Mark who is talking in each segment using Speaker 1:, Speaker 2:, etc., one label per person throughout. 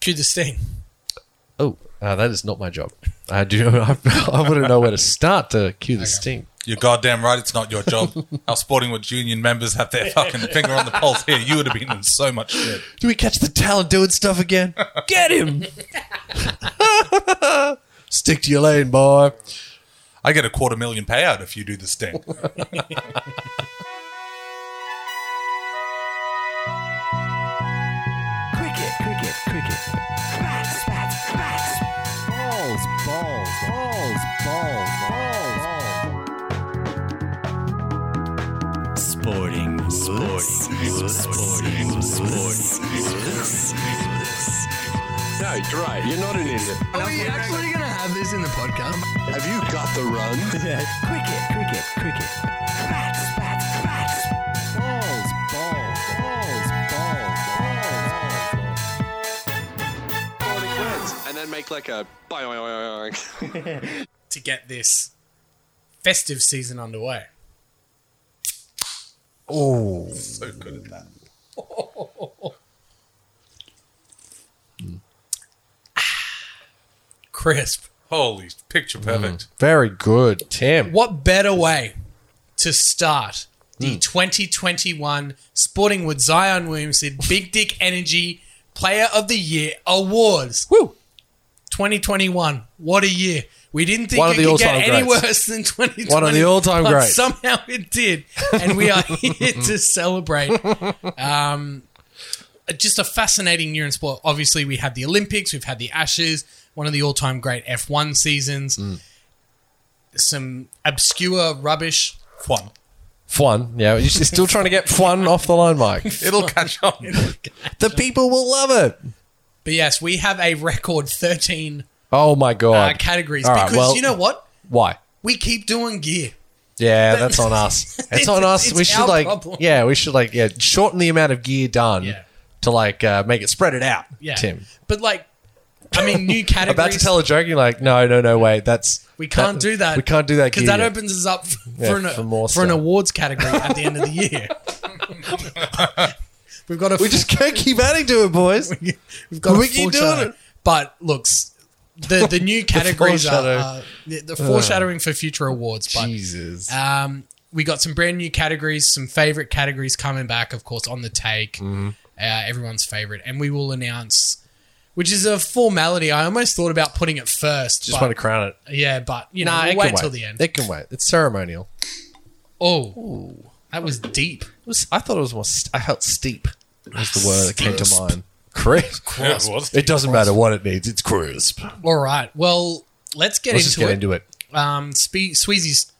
Speaker 1: Cue this thing.
Speaker 2: Oh, uh, that is not my job. I do. I, I wouldn't know where to start to cue the sting.
Speaker 3: You're goddamn right. It's not your job. Our sporting Woods union members have their fucking finger on the pulse here. You would have been in so much shit.
Speaker 2: Do we catch the talent doing stuff again? Get him! Stick to your lane, boy.
Speaker 3: I get a quarter million payout if you do this thing.
Speaker 4: Cricket, cricket, cricket. Spat, spat, spat. Balls, balls, balls, balls, balls, balls. Sporting, sporting, sporting, sporting.
Speaker 5: No, great. You're not an idiot.
Speaker 6: Are we actually going to have this in the podcast?
Speaker 5: Have you got the runs?
Speaker 4: Cricket, cricket, cricket. Spat, spat, spat. Balls, balls, balls, balls, balls, balls.
Speaker 5: And then make like a.
Speaker 1: to get this festive season underway.
Speaker 3: so good at that.
Speaker 1: Crisp.
Speaker 3: Holy picture perfect.
Speaker 2: Very good, Tim.
Speaker 1: What better way to start the 2021 Sporting Wood Zion Williamson Big Dick Energy Player of the Year Awards?
Speaker 2: Woo!
Speaker 1: 2021. What a year. We didn't think
Speaker 2: One of
Speaker 1: it
Speaker 2: the
Speaker 1: could get
Speaker 2: all-time
Speaker 1: any
Speaker 2: greats.
Speaker 1: worse than 2020.
Speaker 2: One of the all-time
Speaker 1: but
Speaker 2: greats.
Speaker 1: Somehow it did. And we are here to celebrate. Um, just a fascinating year in sport. Obviously, we had the Olympics, we've had the Ashes, one of the all time great F1 seasons,
Speaker 2: Mm.
Speaker 1: some obscure rubbish.
Speaker 3: Fun.
Speaker 2: Fun. Yeah, you're still trying to get fun off the line, Mike.
Speaker 3: It'll catch on.
Speaker 2: The people will love it.
Speaker 1: But yes, we have a record 13
Speaker 2: Oh my
Speaker 1: uh,
Speaker 2: god.
Speaker 1: categories
Speaker 2: All right,
Speaker 1: because
Speaker 2: well-
Speaker 1: you know what?
Speaker 2: Why?
Speaker 1: We keep doing gear.
Speaker 2: Yeah, that's on us. It's on us.
Speaker 1: It's
Speaker 2: we should
Speaker 1: our
Speaker 2: like,
Speaker 1: problem.
Speaker 2: yeah, we should like, yeah, shorten the amount of gear done
Speaker 1: Yeah.
Speaker 2: to like uh, make it spread it out.
Speaker 1: Yeah.
Speaker 2: Tim.
Speaker 1: But like, I mean, new categories.
Speaker 2: About to tell a joke, you're like, no, no, no, wait, that's
Speaker 1: We can't do that.
Speaker 2: We can't do that
Speaker 1: because
Speaker 2: gear
Speaker 1: that
Speaker 2: yet.
Speaker 1: opens us up for,
Speaker 2: Yeah,
Speaker 1: an,
Speaker 2: for more
Speaker 1: for an
Speaker 2: stuff.
Speaker 1: awards category at the end of the year. we've got a
Speaker 2: We just can't keep adding to it, boys.
Speaker 1: we've got
Speaker 2: we
Speaker 1: a
Speaker 2: keep doing
Speaker 1: foreshadow.
Speaker 2: it.
Speaker 1: But looks the the new categories are
Speaker 2: foreshadow.
Speaker 1: uh, the, the foreshadowing for future awards. But
Speaker 2: Jesus.
Speaker 1: um, we got some brand new categories, some favorite categories coming back, of course, on the take.
Speaker 2: Mm-hmm.
Speaker 1: Uh, everyone's favorite, and we will announce, which is a formality. I almost thought about putting it first.
Speaker 2: Just
Speaker 1: but-
Speaker 2: want to crown it.
Speaker 1: Yeah, but you know,
Speaker 2: Nah,
Speaker 1: we'll
Speaker 2: it
Speaker 1: wait
Speaker 2: can
Speaker 1: till
Speaker 2: wait.
Speaker 1: the end.
Speaker 2: It can wait. It's ceremonial.
Speaker 1: oh, that was deep.
Speaker 2: It was- I thought it was more. St- I felt steep. Was the word that came to mind? Crisp.
Speaker 3: Yeah, it was.
Speaker 2: It doesn't matter what it needs. It's crisp.
Speaker 1: All right, well, let's get into
Speaker 2: Let's just get
Speaker 1: it.
Speaker 2: into it.
Speaker 1: Um, Spe- Sweezy's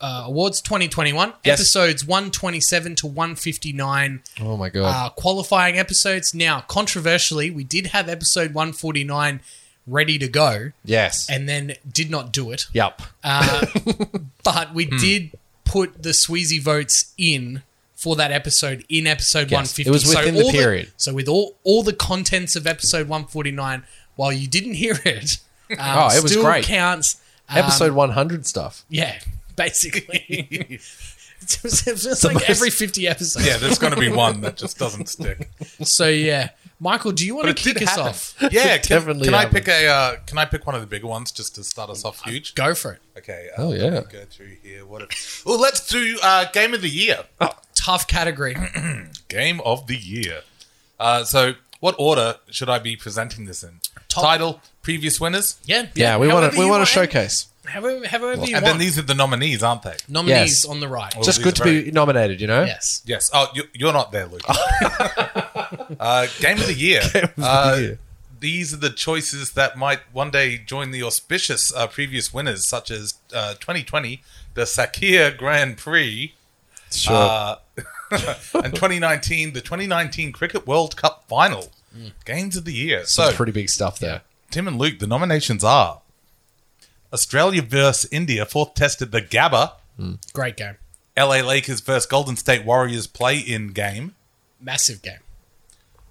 Speaker 1: uh, Awards 2021
Speaker 2: Yes.
Speaker 1: episodes 127 to 159
Speaker 2: Oh my god.
Speaker 1: uh, qualifying episodes. Now, controversially, we did have episode 149 ready to go,
Speaker 2: yes.
Speaker 1: and then did not do it.
Speaker 2: Yup.
Speaker 1: But
Speaker 2: Hmm.
Speaker 1: we did put the Sweezy votes in for that episode in episode
Speaker 2: Yes,
Speaker 1: 150.
Speaker 2: it was within the
Speaker 1: all
Speaker 2: period.
Speaker 1: so with all all the contents of episode 149, while you didn't hear it, um,
Speaker 2: Oh, it was
Speaker 1: still
Speaker 2: great.
Speaker 1: counts. um,
Speaker 2: Episode 100 stuff.
Speaker 1: yeah, basically. It's just- it's just like
Speaker 2: most-
Speaker 1: every 50 episodes.
Speaker 3: Yeah, there's going to be one that just doesn't stick.
Speaker 1: So, yeah. Michael, do you want to
Speaker 3: But it did
Speaker 1: kick us
Speaker 3: happen.
Speaker 1: off?
Speaker 3: Yeah,
Speaker 2: It
Speaker 3: can,
Speaker 2: definitely
Speaker 3: can I
Speaker 2: happened.
Speaker 3: pick a? Uh, can I pick one of the bigger ones just to start us off huge?
Speaker 1: Go for it.
Speaker 3: Okay. Uh,
Speaker 2: Oh, yeah.
Speaker 3: let me Go through here. What? If, well, let's do uh, game of the year.
Speaker 1: Tough category.
Speaker 3: Game of the year. Uh, so, what order should I be presenting this in?
Speaker 1: Top-
Speaker 3: Title, previous winners,
Speaker 1: Yeah.
Speaker 2: Yeah, we
Speaker 1: However
Speaker 2: want to we
Speaker 1: you
Speaker 2: want to showcase.
Speaker 1: However, however you
Speaker 3: and
Speaker 1: want.
Speaker 3: then these are the nominees, aren't they?
Speaker 1: Nominees
Speaker 2: Yes.
Speaker 1: on the right.
Speaker 3: Well,
Speaker 2: Just
Speaker 3: these
Speaker 2: good
Speaker 3: are
Speaker 2: to
Speaker 3: very-
Speaker 2: be nominated, you know?
Speaker 1: Yes.
Speaker 3: Yes. Oh, you, you're not there, Luke. uh, game of the year. Uh,
Speaker 2: year.
Speaker 3: These are the choices that might one day join the auspicious uh, previous winners, such as uh, 2020, the Sakia Grand Prix,
Speaker 2: Sure.
Speaker 3: and 2019, the 2019 Cricket World Cup Final. Games of the year. So,
Speaker 2: Some pretty big stuff there.
Speaker 3: Tim and Luke, the nominations are Australia versus India, fourth tested the Gabba,
Speaker 1: Great game.
Speaker 3: LA Lakers versus Golden State Warriors play in game.
Speaker 1: Massive game.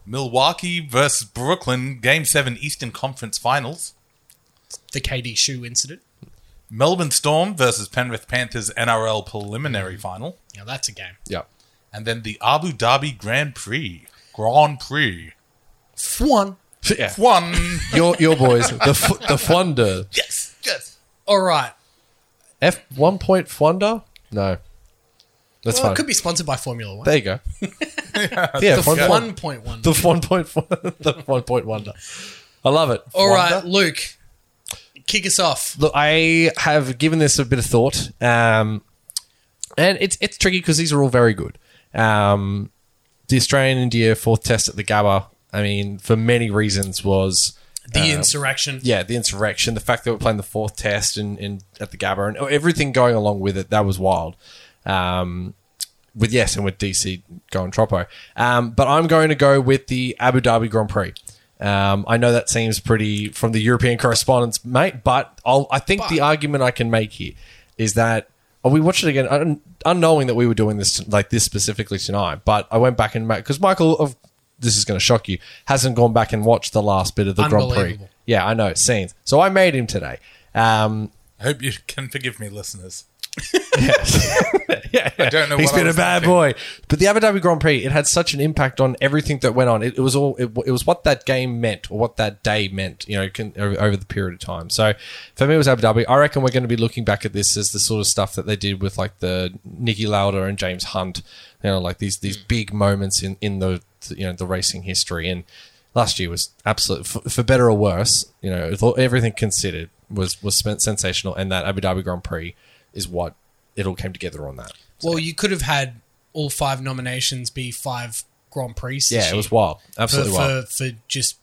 Speaker 3: Milwaukee versus Brooklyn, Game 7 Eastern Conference Finals.
Speaker 1: The KD shoe incident.
Speaker 3: Melbourne Storm versus Penrith Panthers NRL Preliminary Final.
Speaker 1: Now, that's a game.
Speaker 2: Yep.
Speaker 3: And then the Abu Dhabi Grand Prix. Grand Prix.
Speaker 1: One.
Speaker 2: Yeah.
Speaker 3: One.
Speaker 2: Your, your boys, the f- the Fwonder.
Speaker 3: yes. Yes.
Speaker 1: All right.
Speaker 2: F one point Fwonder? No, that's
Speaker 1: Well,
Speaker 2: fine.
Speaker 1: it could be sponsored by Formula One.
Speaker 2: there you go. yeah,
Speaker 1: the
Speaker 2: Fwon- Fwon-
Speaker 1: one point one.
Speaker 2: the one point the one point wonder. I love it.
Speaker 1: All right,
Speaker 2: Wonder.
Speaker 1: Luke, kick us off.
Speaker 2: Look, I have given this a bit of thought, um, and it's it's tricky because these are all very good. Um, the Australian India fourth test at the Gabba. I mean, for many reasons, was
Speaker 1: The
Speaker 2: Um,
Speaker 1: insurrection.
Speaker 2: yeah, the insurrection, the fact that we're playing the fourth test and, and at the Gabba and everything going along with it, that was wild. Um, with yes, and with DC going Troppo. Um, but I'm going to go with the Abu Dhabi Grand Prix. Um, I know that seems pretty from the European correspondence, mate, but I'll, I think the argument I can make here is that oh, we watched it again, un- unknowing that we were doing this like this specifically tonight. But I went back and because Michael, of this is going to shock you, hasn't gone back and watched the last bit of the Grand Prix.
Speaker 1: Unbelievable.
Speaker 2: Yeah, I know. Scenes. So I made him today. Um,
Speaker 3: I hope you can forgive me, listeners.
Speaker 2: yeah, I
Speaker 3: don't know
Speaker 2: He's
Speaker 3: what I
Speaker 2: been a
Speaker 3: was
Speaker 2: bad
Speaker 3: thinking.
Speaker 2: boy. But the Abu Dhabi Grand Prix, it had such an impact on everything that went on. It, it was all. It, w- it was what that game meant, or what that day meant. You know, can, over, over the period of time. So for me, it was Abu Dhabi. I reckon we're going to be looking back at this as the sort of stuff that they did with like the Nicky Lauda and James Hunt. You know, like these these
Speaker 3: Mm.
Speaker 2: big moments in in the you know the racing history and. Last year was absolute for, for better or worse. You know, with all- everything considered was was spent sensational, and that Abu Dhabi Grand Prix is what it all came together on that.
Speaker 1: Well, you could have had all five nominations be five Grand Prix.
Speaker 2: Yeah, it was wild.
Speaker 1: for,
Speaker 2: Absolutely wild.
Speaker 1: for, for just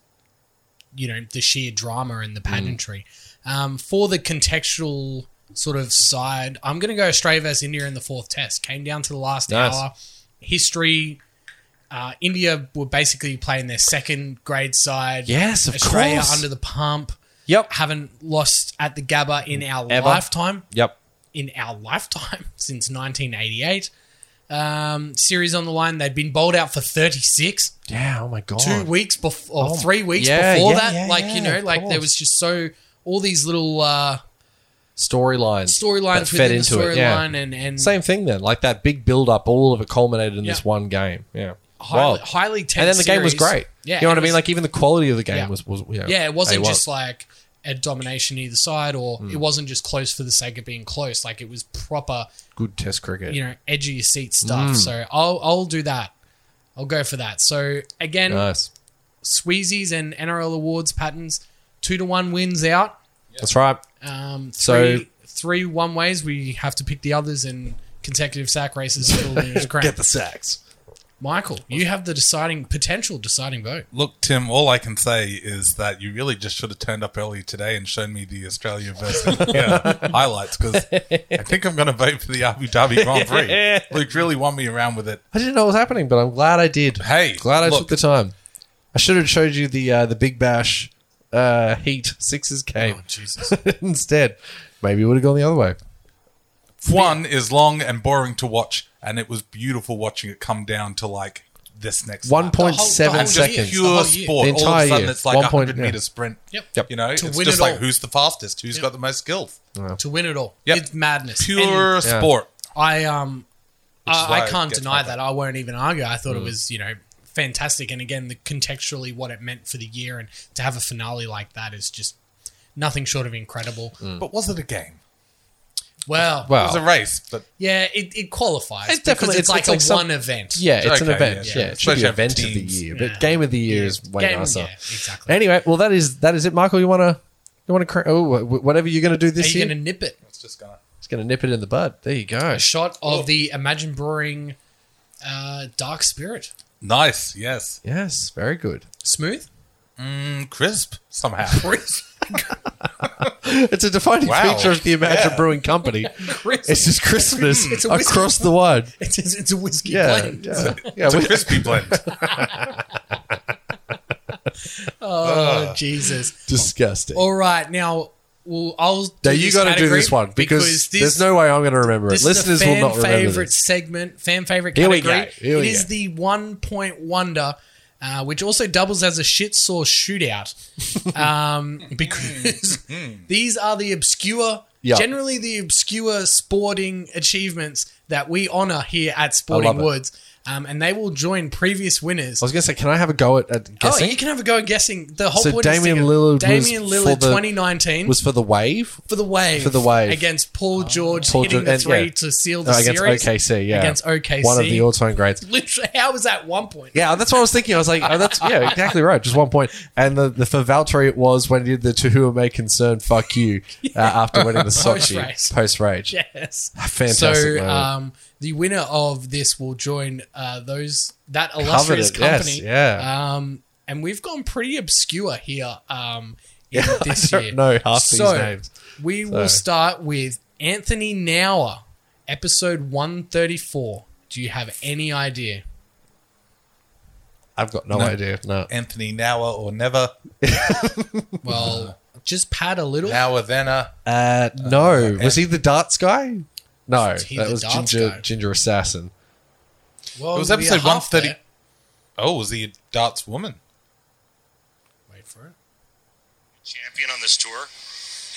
Speaker 1: you know the sheer drama and the
Speaker 2: Mm.
Speaker 1: pageantry. Um, for the contextual sort of side, I'm going to go Australia versus India in the fourth test. Came down to the last
Speaker 2: Nice.
Speaker 1: hour. History. Uh, India were basically playing their second grade side.
Speaker 2: Yes, of
Speaker 1: Australia
Speaker 2: course.
Speaker 1: under the pump.
Speaker 2: Yep.
Speaker 1: Haven't lost at the Gabba in our
Speaker 2: Mm, Ever.
Speaker 1: lifetime
Speaker 2: Yep.
Speaker 1: in our lifetime since 1988. Um, series on the line. They'd been bowled out for 36
Speaker 2: Yeah. Oh my god.
Speaker 1: two weeks before or
Speaker 2: Oh,
Speaker 1: three weeks
Speaker 2: yeah,
Speaker 1: before
Speaker 2: yeah,
Speaker 1: that.
Speaker 2: yeah,
Speaker 1: like
Speaker 2: yeah,
Speaker 1: you know,
Speaker 2: of
Speaker 1: like there
Speaker 2: course.
Speaker 1: was just so all these little uh,
Speaker 2: storylines.
Speaker 1: storylines
Speaker 2: that fed
Speaker 1: within the
Speaker 2: into it. Yeah.
Speaker 1: storyline and and
Speaker 2: Same thing then. Like that big build up, all of it culminated in
Speaker 1: Yeah.
Speaker 2: this one game. Yeah.
Speaker 1: highly,
Speaker 2: Wild.
Speaker 1: highly tense.
Speaker 2: and then the game was
Speaker 1: series.
Speaker 2: great.
Speaker 1: Yeah,
Speaker 2: You
Speaker 1: it
Speaker 2: know what I
Speaker 1: was-
Speaker 2: mean? Like even the quality of the game
Speaker 1: Yeah.
Speaker 2: was was yeah.
Speaker 1: yeah, it wasn't
Speaker 2: A1.
Speaker 1: just like a domination either side, or
Speaker 2: Hmm.
Speaker 1: it wasn't just close for the sake of being close. Like it was proper,
Speaker 2: good test cricket.
Speaker 1: you know, edge of your seat
Speaker 2: Hmm.
Speaker 1: stuff. So I'll I'll do that. I'll go for that. So again,
Speaker 2: nice.
Speaker 1: Sweezies and NRL awards patterns, two to one wins out.
Speaker 2: That's right.
Speaker 1: Um,
Speaker 2: So-
Speaker 1: three, three one ways. We have to pick the others in consecutive sack races. to fill the crown.
Speaker 2: sacks.
Speaker 1: Michael, you have the deciding potential deciding vote.
Speaker 3: Look, Tim, all I can say is that you really just should have turned up early today and shown me the Australia versus India highlights because I think I'm going to vote for the Abu Dhabi Grand Prix. Luke really won me around with it.
Speaker 2: I didn't know what was happening, but I'm glad I did.
Speaker 3: Hey,
Speaker 2: glad I
Speaker 3: look.
Speaker 2: took the time. I should have showed you the uh, the Big Bash uh, Heat sixes game
Speaker 1: Oh, Jesus.
Speaker 2: instead. Maybe it would have gone the other way.
Speaker 3: One is long and boring to watch, and it was beautiful watching it come down to like this next
Speaker 2: One
Speaker 3: lap.
Speaker 2: point
Speaker 1: the
Speaker 2: seven
Speaker 1: whole
Speaker 3: And just
Speaker 2: seconds.
Speaker 1: year. The
Speaker 3: pure
Speaker 1: whole year.
Speaker 3: sport.
Speaker 2: The
Speaker 3: all of
Speaker 2: entire
Speaker 3: a sudden,
Speaker 2: year.
Speaker 3: it's like a
Speaker 2: One point-
Speaker 3: 100 meter
Speaker 2: yeah.
Speaker 3: sprint.
Speaker 1: Yep.
Speaker 2: Yep.
Speaker 3: You know,
Speaker 1: To
Speaker 3: it's
Speaker 1: win
Speaker 3: just
Speaker 1: it
Speaker 3: like
Speaker 1: all.
Speaker 3: who's the fastest, who's got the most skills.
Speaker 1: to win it all.
Speaker 3: Yep.
Speaker 1: It's madness.
Speaker 3: Pure
Speaker 1: And
Speaker 3: sport.
Speaker 1: I um
Speaker 3: is why
Speaker 1: I, I
Speaker 3: it
Speaker 1: can't
Speaker 3: gets
Speaker 1: deny
Speaker 3: my vote.
Speaker 1: that. I won't even argue. I thought it was, you know, fantastic and again the contextually what it meant for the year and to have a finale like that is just nothing short of incredible.
Speaker 2: Mm.
Speaker 3: But was it a game?
Speaker 1: Well,
Speaker 2: Well,
Speaker 3: It was a race, but
Speaker 1: yeah, it, it qualifies.
Speaker 2: It's
Speaker 1: It's
Speaker 2: definitely-
Speaker 1: definitely it's,
Speaker 2: it's-
Speaker 1: like
Speaker 2: it's
Speaker 1: a
Speaker 2: like some-
Speaker 1: one event.
Speaker 2: Yeah, it's an
Speaker 3: Okay,
Speaker 2: event.
Speaker 3: yeah,
Speaker 2: Yeah,
Speaker 3: yeah.
Speaker 2: it should be
Speaker 3: Especially if
Speaker 2: event of
Speaker 3: teams.
Speaker 2: the year, but
Speaker 1: Yeah.
Speaker 2: game of the year is way
Speaker 1: Game-
Speaker 2: nicer.
Speaker 1: yeah, exactly.
Speaker 2: Anyway, well, that is that is it, Michael. You want to you want to cr- oh wh- whatever you're going to do
Speaker 1: Are
Speaker 2: this
Speaker 1: you
Speaker 2: year,
Speaker 1: gonna nip it?
Speaker 3: it's just going to.
Speaker 2: it's going to nip it in the bud. There you go.
Speaker 1: a shot of the Imagine Brewing uh, Dark Spirit.
Speaker 3: Nice, yes.
Speaker 2: Yes, very good.
Speaker 1: Smooth?
Speaker 3: Mm, crisp somehow.
Speaker 2: It's a defining
Speaker 3: Wow.
Speaker 2: feature of the Imagine Brewing Company.
Speaker 1: Crisp.
Speaker 2: It's just Christmas
Speaker 1: It's a whiskey.
Speaker 2: across the wide.
Speaker 1: It's, it's, a whiskey
Speaker 2: Yeah,
Speaker 1: blend.
Speaker 2: yeah, yeah.
Speaker 3: it's a
Speaker 2: we-
Speaker 3: crispy blend.
Speaker 1: Oh, Jesus.
Speaker 2: disgusting.
Speaker 1: All right, now, well, I'll. Do
Speaker 2: now you
Speaker 1: this
Speaker 2: got to do
Speaker 1: category
Speaker 2: this one because,
Speaker 1: this-
Speaker 2: there's no way I'm going to remember it.
Speaker 1: This
Speaker 2: Listeners
Speaker 1: is a fan
Speaker 2: will not remember
Speaker 1: favorite
Speaker 2: this.
Speaker 1: segment, fan favorite
Speaker 2: Here
Speaker 1: category.
Speaker 2: we
Speaker 1: It
Speaker 2: go.
Speaker 1: is
Speaker 2: Here we go.
Speaker 1: the one point wonder, uh, which also doubles as a shit sauce shootout, um, because these are the obscure,
Speaker 2: Hmm. Yeah.
Speaker 1: generally the obscure sporting achievements that we honor here at
Speaker 2: I
Speaker 1: Sporting
Speaker 2: love it.
Speaker 1: Woods. um, and they will join previous winners.
Speaker 2: I was going to say, can I have a go at, at
Speaker 1: Oh,
Speaker 2: guessing?
Speaker 1: you can have a go at guessing the whole
Speaker 2: So
Speaker 1: point. is to
Speaker 2: Damian
Speaker 1: get-
Speaker 2: Lillard
Speaker 1: Damian
Speaker 2: was for
Speaker 1: Lillard,
Speaker 2: the-
Speaker 1: 2019,
Speaker 2: was for the wave.
Speaker 1: for the wave
Speaker 2: for the Wave. Oh.
Speaker 1: against Paul George
Speaker 2: Paul
Speaker 1: hitting
Speaker 2: George-
Speaker 1: the
Speaker 2: and-
Speaker 1: three
Speaker 2: yeah.
Speaker 1: to seal the
Speaker 2: No, against
Speaker 1: series
Speaker 2: OKC, yeah.
Speaker 1: against OKC.
Speaker 2: One of the all-time greats.
Speaker 1: Literally, how was that one point?
Speaker 2: Yeah, that's what I was thinking. I was like, oh, that's yeah, exactly right. Just one point. And the, the for Valtteri it was when he did the to whom it may concern, fuck you, uh, after winning the
Speaker 1: Post
Speaker 2: Sochi
Speaker 1: race.
Speaker 2: post rage.
Speaker 1: Yes.
Speaker 2: Fantastic
Speaker 1: So,
Speaker 2: moment.
Speaker 1: um, the winner of this will join uh, those that illustrious
Speaker 2: Coveted, yes,
Speaker 1: company.
Speaker 2: yeah.
Speaker 1: Um, and we've gone pretty obscure here. Um, in
Speaker 2: Yeah, I
Speaker 1: this
Speaker 2: don't
Speaker 1: year.
Speaker 2: know half these
Speaker 1: So,
Speaker 2: names.
Speaker 1: We
Speaker 2: So-
Speaker 1: will start with Anthony Nauer, episode one thirty four. Do you have any idea?
Speaker 2: I've got no, idea. No.
Speaker 3: Anthony Nower or never.
Speaker 1: Well, just pad a little.
Speaker 3: Nower then a.
Speaker 2: Uh, no. was he the darts guy? No,
Speaker 1: Was he
Speaker 2: that
Speaker 1: the
Speaker 2: was
Speaker 1: darts
Speaker 2: Ginger
Speaker 1: guy?
Speaker 2: Ginger Assassin.
Speaker 1: Well,
Speaker 3: It was
Speaker 1: we are
Speaker 3: episode
Speaker 1: half
Speaker 3: 130.
Speaker 1: there.
Speaker 3: Oh, was he a darts woman?
Speaker 1: Wait for it.
Speaker 7: champion on this tour,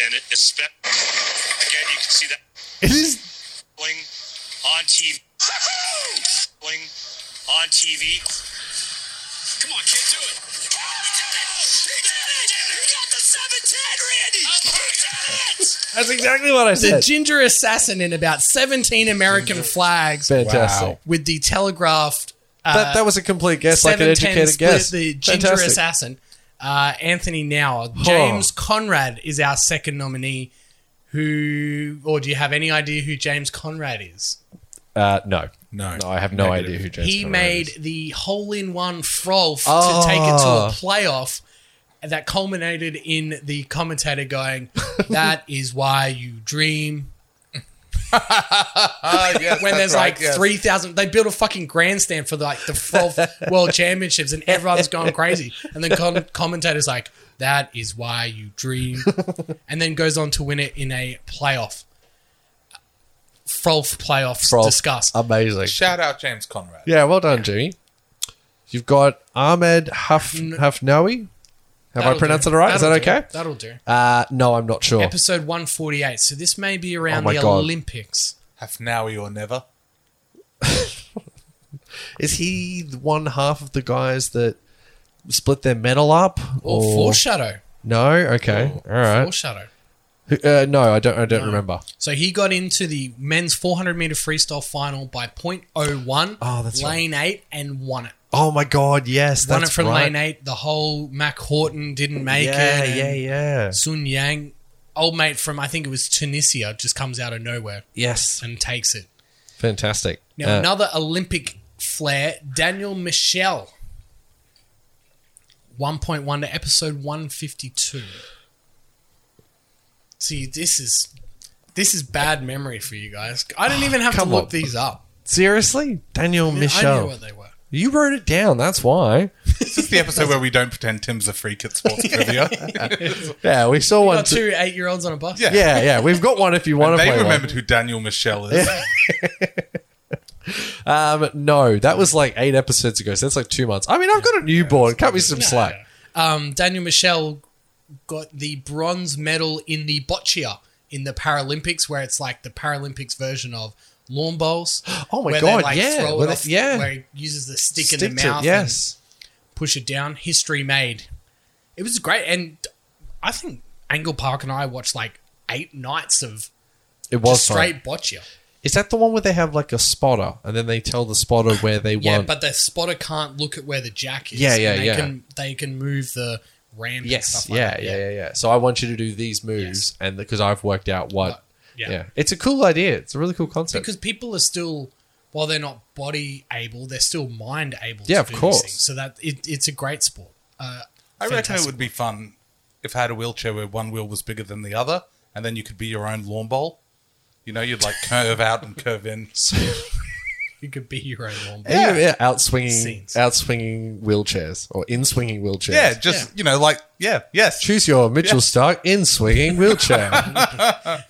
Speaker 7: and it is spent. Again, you can see that
Speaker 2: It is.
Speaker 7: bling on TV. Bling on TV. Come on, kid, do it.
Speaker 2: That's exactly what I
Speaker 1: The
Speaker 2: said.
Speaker 1: Ginger Assassin in about seventeen American flags
Speaker 2: Fantastic.
Speaker 3: Wow.
Speaker 1: with the telegraphed. Uh,
Speaker 2: That, that was a complete guess, like
Speaker 1: 7-10
Speaker 2: an educated
Speaker 1: split,
Speaker 2: guess.
Speaker 1: The Ginger
Speaker 2: Fantastic.
Speaker 1: Assassin, uh, Anthony Nauer. James Conrad is our second nominee. Who, or do you have any idea who James Conrad is?
Speaker 2: Uh, no.
Speaker 3: No.
Speaker 2: No, I have no
Speaker 3: Negative.
Speaker 2: idea who James
Speaker 1: he
Speaker 2: Conrad
Speaker 1: made
Speaker 2: is.
Speaker 1: the hole in one frolf
Speaker 2: Oh.
Speaker 1: to take it to a playoff that culminated in the commentator going, That is why you dream.
Speaker 3: Ah, yes,
Speaker 1: When
Speaker 3: that's
Speaker 1: there's
Speaker 3: right,
Speaker 1: like
Speaker 3: yes.
Speaker 1: 3,000, they built a fucking grandstand for like the frolf world championships and everyone's going crazy. And then com- commentator's like, That is why you dream. And then goes on to win it in a playoff. Frolf playoffs
Speaker 2: Frolf.
Speaker 1: discussed.
Speaker 2: Amazing.
Speaker 3: Shout out James Conrad.
Speaker 2: Yeah, well done, Jimmy. You've got Ahmed Haf- Hafnawi. Have I
Speaker 1: That'll
Speaker 2: pronounced
Speaker 1: do.
Speaker 2: it right? Is
Speaker 1: That'll
Speaker 2: that
Speaker 1: do.
Speaker 2: okay?
Speaker 1: That'll do.
Speaker 2: Uh, no, I'm not sure.
Speaker 1: episode 148 so this may be around
Speaker 2: Oh my
Speaker 1: the
Speaker 2: God.
Speaker 1: olympics
Speaker 3: Hafnawi or never.
Speaker 2: Is he the one half of the guys that split their medal up?
Speaker 1: or, foreshadow
Speaker 2: No? Okay. All right.
Speaker 1: foreshadow
Speaker 2: Who- Uh, no, I don't. I don't remember.
Speaker 1: so he got into the men's 400 meter freestyle final by 0.01
Speaker 2: Oh, that's right.
Speaker 1: lane 8 and won it
Speaker 2: Oh my god! Yes,
Speaker 1: won it
Speaker 2: that's
Speaker 1: from
Speaker 2: right.
Speaker 1: lane 8 the whole mac horton didn't make
Speaker 2: Yeah,
Speaker 1: it and
Speaker 2: yeah, yeah.
Speaker 1: sun yang old mate from i think it was tunisia just comes out of nowhere
Speaker 2: Yes,
Speaker 1: and takes it
Speaker 2: fantastic.
Speaker 1: now
Speaker 2: Uh,
Speaker 1: another olympic flair daniel michel 1.1 to episode 152. See, this is this is bad memory for you guys. I didn't even have to
Speaker 2: come
Speaker 1: look
Speaker 2: on.
Speaker 1: these up.
Speaker 2: seriously, Daniel
Speaker 1: I knew
Speaker 2: Michel,
Speaker 1: what they were.
Speaker 2: you wrote it down. That's why.
Speaker 3: This is the episode where we don't pretend Tim's a freak at sports trivia.
Speaker 2: Yeah, we saw
Speaker 1: Got
Speaker 2: one. too.
Speaker 1: two eight-year-olds on a bus.
Speaker 3: Yeah.
Speaker 2: yeah, yeah. We've got one if you want to
Speaker 3: They
Speaker 2: play one.
Speaker 3: remembered who Daniel Michelle is.
Speaker 2: Um, no, that was like eight episodes ago. So that's like two months. I mean, I've got a newborn. Cut me some slack.
Speaker 1: Um, Daniel Michel got the bronze medal in the boccia in the Paralympics, where it's like the Paralympics version of lawn bowls.
Speaker 2: Oh my
Speaker 1: where
Speaker 2: God, yeah,
Speaker 1: throw
Speaker 2: where
Speaker 1: it
Speaker 2: they-
Speaker 1: off,
Speaker 2: yeah.
Speaker 1: where he uses the stick in
Speaker 2: Stick
Speaker 1: the
Speaker 2: to it,
Speaker 1: mouth. and
Speaker 2: yes.
Speaker 1: push it down. History made. It was great, and I think Angle Park and I watched like eight nights of
Speaker 2: It was
Speaker 1: just
Speaker 2: straight.
Speaker 1: straight boccia.
Speaker 2: Is that the one where they have like a spotter and then they tell the spotter where they
Speaker 1: Yeah,
Speaker 2: want?
Speaker 1: but the spotter can't look at where the jack is.
Speaker 2: Yeah, yeah,
Speaker 1: and they
Speaker 2: yeah.
Speaker 1: Can, they can move the ramp. and
Speaker 2: yes,
Speaker 1: stuff like
Speaker 2: yeah,
Speaker 1: that.
Speaker 2: yeah, yeah, yeah. So I want you to do these moves, and because I've worked out what.
Speaker 1: yeah.
Speaker 2: Yeah. it's a cool idea. It's a really cool concept.
Speaker 1: because people are still while they're not body able they're still mind able
Speaker 2: Yeah,
Speaker 1: to
Speaker 2: of
Speaker 1: do these
Speaker 2: course.
Speaker 1: things. so that it, it's a great sport uh,
Speaker 3: I reckon it
Speaker 1: Fantastic.
Speaker 3: would be fun if I had a wheelchair where one wheel was bigger than the other, and then you could be your own lawn bowl. You know, you'd like curve out and curve in.
Speaker 1: you could be your own lawn bowler.
Speaker 2: yeah, yeah, out swinging,
Speaker 1: Scenes.
Speaker 2: out swinging wheelchairs or in swinging wheelchairs.
Speaker 3: Yeah, just you know, like yeah, yes.
Speaker 2: choose your Mitchell Stark in swinging wheelchair.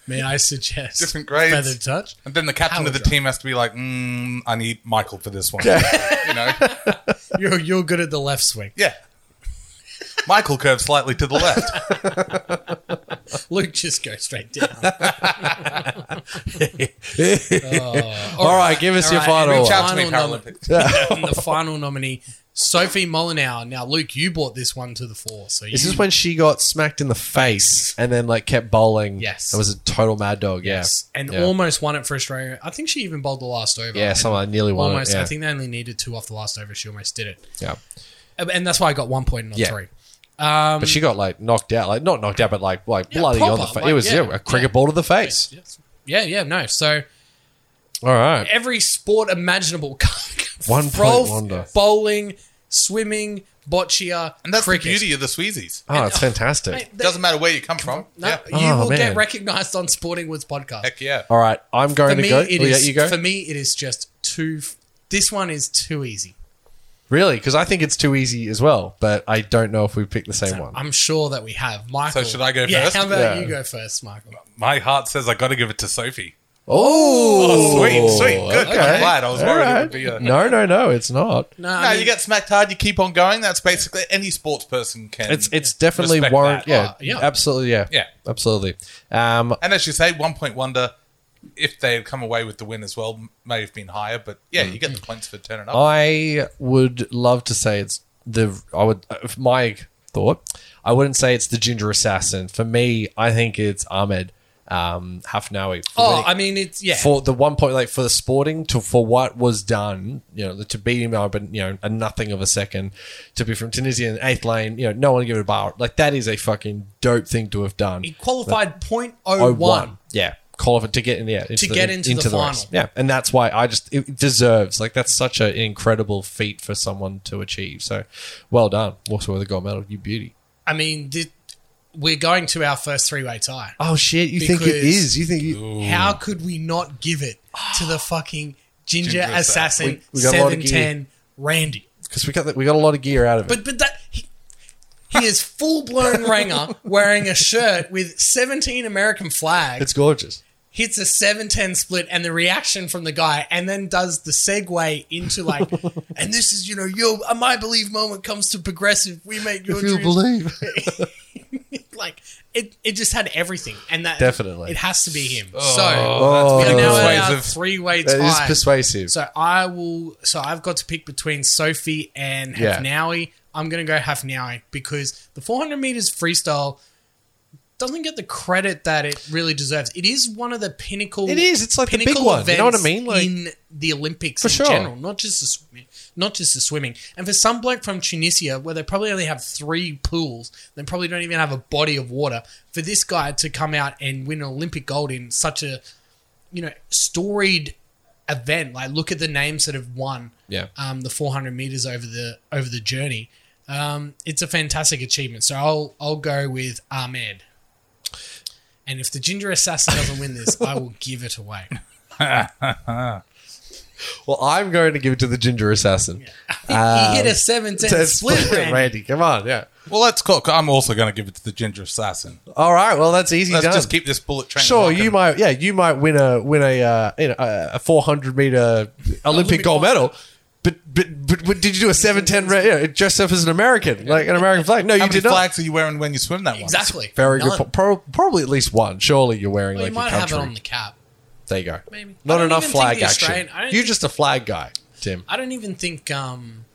Speaker 1: may i suggest
Speaker 3: Different grades.
Speaker 1: feather touch
Speaker 3: And then the captain of the
Speaker 1: Howard.
Speaker 3: team has to be like, mm, I need Michael for this one. you know,
Speaker 1: you're, you're good at the left swing
Speaker 3: yeah. Michael curves slightly to the left.
Speaker 1: Luke just goes straight down.
Speaker 2: all right, give us your
Speaker 1: All right,
Speaker 2: final
Speaker 1: and
Speaker 2: one.
Speaker 3: Shout out to me,
Speaker 1: Final
Speaker 3: Paralympics.
Speaker 1: and the final nominee, Sophie Molyneux. Now, Luke, you brought this one to the fore, so you,
Speaker 2: This is when she got smacked in the face and then like kept bowling.
Speaker 1: Yes.
Speaker 2: it was a total mad dog. Yes,
Speaker 1: and
Speaker 2: yeah.
Speaker 1: almost won it for Australia. I think she even bowled the last over.
Speaker 2: yeah,
Speaker 1: and
Speaker 2: someone nearly won.
Speaker 1: almost.
Speaker 2: it. Yeah.
Speaker 1: I think they only needed two off the last over. She almost did it,
Speaker 2: yeah.
Speaker 1: Uh, and and that's why I got one point, not
Speaker 2: Yeah.
Speaker 1: three.
Speaker 2: but she got like knocked out, like not knocked out, but like like
Speaker 1: um, Yeah,
Speaker 2: bloody on the
Speaker 1: proper,
Speaker 2: face.
Speaker 1: like,
Speaker 2: it was
Speaker 1: yeah,
Speaker 2: yeah, a cricket ball to the face.
Speaker 1: Yeah, yeah, no. So
Speaker 2: All right,
Speaker 1: every sport imaginable.
Speaker 2: One point
Speaker 1: Rolf,
Speaker 2: wonder.
Speaker 1: Bowling, swimming, boccia,
Speaker 3: And that's
Speaker 1: cricket.
Speaker 3: the beauty of the Sweezies.
Speaker 2: oh, it's fantastic.
Speaker 1: uh, Mate,
Speaker 3: It doesn't matter where you come from.
Speaker 1: No,
Speaker 3: Yeah.
Speaker 1: you
Speaker 2: Oh,
Speaker 1: will
Speaker 2: man.
Speaker 1: get recognised on Sporting Woods podcast.
Speaker 3: Heck yeah.
Speaker 2: All right, I'm
Speaker 1: For
Speaker 2: going to
Speaker 1: me,
Speaker 2: go.
Speaker 1: it
Speaker 2: Oh, yeah,
Speaker 1: is.
Speaker 2: you go.
Speaker 1: For me, it is just too. f- This one is too easy.
Speaker 2: really, because I think it's too easy as well. But I don't know if we picked the same one.
Speaker 1: I'm sure that we have Michael.
Speaker 3: should I go
Speaker 1: yeah,
Speaker 3: first?
Speaker 1: How about
Speaker 2: Yeah.
Speaker 1: you go first, Michael?
Speaker 3: My heart says I got to give it to Sophie.
Speaker 2: oh,
Speaker 3: Sweet, sweet, good.
Speaker 2: Okay.
Speaker 3: I'm glad. I was
Speaker 2: All
Speaker 3: worried it
Speaker 2: right.
Speaker 3: would be uh, a.
Speaker 2: No, no, no, it's not.
Speaker 1: No,
Speaker 3: No,
Speaker 1: I mean-
Speaker 3: you get smacked hard, you keep on going. That's basically any sports person can.
Speaker 2: It's it's definitely
Speaker 3: Respect
Speaker 2: warrant.
Speaker 3: that.
Speaker 2: Yeah,
Speaker 1: Oh, yeah.
Speaker 2: absolutely. Yeah,
Speaker 3: Yeah.
Speaker 2: absolutely. Um,
Speaker 3: and as you say, one point wonder. If they had come away with the win as well, m- may have been higher. But yeah, you
Speaker 2: Mm.
Speaker 3: get the points for turning
Speaker 2: Oh.
Speaker 3: up.
Speaker 2: I would love to say it's the. I would uh, my thought. I wouldn't say it's the Ginger Assassin. For me, I think it's Ahmed um, Hafnawi. For
Speaker 1: Oh,
Speaker 2: winning-
Speaker 1: I mean, it's yeah.
Speaker 2: for the one point, like for the sporting to for what was done, you know, to beat him up and you know a nothing of a second, to be from Tunisia in eighth lane, you know, no one give it a bar. Like that is a fucking dope thing to have done.
Speaker 1: he qualified point oh
Speaker 2: Oh,
Speaker 1: one.
Speaker 2: yeah, qualify to get in, yeah, into
Speaker 1: get into the final.
Speaker 2: race. yeah, and that's why I just it deserves like that's such an incredible feat for someone to achieve. So, well done, also with a gold medal, you beauty.
Speaker 1: I mean, thi- we're going to our first three-way tie.
Speaker 2: Oh shit, you
Speaker 1: think it Because- is?
Speaker 2: You think you,
Speaker 1: How could we not give it to the fucking ginger,
Speaker 3: Ginger
Speaker 1: assassin
Speaker 2: We- we got a lot of
Speaker 1: seven
Speaker 2: gear.
Speaker 1: ten Randy?
Speaker 2: because we got that- we got a lot of gear out of it.
Speaker 1: But but that he, he is full blown ranger wearing a shirt with seventeen American flags.
Speaker 2: it's gorgeous.
Speaker 1: hits a 710 split and the reaction from the guy and then does the segue into like and this is you know your uh, my believe moment comes to progressive we make your dreams
Speaker 2: believe,
Speaker 1: like it it just had everything and that
Speaker 2: Definitely.
Speaker 1: it has to be him
Speaker 2: Oh.
Speaker 1: so we are now at our
Speaker 3: persuasive.
Speaker 1: three way
Speaker 2: that is
Speaker 1: tie
Speaker 2: persuasive.
Speaker 1: so I will so I've got to pick between Sophie and
Speaker 2: Yeah.
Speaker 1: Hafnawi I'm gonna go Hafnawi because the 400 meters freestyle doesn't get the credit that it really deserves. It is one of the pinnacle.
Speaker 2: It is. It's like the big one. You know what I mean? Like-
Speaker 1: in the Olympics
Speaker 2: For
Speaker 1: in
Speaker 2: sure.
Speaker 1: general, not just the swimming, not just the swimming. And for some bloke from Tunisia, where they probably only have three pools, they probably don't even have a body of water. For this guy to come out and win an Olympic gold in such a, you know, storied event, like look at the names that have won
Speaker 2: yeah,
Speaker 1: um, the 400 meters over the over the journey. Um, it's a fantastic achievement. So I'll I'll go with Ahmed. And if the Ginger Assassin doesn't win this, I will give it away.
Speaker 2: Well, I'm going to give it to the Ginger Assassin.
Speaker 1: he
Speaker 2: Ah,
Speaker 1: hit a 710
Speaker 2: That's-
Speaker 1: split, Randy.
Speaker 2: Randy. Come on, yeah.
Speaker 3: well, that's cool. 'cause I'm also going to give it to the Ginger Assassin.
Speaker 2: All right, well that's easy
Speaker 3: Let's
Speaker 2: done.
Speaker 3: just keep this bullet train.
Speaker 2: sure,
Speaker 3: rocking.
Speaker 2: you might, yeah, you might win a win a uh, you know, a 400 meter Olympic, gold medal. But, but but but did you do a 710 re- yeah, dressed up as an American like an American flag? No,
Speaker 3: How
Speaker 2: you
Speaker 3: many
Speaker 2: did not.
Speaker 3: flags are you wearing when you swim that one?
Speaker 1: Exactly.
Speaker 2: Very good.
Speaker 1: None.
Speaker 2: po- Pro- probably at least one. Surely you're wearing
Speaker 1: Well, you
Speaker 2: like
Speaker 1: might
Speaker 2: your
Speaker 1: have it
Speaker 2: country.
Speaker 1: on the cap.
Speaker 2: there you go.
Speaker 1: Maybe. I
Speaker 2: Not
Speaker 1: don't
Speaker 2: enough
Speaker 1: even think
Speaker 2: flag
Speaker 1: the
Speaker 2: action.
Speaker 1: Australian- I don't
Speaker 2: You're
Speaker 1: think-
Speaker 2: just a flag guy, Tim.
Speaker 1: I don't even think um,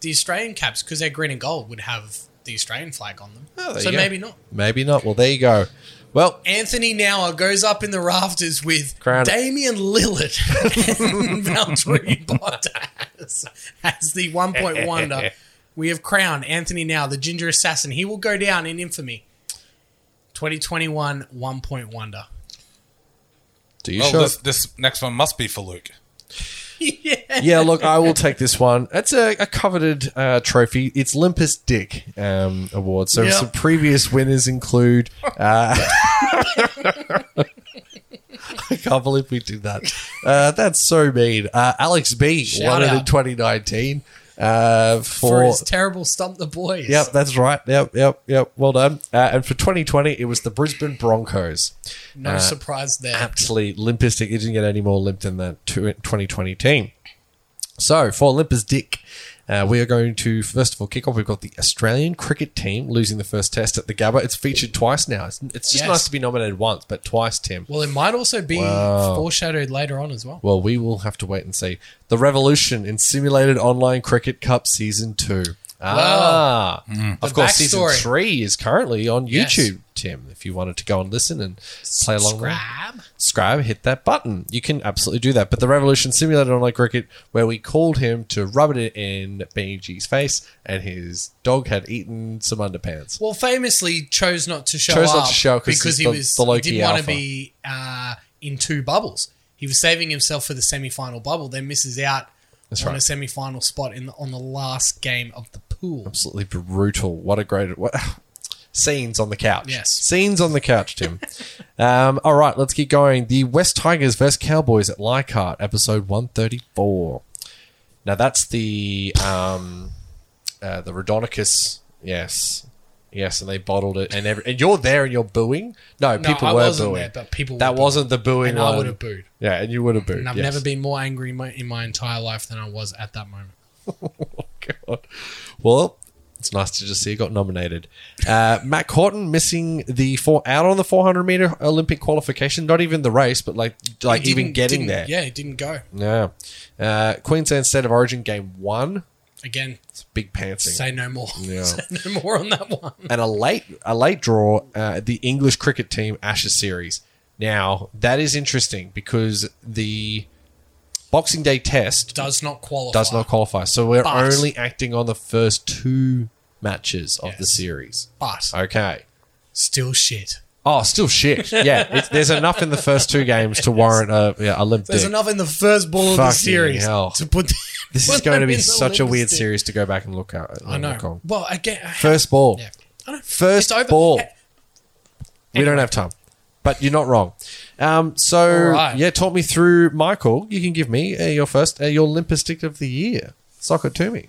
Speaker 1: the Australian caps, because they're green and gold, would have the Australian flag on them.
Speaker 2: Oh, there
Speaker 1: so
Speaker 2: you go.
Speaker 1: maybe not.
Speaker 2: Maybe not. Well, there you go. Well,
Speaker 1: Anthony Nower goes up in the rafters with
Speaker 2: Crown it.
Speaker 1: Damian Lillard and Valtteri Bottas as the one point wonder. We have crowned Anthony Now, the ginger assassin. He will go down in infamy. 2021 one point wonder.
Speaker 2: do you
Speaker 3: Well,
Speaker 2: sure?
Speaker 3: Oh, this, this next one must be for Luke.
Speaker 1: yeah.
Speaker 2: yeah, look, I will take this one. It's a, a coveted uh, trophy. It's Limpus Dick um, Award. So
Speaker 1: Yeah.
Speaker 2: some previous winners include. Uh, I can't believe we did that. Uh, that's so mean. Uh, Alex B
Speaker 1: Shout
Speaker 2: won it in
Speaker 1: out.
Speaker 2: 2019 uh,
Speaker 1: For,
Speaker 2: for.
Speaker 1: his terrible stump the boys.
Speaker 2: Yep, that's right. Yep, yep, yep. Well done. Uh, and for 2020, it was the Brisbane Broncos
Speaker 1: No
Speaker 2: Uh,
Speaker 1: surprise there.
Speaker 2: absolutely limpistic. It didn't get any more limp than the tw- 2020 team. So for Olympus Dick, Uh, we are going to, first of all, kick off. We've got the Australian cricket team losing the first test at the Gabba. It's featured twice now. It's, it's just
Speaker 1: Yes.
Speaker 2: nice to be nominated once, but twice, Tim.
Speaker 1: Well, it might also be
Speaker 2: Wow.
Speaker 1: foreshadowed later on as well.
Speaker 2: Well, we will have to wait and see. The Revolution in Simulated Online Cricket Cup Season 2. Ah. Of
Speaker 1: mm. The
Speaker 2: course, Season
Speaker 1: backstory.
Speaker 2: 3 is currently on
Speaker 1: Yes.
Speaker 2: YouTube, Tim. If you wanted to go and listen and play along with
Speaker 1: Subscribe.
Speaker 2: subscribe, hit that button. You can absolutely do that. But the Revolution Simulated Online Cricket, where we called him to rub it in Benji's face, and his dog had eaten some underpants.
Speaker 1: Well, famously chose not to show
Speaker 2: Chose
Speaker 1: up
Speaker 2: not to show 'cause he's
Speaker 1: because he
Speaker 2: the-
Speaker 1: was
Speaker 2: the Loki
Speaker 1: he didn't want
Speaker 2: alpha.
Speaker 1: to be uh, in two bubbles. He was saving himself for the semi-final bubble, then misses out on
Speaker 2: right.
Speaker 1: a semi-final spot in the, on the last game of the pool.
Speaker 2: absolutely brutal. What a great what scenes on the couch.
Speaker 1: Yes.
Speaker 2: scenes on the couch, Tim. um, all right, let's keep going. The West Tigers versus Cowboys at Leichhardt, episode one thirty four. Now that's the um, uh, the Rodonicus. Yes, yes, and they bottled it, and every, and you're there and you're booing. No,
Speaker 1: No,
Speaker 2: people
Speaker 1: I
Speaker 2: were
Speaker 1: wasn't
Speaker 2: booing.
Speaker 1: there, but people were
Speaker 2: that
Speaker 1: booing.
Speaker 2: wasn't the booing.
Speaker 1: And I
Speaker 2: one.
Speaker 1: would have booed.
Speaker 2: Yeah, and you would have booed.
Speaker 1: And I've
Speaker 2: yes.
Speaker 1: never been more angry in my, in my entire life than I was at that moment.
Speaker 2: God. Well, it's nice to just see he got nominated. Uh, Matt Corton missing the four out on the 400 meter Olympic qualification. Not even the race, but like like
Speaker 1: It
Speaker 2: even
Speaker 1: didn't-
Speaker 2: getting there.
Speaker 1: didn't- Yeah, it didn't go.
Speaker 2: Yeah. Uh, Queensland State of Origin game one.
Speaker 1: Again,
Speaker 2: It's big pantsing.
Speaker 1: say no more.
Speaker 2: Yeah.
Speaker 1: say no more on that one.
Speaker 2: And a late a late draw. Uh, the English cricket team Ashes series. Now that is interesting because the Boxing Day Test
Speaker 1: Does not qualify.
Speaker 2: does not qualify. So we're
Speaker 1: But-
Speaker 2: only acting on the first two matches of the
Speaker 1: Yes.
Speaker 2: series.
Speaker 1: But
Speaker 2: Okay.
Speaker 1: still shit.
Speaker 2: Oh, still shit. Yeah, it's, there's enough in the first two games to warrant a yeah, a limp
Speaker 1: There's
Speaker 2: dick.
Speaker 1: enough in the first ball of the
Speaker 2: Fucking
Speaker 1: series
Speaker 2: hell.
Speaker 1: to put.
Speaker 2: This is
Speaker 1: put
Speaker 2: going to
Speaker 1: them
Speaker 2: be
Speaker 1: in the
Speaker 2: such a
Speaker 1: Olympic
Speaker 2: weird
Speaker 1: stick.
Speaker 2: series to go back and look at.
Speaker 1: I
Speaker 2: look
Speaker 1: know.
Speaker 2: on.
Speaker 1: Well, again, I-
Speaker 2: First ball.
Speaker 1: Yeah. I don't,
Speaker 2: First
Speaker 1: it's over.
Speaker 2: ball.
Speaker 1: Hey,
Speaker 2: We don't have time, but you're not wrong. Um, so
Speaker 1: All right.
Speaker 2: yeah, talk me through Michael. You can give me uh, your first uh, your limpest stick of the year. Sock it to me.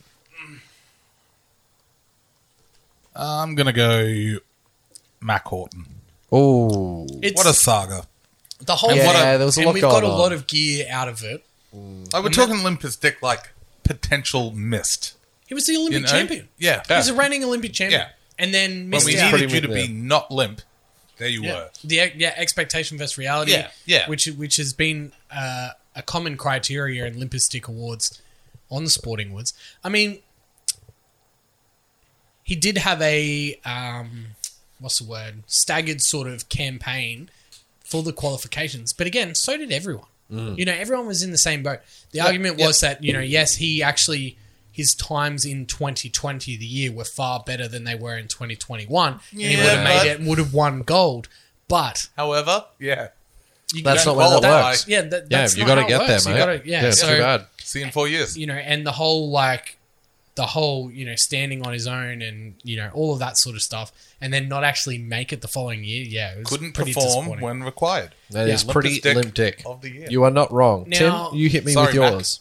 Speaker 3: I'm gonna go Mac Horton.
Speaker 2: Oh,
Speaker 1: It's
Speaker 3: What a saga!
Speaker 1: the whole.
Speaker 2: Yeah,
Speaker 1: thing.
Speaker 2: there was a
Speaker 1: and
Speaker 2: lot
Speaker 1: we've
Speaker 2: going
Speaker 1: got a
Speaker 2: on.
Speaker 1: lot of gear out of it.
Speaker 3: Like we're talking Olympus Dick like potential missed.
Speaker 1: He was the Olympic
Speaker 3: You know?
Speaker 1: champion.
Speaker 3: Yeah.
Speaker 1: He was a reigning Olympic champion.
Speaker 3: Yeah.
Speaker 1: And then
Speaker 3: When
Speaker 1: missed
Speaker 3: we
Speaker 1: out.
Speaker 3: needed you to
Speaker 2: Pretty-
Speaker 3: be not limp, there you
Speaker 1: yeah.
Speaker 3: were.
Speaker 1: The ex- yeah expectation versus reality.
Speaker 3: Yeah, yeah.
Speaker 1: Which which has been uh, a common criteria in Olympus Stick Awards on the Sporting Woods. I mean, he did have a um, what's the word staggered sort of campaign for the qualifications, but again, so did everyone.
Speaker 2: Mm.
Speaker 1: You know, everyone was in the same boat. The argument was that you know, yes, he actually. His times in 2020, the year, were far better than they were in 2021. and he would
Speaker 3: Yeah,
Speaker 1: have
Speaker 3: but-
Speaker 1: made it would have won gold. But
Speaker 3: However, yeah.
Speaker 1: you
Speaker 2: that's
Speaker 1: don't-
Speaker 2: not where that
Speaker 3: qualify.
Speaker 2: works.
Speaker 1: Yeah, that,
Speaker 2: Yeah,
Speaker 1: that's
Speaker 2: you
Speaker 1: got to
Speaker 2: get there,
Speaker 1: You
Speaker 2: mate.
Speaker 1: gotta, yeah,
Speaker 2: it's
Speaker 1: so
Speaker 2: too bad.
Speaker 3: See you in four years.
Speaker 1: you know, and the whole like the whole you know standing on his own and you know all of that sort of stuff, and then not actually make it the following year. Yeah, it was
Speaker 3: Couldn't
Speaker 1: pretty
Speaker 3: perform
Speaker 1: disappointing.
Speaker 3: when required.
Speaker 2: That
Speaker 1: Yeah,
Speaker 2: is
Speaker 3: limpest
Speaker 2: pretty
Speaker 3: dick
Speaker 2: limp dick.
Speaker 3: of the year.
Speaker 2: You are not wrong,
Speaker 1: Now-
Speaker 2: Tim. You hit me
Speaker 3: Sorry,
Speaker 2: with
Speaker 3: Mac.
Speaker 2: yours.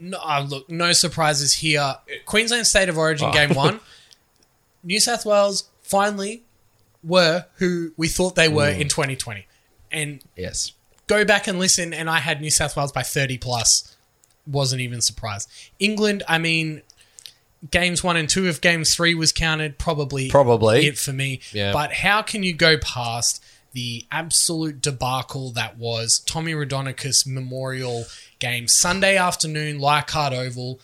Speaker 1: No, ah, look, no surprises here. Queensland State of Origin
Speaker 3: Oh.
Speaker 1: game one. New South Wales finally were who we thought they were
Speaker 3: Mm.
Speaker 1: in 2020, and
Speaker 2: Yes.
Speaker 1: go back and listen, and I had New South Wales by 30 plus. Wasn't even surprised. England, I mean, games one and two, if game three was counted, probably
Speaker 2: Probably.
Speaker 1: it for me.
Speaker 2: Yeah.
Speaker 1: But how can you go past the absolute debacle that was Tommy Radonicus Memorial game Sunday afternoon, Leichhardt Oval,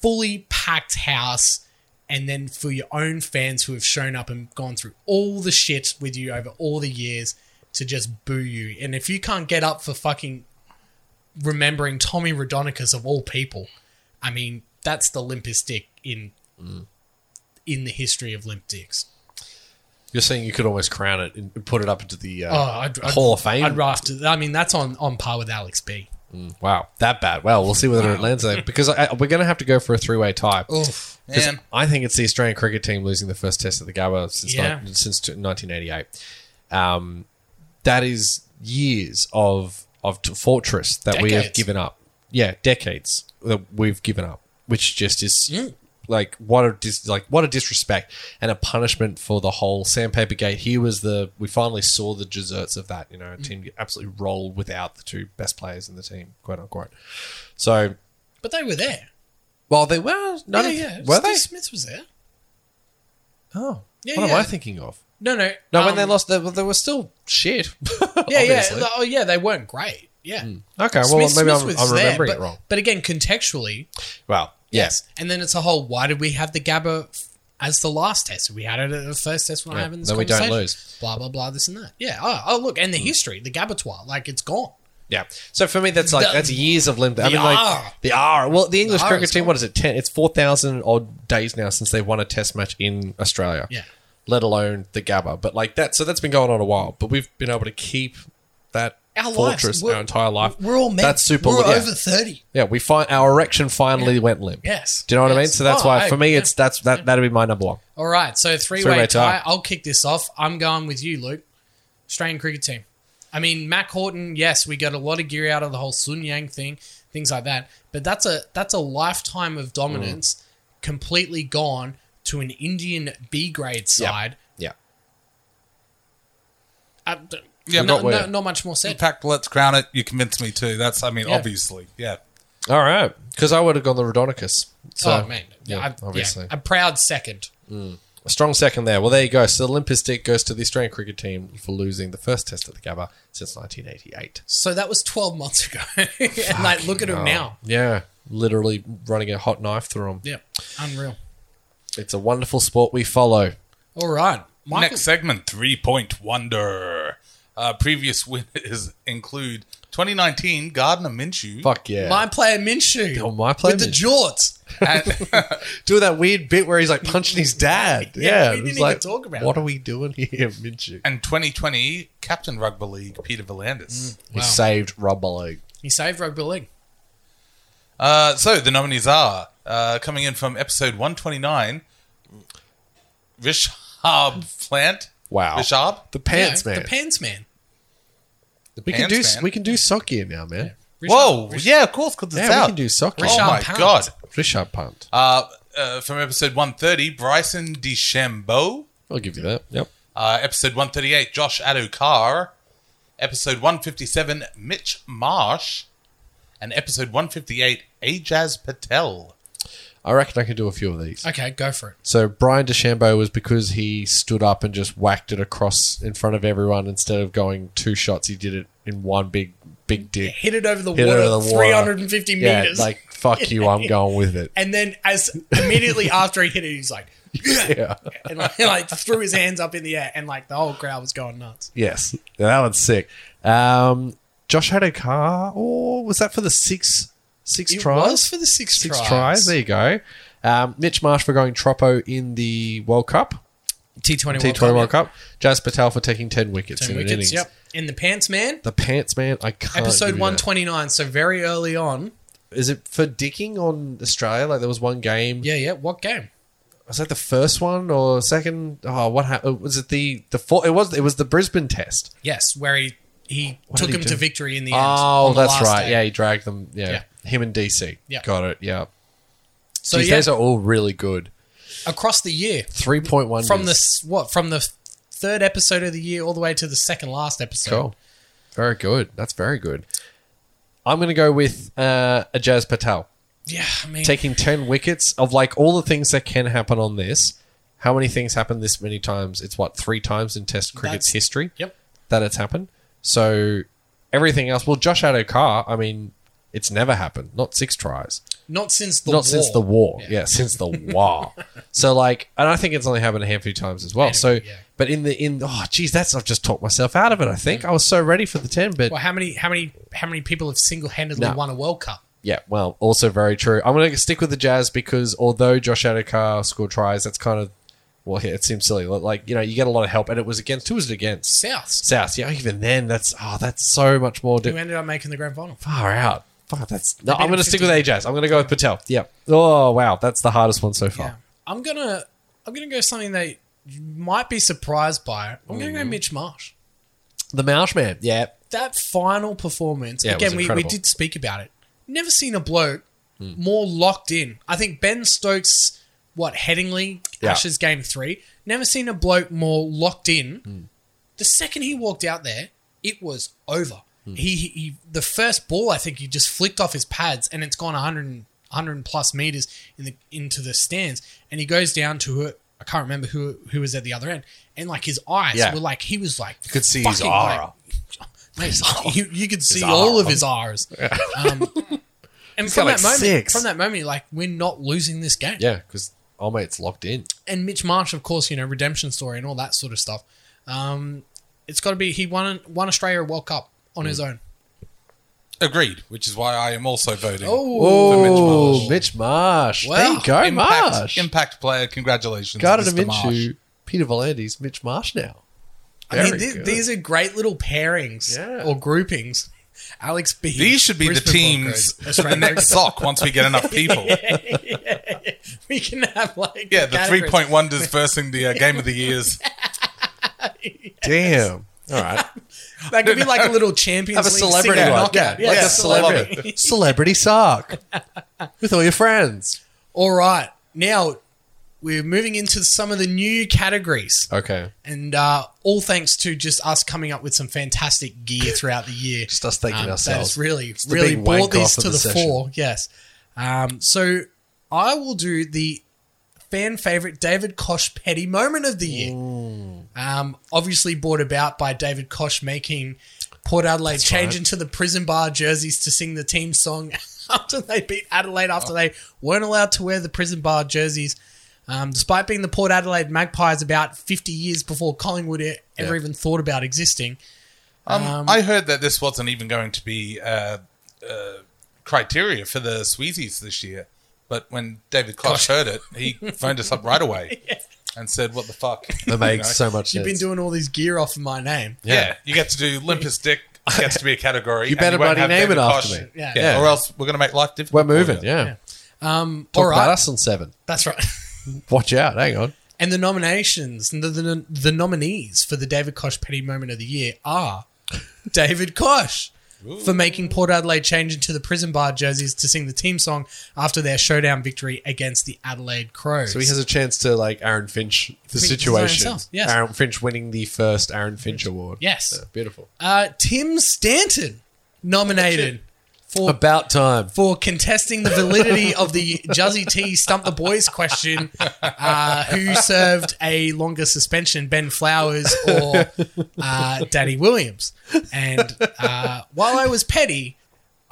Speaker 1: fully packed house. And then for your own fans who have shown up and gone through all the shit with you over all the years to just boo you. And if you can't get up for fucking remembering Tommy Radonicus of all people, I mean, that's the limpest dick in in the history of limp dicks.
Speaker 2: You're saying you could almost crown it and put it up into the uh,
Speaker 1: Oh, I'd, I'd,
Speaker 2: Hall of Fame.
Speaker 1: I'd raft it. I mean, that's on on par with Alex B.
Speaker 2: Wow, that bad. Well, we'll see whether it lands there because I, we're going to have to go for a three-way tie.
Speaker 1: Oof.
Speaker 2: 'Cause
Speaker 3: Man.
Speaker 2: I think it's the Australian cricket team losing the first test at the Gabba since
Speaker 1: Yeah.
Speaker 2: ni- since t- 1988. Um, that is years of of t- fortress that we have
Speaker 1: Decades.
Speaker 2: given up. Yeah, decades that we've given up, which just is like what a dis- like what a disrespect and a punishment for the whole sandpaper gate. Here was the we finally saw the desserts of that. You know,
Speaker 1: Mm.
Speaker 2: a team get absolutely rolled without the two best players in the team, quote unquote. So
Speaker 1: But they were there.
Speaker 2: Well, they were. No,
Speaker 1: yeah, yeah.
Speaker 2: Were they?
Speaker 1: Steve Smith was there.
Speaker 2: Oh,
Speaker 1: Yeah,
Speaker 2: what
Speaker 1: yeah.
Speaker 2: am I thinking of?
Speaker 1: No, no.
Speaker 2: No, when
Speaker 1: um,
Speaker 2: they lost, they, they were still shit.
Speaker 1: Yeah,
Speaker 2: obviously.
Speaker 1: yeah. Oh, yeah, they weren't great. Yeah.
Speaker 2: Okay, well, maybe I'm,
Speaker 1: was
Speaker 2: I'm
Speaker 1: there,
Speaker 2: remembering
Speaker 1: but-
Speaker 2: it wrong.
Speaker 1: But again, contextually,
Speaker 2: Well, yes.
Speaker 1: And then it's a whole why did we have the GABA f- as the last test? We had it at the first test when I
Speaker 2: Yeah,
Speaker 1: have in this
Speaker 2: then we don't
Speaker 1: conversation.
Speaker 2: lose. Hmm.
Speaker 1: Blah blah blah. This and that. Yeah. Oh, oh look, and the history, the GABAtoire, like it's gone.
Speaker 2: Yeah. So for me, that's like
Speaker 1: The-
Speaker 2: that's years of limbo. I
Speaker 1: the
Speaker 2: mean, like
Speaker 1: R.
Speaker 2: the R. Well, the English
Speaker 1: The R
Speaker 2: cricket
Speaker 1: is
Speaker 2: team.
Speaker 1: gone.
Speaker 2: What is it? Ten. It's four thousand odd days now since they won a Test match in Australia.
Speaker 1: Yeah.
Speaker 2: Let alone the Gabba, but like that. So that's been going on a while. But we've been able to keep that
Speaker 1: Our lives,
Speaker 2: fortress
Speaker 1: we're-
Speaker 2: our entire life.
Speaker 1: We're all men.
Speaker 2: That's super.
Speaker 1: We're
Speaker 2: yeah.
Speaker 1: over thirty.
Speaker 2: Yeah, we find our erection finally went limp.
Speaker 1: Yes.
Speaker 2: Do you know what I mean?
Speaker 1: Yes.
Speaker 2: So that's
Speaker 1: Oh,
Speaker 2: why
Speaker 1: I-
Speaker 2: for me,
Speaker 1: yeah.
Speaker 2: it's that's that that'd be my number one.
Speaker 1: All right. So three way
Speaker 2: Three-way
Speaker 1: tie.
Speaker 2: tie.
Speaker 1: I'll kick this off. I'm going with you, Luke. Australian cricket team. I mean, Mac Horton. Yes, we got a lot of gear out of the whole Sun Yang thing, things like that. But that's a that's a lifetime of dominance, completely gone to an Indian B grade side.
Speaker 2: Yeah.
Speaker 1: Uh, d-
Speaker 3: Yeah,
Speaker 1: no,
Speaker 2: not where.
Speaker 1: no- not much more
Speaker 3: In
Speaker 1: said.
Speaker 3: fact, let's crown it. You convinced me too. That's, I mean,
Speaker 1: Yeah.
Speaker 3: obviously. Yeah.
Speaker 2: All right, because I would have gone the Rodonicus. So,
Speaker 1: oh man,
Speaker 2: yeah,
Speaker 1: I- yeah,
Speaker 2: obviously.
Speaker 1: a proud second.
Speaker 2: A strong second there. Well, there you go. So the Olympus stick goes to the Australian cricket team for losing the first test at the Gabba since 1988.
Speaker 1: So that was 12 months ago, and like look at him now.
Speaker 2: Yeah, literally running a hot knife through them.
Speaker 1: Yeah, unreal.
Speaker 2: It's a wonderful sport we follow.
Speaker 1: All right, Michael.
Speaker 3: Next segment, three point wonder. Uh, previous winners include 2019 Gardner Minshew.
Speaker 2: Fuck yeah.
Speaker 1: My player Minshew.
Speaker 2: Oh, my player
Speaker 1: With the
Speaker 2: Minshew.
Speaker 1: jorts.
Speaker 2: Do that weird bit where he's like punching his dad.
Speaker 1: Yeah,
Speaker 2: Yeah,
Speaker 1: we
Speaker 2: it
Speaker 1: didn't
Speaker 2: was
Speaker 1: even
Speaker 2: like,
Speaker 1: talk about
Speaker 2: What
Speaker 1: that.
Speaker 2: are we doing here, Minshew?
Speaker 3: And 2020 Captain Rugby League Peter Volandis.
Speaker 2: He
Speaker 1: Wow.
Speaker 2: saved rugby league.
Speaker 1: He saved rugby league.
Speaker 3: Uh, so the nominees are uh, coming in from episode 129 Rishab Plant.
Speaker 2: Wow.
Speaker 3: Rishab?
Speaker 2: The pants
Speaker 1: Yeah,
Speaker 2: man.
Speaker 1: The pants man.
Speaker 2: we can
Speaker 3: pants
Speaker 2: do
Speaker 3: man.
Speaker 2: we can do sock here now, man.
Speaker 1: Richard-
Speaker 3: Whoa.
Speaker 1: Richard-
Speaker 3: yeah, of course, because it's
Speaker 2: Yeah,
Speaker 3: out.
Speaker 2: we can do sock here.
Speaker 3: oh,
Speaker 1: Rishab
Speaker 3: my
Speaker 1: Pant.
Speaker 3: God.
Speaker 2: Richard punt.
Speaker 3: Uh, uh, from episode 130, Bryson DeChambeau.
Speaker 2: I'll give you that. Yep.
Speaker 3: Uh, episode 138, Josh Adokar. Episode 157, Mitch Marsh. And episode 158, Ajaz Patel.
Speaker 2: I reckon I can do a few of these.
Speaker 1: Okay, go for it.
Speaker 2: So Brian DeChambeau was because he stood up and just whacked it across in front of everyone instead of going two shots. He did it in one big big dick.
Speaker 1: Hit it over the
Speaker 2: Hit it
Speaker 1: water,
Speaker 2: over the water.
Speaker 1: 350
Speaker 2: Yeah,
Speaker 1: meters.
Speaker 2: like fuck you, I'm going with it.
Speaker 1: and then as immediately after he hit it, he's like, yeah,
Speaker 2: Yeah.
Speaker 1: and like, like, threw his hands up in the air, and like the whole crowd was going nuts.
Speaker 2: Yes. Yeah, That one's sick. Um, Josh had a car. Oh, was that for the six six
Speaker 1: It
Speaker 2: tries?
Speaker 1: was for the six,
Speaker 2: six
Speaker 1: tries.
Speaker 2: tries. There you go. Um, Mitch Marsh for going Troppo in the World Cup,
Speaker 1: T20
Speaker 2: T20 World, Cup. Jazz Patel for taking ten wickets
Speaker 1: Ten
Speaker 2: in
Speaker 1: wickets,
Speaker 2: an innings.
Speaker 1: yep. In the pants man,
Speaker 2: The pants man, I can't. give
Speaker 1: episode
Speaker 2: you that.
Speaker 1: 129. So very early on.
Speaker 2: is it for dicking on Australia? Like there was one game.
Speaker 1: Yeah, yeah. What game?
Speaker 2: Was that the first one or second? Oh, what happened? Was it the the four? It was it was the Brisbane test.
Speaker 1: Yes, where he he
Speaker 2: What
Speaker 1: took
Speaker 2: did he
Speaker 1: him
Speaker 2: do?
Speaker 1: to victory in the end.
Speaker 2: Oh,
Speaker 1: on the
Speaker 2: that's
Speaker 1: last
Speaker 2: right.
Speaker 1: day.
Speaker 2: Yeah, he dragged them. Yeah, him and DC.
Speaker 1: Yeah.
Speaker 2: got it. Yeah.
Speaker 1: So
Speaker 2: Geez,
Speaker 1: yeah,
Speaker 2: those are all really good.
Speaker 1: across the year,
Speaker 2: Three point one
Speaker 1: from the s- what from the third episode of the year all the way to the second last episode.
Speaker 2: Cool. Very good. That's very good. I'm going to go with uh, a Jazz Patel
Speaker 1: Yeah, I mean,
Speaker 2: taking 10 wickets of like all the things that can happen on this. How many things happen this many times? It's what, three times in Test cricket's
Speaker 1: That's-
Speaker 2: history
Speaker 1: yep.
Speaker 2: that it's happened. So everything else. Well, Josh Adokar, I mean, it's never happened. Not six tries.
Speaker 1: Not since the
Speaker 2: Not
Speaker 1: war.
Speaker 2: since the war. Yeah, since the war. so like, and I think it's only happened a handful of times as well. So,
Speaker 1: yeah.
Speaker 2: but in the in oh geez, that's I've just talked myself out of it. I think I was so ready for the ten, but
Speaker 1: Well, how many how many how many people have single handedly
Speaker 2: No.
Speaker 1: won a World Cup?
Speaker 2: yeah, well, also very true. I'm going to stick with the Jazz because although Josh Adokar scored tries, that's kind of well, yeah, it seems silly. Like you know, you get a lot of help, and it was against who was it against
Speaker 1: South,
Speaker 2: South? Yeah, even then, that's oh, that's so much more.
Speaker 1: who
Speaker 2: Di-
Speaker 1: ended up making the grand final.
Speaker 2: far out. Fuck, that's no.
Speaker 1: beat
Speaker 2: I'm going
Speaker 1: him
Speaker 2: to stick with Ajaz. I'm going to go with Patel. Yeah. Oh wow, that's the hardest one so far.
Speaker 1: Yeah. I'm gonna I'm gonna go something that you might be surprised by. I'm gonna go
Speaker 2: Mm-hmm.
Speaker 1: Mitch Marsh.
Speaker 2: The Moush Man. Yeah.
Speaker 1: that final performance
Speaker 2: Yeah, it was
Speaker 1: again we, we
Speaker 2: incredible.
Speaker 1: did speak about it never seen a bloke more locked in i think ben stokes what headingly
Speaker 2: Yeah.
Speaker 1: ashes game three never seen a bloke more locked in the second he walked out there it was over he, he, he the first ball i think he just flicked off his pads and it's gone 100, 100 plus meters in the into the stands, and he goes down to it. I can't remember who who was at the other end, and like his eyes
Speaker 2: Yeah.
Speaker 1: were like he was like you
Speaker 2: could see his aura.
Speaker 1: Mate, you, you could see all of his R's. Um, and from
Speaker 2: got
Speaker 1: that
Speaker 2: like
Speaker 1: moment,
Speaker 2: six.
Speaker 1: from that moment, like we're not losing this game.
Speaker 2: Yeah, because oh mate, it's locked in.
Speaker 1: And Mitch Marsh, of course, you know redemption story and all that sort of stuff. Um, it's got to be he won won Australia a World Cup on his own.
Speaker 3: Agreed, which is why I am also voting.
Speaker 1: Oh,
Speaker 2: Oh, Mitch Marsh.
Speaker 1: Wow.
Speaker 2: There you go,
Speaker 3: impact,
Speaker 2: Marsh.
Speaker 3: impact player. Congratulations,
Speaker 2: Gardner
Speaker 3: Mr. Marsh.
Speaker 2: Minshew, Peter Volandes, Mitch Marsh now.
Speaker 1: I mean,
Speaker 2: Very
Speaker 1: th-
Speaker 2: good.
Speaker 1: these are great little pairings
Speaker 2: Yeah.
Speaker 1: or groupings. Alex B.
Speaker 3: These should be the
Speaker 1: Brisbane Broncos,
Speaker 3: teams for the
Speaker 1: Australia.
Speaker 3: next sock once we get enough people.
Speaker 1: we can have like
Speaker 3: Yeah, the three
Speaker 1: categories.
Speaker 3: point wonders versing the uh, game of the years.
Speaker 2: Damn. All right.
Speaker 1: That could be like a little Champions
Speaker 2: Have a
Speaker 1: League
Speaker 2: celebrity
Speaker 1: single
Speaker 2: one.
Speaker 1: knockout.
Speaker 2: Yeah, like a celebrity. celebrity sock with all your friends.
Speaker 1: All right, now we're moving into some of the new categories,
Speaker 2: Okay.
Speaker 1: and uh, all thanks to just us coming up with some fantastic gear throughout the year.
Speaker 2: Just us thanking
Speaker 1: Um,
Speaker 2: ourselves.
Speaker 1: That has really,
Speaker 2: the
Speaker 1: really
Speaker 2: big
Speaker 1: brought
Speaker 2: wank
Speaker 1: this
Speaker 2: off of
Speaker 1: to the,
Speaker 2: the session.
Speaker 1: fore. Yes. Um, so I will do the fan favorite David Kosh Petty moment of the year. Um, obviously brought about by David Kosh making Port Adelaide change into the prison bar jerseys to sing the team song after they beat Adelaide, after they weren't allowed to wear the prison bar jerseys. Um, despite being the Port Adelaide Magpies about 50 years before Collingwood e- ever
Speaker 2: Yeah.
Speaker 1: even thought about existing,
Speaker 3: Um, I heard that this wasn't even going to be uh, uh, criteria for the Sweezies this year, but when David Koch heard it, he phoned us up right away and said, "What the fuck?"
Speaker 2: That makes
Speaker 3: You
Speaker 2: so
Speaker 3: know?
Speaker 2: much
Speaker 1: you've
Speaker 2: sense.
Speaker 1: been doing all this gear off of my name.
Speaker 3: Yeah. you get to do limp as dick. Gets to be a category.
Speaker 2: You
Speaker 3: and
Speaker 2: better
Speaker 3: won't
Speaker 2: bloody
Speaker 3: have
Speaker 2: name
Speaker 3: David
Speaker 2: it after
Speaker 3: Koch.
Speaker 2: me.
Speaker 1: Yeah.
Speaker 3: Yeah.
Speaker 2: Yeah.
Speaker 3: or else we're going to make life difficult.
Speaker 2: We're
Speaker 3: for
Speaker 2: moving,
Speaker 3: you.
Speaker 2: yeah.
Speaker 1: Um,
Speaker 2: Talk
Speaker 1: all
Speaker 2: about
Speaker 1: right.
Speaker 2: us on seven.
Speaker 1: That's right.
Speaker 2: Watch out. Hang on.
Speaker 1: And the nominations, the, the, the nominees for the David Kosh Petty Moment of the Year are David Kosh for making Port Adelaide change into the prison bar jerseys to sing the team song after their showdown victory against the Adelaide Crows.
Speaker 2: So he has a chance to like Aaron Finch the
Speaker 1: Finch
Speaker 2: situation.
Speaker 1: himself, yes.
Speaker 2: Aaron Finch winning the first Aaron Finch award.
Speaker 1: Yes.
Speaker 2: Yeah, beautiful.
Speaker 1: uh, Tim Stanton nominated for
Speaker 2: About time.
Speaker 1: for contesting the validity of the Juzzy T stump the boys question, uh, who served a longer suspension, Ben Flowers or uh, Danny Williams? And uh, while I was petty,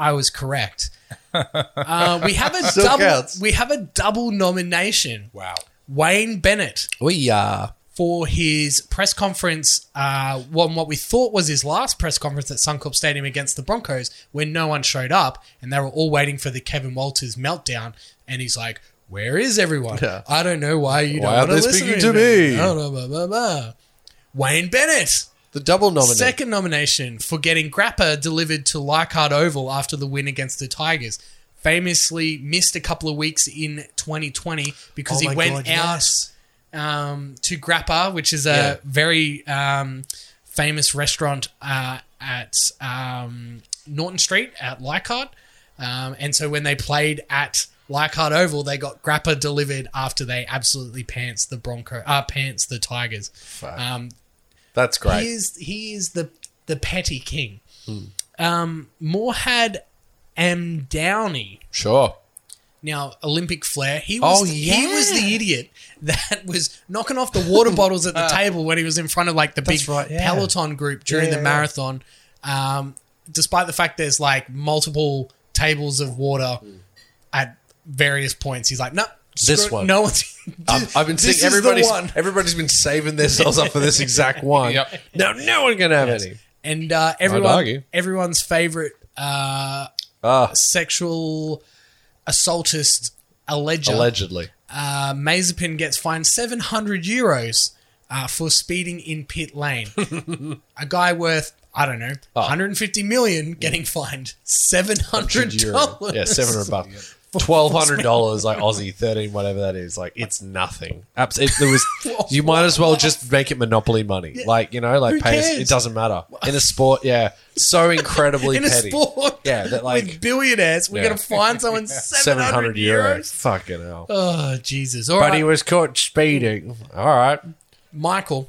Speaker 1: I was correct. Uh, we have a
Speaker 2: Still
Speaker 1: double.
Speaker 2: counts.
Speaker 1: We have a double nomination.
Speaker 3: Wow.
Speaker 1: Wayne Bennett
Speaker 2: We are.
Speaker 1: for his press conference, uh, on what we thought was his last press conference at Suncorp Stadium against the Broncos, when no one showed up and they were all waiting for the Kevin Walters meltdown. And he's like, "Where is everyone?
Speaker 2: Yeah.
Speaker 1: I don't know why you don't
Speaker 2: Why aren't
Speaker 1: want to
Speaker 2: they
Speaker 1: listen
Speaker 2: speaking
Speaker 1: to
Speaker 2: to
Speaker 1: me."
Speaker 2: me?"
Speaker 1: I don't know, blah, blah, blah. Wayne Bennett,
Speaker 2: The double nominee.
Speaker 1: second nomination for getting Grappa delivered to Leichhardt Oval after the win against the Tigers. Famously missed a couple of weeks in 2020 because he
Speaker 2: Oh my
Speaker 1: went
Speaker 2: God,
Speaker 1: out
Speaker 2: yes.
Speaker 1: um, to Grappa, which is a
Speaker 2: Yeah.
Speaker 1: very um, famous restaurant uh, at um, Norton Street at Leichhardt. Um, and so when they played at Leichhardt Oval, they got Grappa delivered after they absolutely pants the Bronco, uh, pants the Tigers. Um,
Speaker 2: That's
Speaker 1: he
Speaker 2: great.
Speaker 1: is he is the the petty king. Um, Moorhead M Downey.
Speaker 2: Sure.
Speaker 1: Now Olympic flair. He was
Speaker 2: Oh,
Speaker 1: he was the idiot that was knocking off the water bottles at the table when he was in front of like the big
Speaker 2: Uh, right, yeah.
Speaker 1: peloton group during the
Speaker 2: Yeah, yeah, yeah.
Speaker 1: marathon. Um, despite the fact there's like multiple tables of water at various points, he's like, no,
Speaker 2: This
Speaker 1: screw it,
Speaker 2: one.
Speaker 1: No one's.
Speaker 2: I've, I've been
Speaker 1: This is
Speaker 2: seeing
Speaker 1: the
Speaker 2: everybody's,
Speaker 1: one.
Speaker 2: everybody's been saving themselves up for this exact one.
Speaker 3: Yep.
Speaker 2: Now, no one can have any.
Speaker 1: And uh, everyone,
Speaker 2: argue.
Speaker 1: everyone's favorite uh,
Speaker 2: Ah,
Speaker 1: sexual assaultist alleged.
Speaker 2: allegedly.
Speaker 1: uh, Mazepin gets fined 700 euros uh, for speeding in pit lane. a guy worth, I don't know,
Speaker 2: Ah.
Speaker 1: 150 million getting fined 700
Speaker 2: Euro.
Speaker 1: dollars.
Speaker 2: Yeah, seven hundred bucks. Twelve hundred dollars, like Aussie thirteen, whatever that is. Like it's nothing. Absolutely, there was. you might as well just make it monopoly money. Like you know, like
Speaker 1: Who
Speaker 2: pay. us-
Speaker 1: cares?
Speaker 2: It doesn't matter in a sport. Yeah, so incredibly
Speaker 1: In a
Speaker 2: petty.
Speaker 1: sport
Speaker 2: Yeah, that
Speaker 1: with
Speaker 2: like
Speaker 1: billionaires, we're
Speaker 2: Yeah.
Speaker 1: going to fine someone 700,
Speaker 2: seven hundred
Speaker 1: euros.
Speaker 2: euros. Fucking hell.
Speaker 1: Oh, Jesus. All right,
Speaker 2: But he was caught speeding. All right.
Speaker 1: Michael,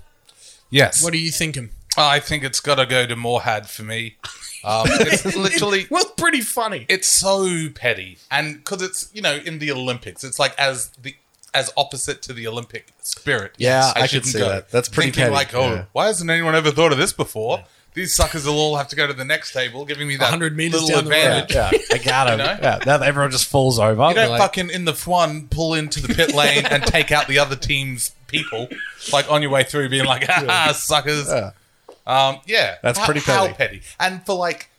Speaker 3: Yes.
Speaker 1: what are you thinking?
Speaker 3: I think it's got to go to Morhad for me. Um, it's literally,
Speaker 1: Well, pretty funny.
Speaker 3: it's so petty, and because it's you know in the Olympics, it's like as the as opposite to the Olympic spirit.
Speaker 2: Yeah, I could
Speaker 3: shouldn't
Speaker 2: see that. That's pretty
Speaker 3: Thinking
Speaker 2: petty,
Speaker 3: like, oh,
Speaker 2: yeah.
Speaker 3: why hasn't anyone ever thought of this before? These suckers will all have to go to the next table, giving me that
Speaker 1: 100 meters
Speaker 3: little
Speaker 1: down the road.
Speaker 3: advantage.
Speaker 2: Yeah, I got him.
Speaker 3: You know?
Speaker 2: Yeah, now that everyone just falls over.
Speaker 3: You don't
Speaker 2: like,
Speaker 3: fucking in the F1 pull into the pit lane and take out the other team's people, like on your way through, being like, ah, suckers.
Speaker 2: Yeah.
Speaker 3: Um, yeah.
Speaker 2: That's
Speaker 3: How-
Speaker 2: pretty
Speaker 3: how
Speaker 2: petty.
Speaker 3: petty. And for like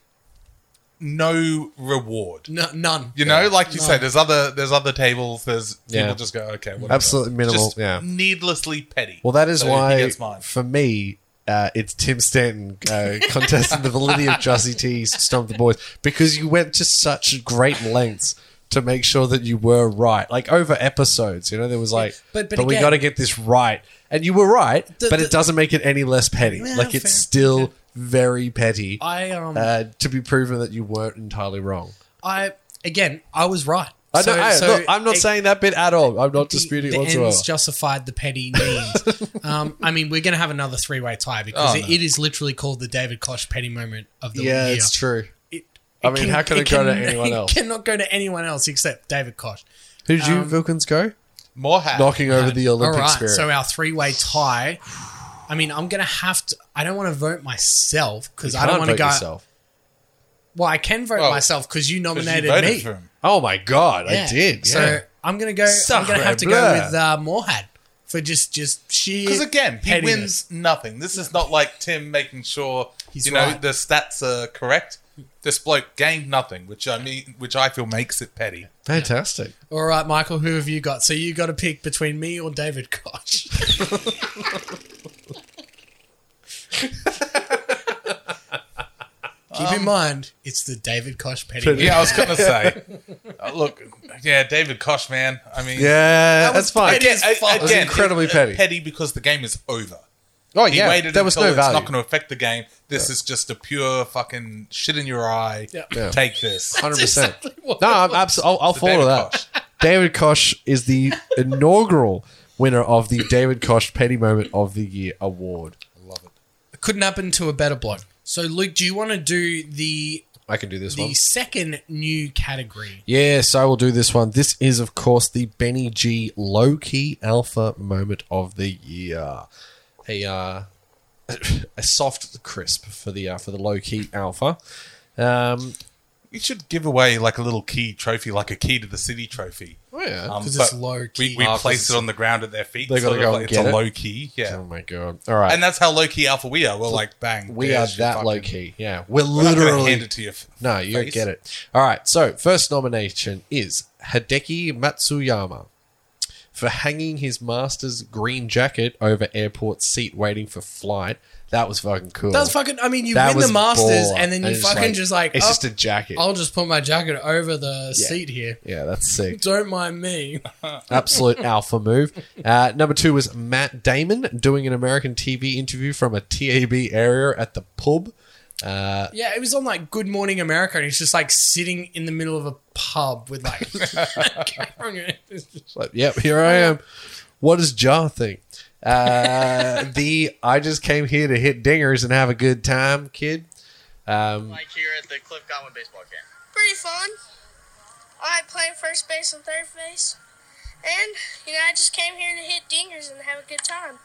Speaker 3: no reward.
Speaker 1: No, none.
Speaker 3: You know, like you say, there's other there's other tables. There's
Speaker 2: Yeah.
Speaker 3: people just go okay, whatever.
Speaker 2: Absolutely minimal,
Speaker 3: Just
Speaker 2: yeah.
Speaker 3: needlessly petty.
Speaker 2: well, that is
Speaker 3: So he
Speaker 2: why
Speaker 3: gets mine.
Speaker 2: for me, uh, it's Tim Stanton uh, contesting the validity of Jussie T's Stump the Boys because you went to such great lengths to make sure that you were right. Like over episodes, you know, there was like,
Speaker 1: but-
Speaker 2: but,
Speaker 1: but
Speaker 2: we
Speaker 1: again-
Speaker 2: got to get this right. And you were right,
Speaker 1: The-
Speaker 2: but
Speaker 1: the-
Speaker 2: it doesn't make it any less petty.
Speaker 1: Yeah,
Speaker 2: like, it's
Speaker 1: fair.
Speaker 2: still very petty
Speaker 1: I um
Speaker 2: uh, to be proven that you weren't entirely wrong.
Speaker 1: I again I was right.
Speaker 2: I know, I, look, I'm not
Speaker 1: it-
Speaker 2: saying that bit at all. I'm not
Speaker 1: the-
Speaker 2: disputing
Speaker 1: the
Speaker 2: it whatsoever.
Speaker 1: ends justified the petty means. um, I mean, we're going to have another three way tie because
Speaker 3: Oh,
Speaker 1: it,
Speaker 3: no.
Speaker 1: it is literally called the David Koch petty moment of the
Speaker 2: yeah,
Speaker 1: year.
Speaker 2: it's true.
Speaker 1: It-
Speaker 2: I mean, how can it go to
Speaker 1: can-
Speaker 2: anyone else?
Speaker 1: It cannot go to anyone else except David Koch.
Speaker 2: Who did you
Speaker 1: Um,
Speaker 2: Vilkins go?
Speaker 3: More hat.
Speaker 2: Knocking over the Olympic
Speaker 1: All right,
Speaker 2: spirit.
Speaker 1: so our three way tie. I mean, I'm going to have to. I don't want to vote myself because I don't
Speaker 2: Can't
Speaker 1: want to
Speaker 2: vote
Speaker 1: go.
Speaker 2: yourself.
Speaker 1: Well, I can vote
Speaker 3: Well,
Speaker 1: myself because you
Speaker 3: 'Cause you
Speaker 1: nominated
Speaker 3: voted
Speaker 1: me.
Speaker 3: for him.
Speaker 2: Oh my god,
Speaker 1: Yeah.
Speaker 2: I did.
Speaker 1: So
Speaker 2: yeah.
Speaker 1: I'm going to go. I'm going
Speaker 2: Sacre
Speaker 1: to have to go
Speaker 2: bleu.
Speaker 1: with uh, Morhad for just just sheer.
Speaker 3: Because again, he
Speaker 1: pettiness.
Speaker 3: wins nothing. This is not like Tim making sure
Speaker 1: He's
Speaker 3: you know
Speaker 1: right.
Speaker 3: the stats are correct. This bloke gained nothing, which I mean, which I feel makes it petty.
Speaker 2: fantastic.
Speaker 1: All right, Michael, who have you got? So you got to pick between me or David Koch. Keep
Speaker 2: Um,
Speaker 1: in mind, it's the David Koch petty.
Speaker 2: Petty-
Speaker 3: Yeah, I was gonna say, uh, look, yeah, David Kosh, man. I mean,
Speaker 2: Yeah, that's fine.
Speaker 1: petty as
Speaker 3: I-
Speaker 1: fuck.
Speaker 2: That was incredibly
Speaker 3: it-
Speaker 2: petty.
Speaker 3: Petty because the game is over.
Speaker 2: Oh
Speaker 3: He
Speaker 2: yeah,
Speaker 3: waited
Speaker 2: there was
Speaker 3: until
Speaker 2: no
Speaker 3: it's
Speaker 2: value.
Speaker 3: not going to affect the game. This is just a pure fucking shit in your eye.
Speaker 1: Yeah.
Speaker 2: Yeah.
Speaker 3: Take this.
Speaker 2: Hundred percent.
Speaker 1: exactly
Speaker 2: No,
Speaker 1: what
Speaker 2: I'm abs- I'll, I'll follow
Speaker 3: David
Speaker 2: that.
Speaker 3: Koch.
Speaker 2: David Kosh is the inaugural winner of the David Kosh Petty Moment of the Year award.
Speaker 1: Couldn't happen to a better bloke. So, Luke, do you want to do the
Speaker 2: I can do this
Speaker 1: the second new category?
Speaker 2: Yes, I will do this one. This is, of course, the Benny G low key alpha moment of the year. A uh, a soft crisp for the uh, for the low key alpha. Um,
Speaker 3: You should give away like a little key trophy, like a key to the city trophy.
Speaker 2: oh yeah.
Speaker 3: Um,
Speaker 1: 'Cause Uh, it's
Speaker 3: but
Speaker 1: low key.
Speaker 3: We, we
Speaker 1: Ah,
Speaker 2: 'cause
Speaker 3: place
Speaker 2: it's-
Speaker 3: it on the ground at their feet.
Speaker 2: They gotta
Speaker 3: sort of
Speaker 2: go
Speaker 3: like
Speaker 2: and
Speaker 3: it's
Speaker 2: get
Speaker 3: a
Speaker 2: it.
Speaker 3: low key. Yeah.
Speaker 2: oh my god! All right,
Speaker 3: And that's how low key alpha we are. We're like bang.
Speaker 2: we are
Speaker 3: there's your
Speaker 2: that
Speaker 3: fucking-
Speaker 2: low key. Yeah, we're
Speaker 3: We're not gonna
Speaker 2: literally
Speaker 3: hand it to you.
Speaker 2: No, you
Speaker 3: face.
Speaker 2: get it. All right. So, first nomination is Hideki Matsuyama for hanging his master's green jacket over airport seat waiting for flight. That was fucking cool.
Speaker 1: That was fucking. I mean, you
Speaker 2: That
Speaker 1: win
Speaker 2: was
Speaker 1: the Masters,
Speaker 2: baller.
Speaker 1: and then you
Speaker 2: it's
Speaker 1: fucking just like,
Speaker 2: it's
Speaker 1: oh,
Speaker 2: just a jacket.
Speaker 1: I'll just put my jacket over the seat here.
Speaker 2: yeah, that's sick.
Speaker 1: Don't mind me.
Speaker 2: Absolute alpha move. Uh, number two was Matt Damon doing an American TV interview from a TAB area at the pub. Uh,
Speaker 1: Yeah, it was on like Good Morning America, and he's just like sitting in the middle of a pub with like.
Speaker 2: It's like, yep, here I am. What does Jar think? Uh, the I just came here to hit dingers and have a good time, kid. Um,
Speaker 8: like here at the Cliff Godwin baseball camp.
Speaker 9: pretty fun. I play first base and third base. And, you know, I just came here to hit dingers and have a good time.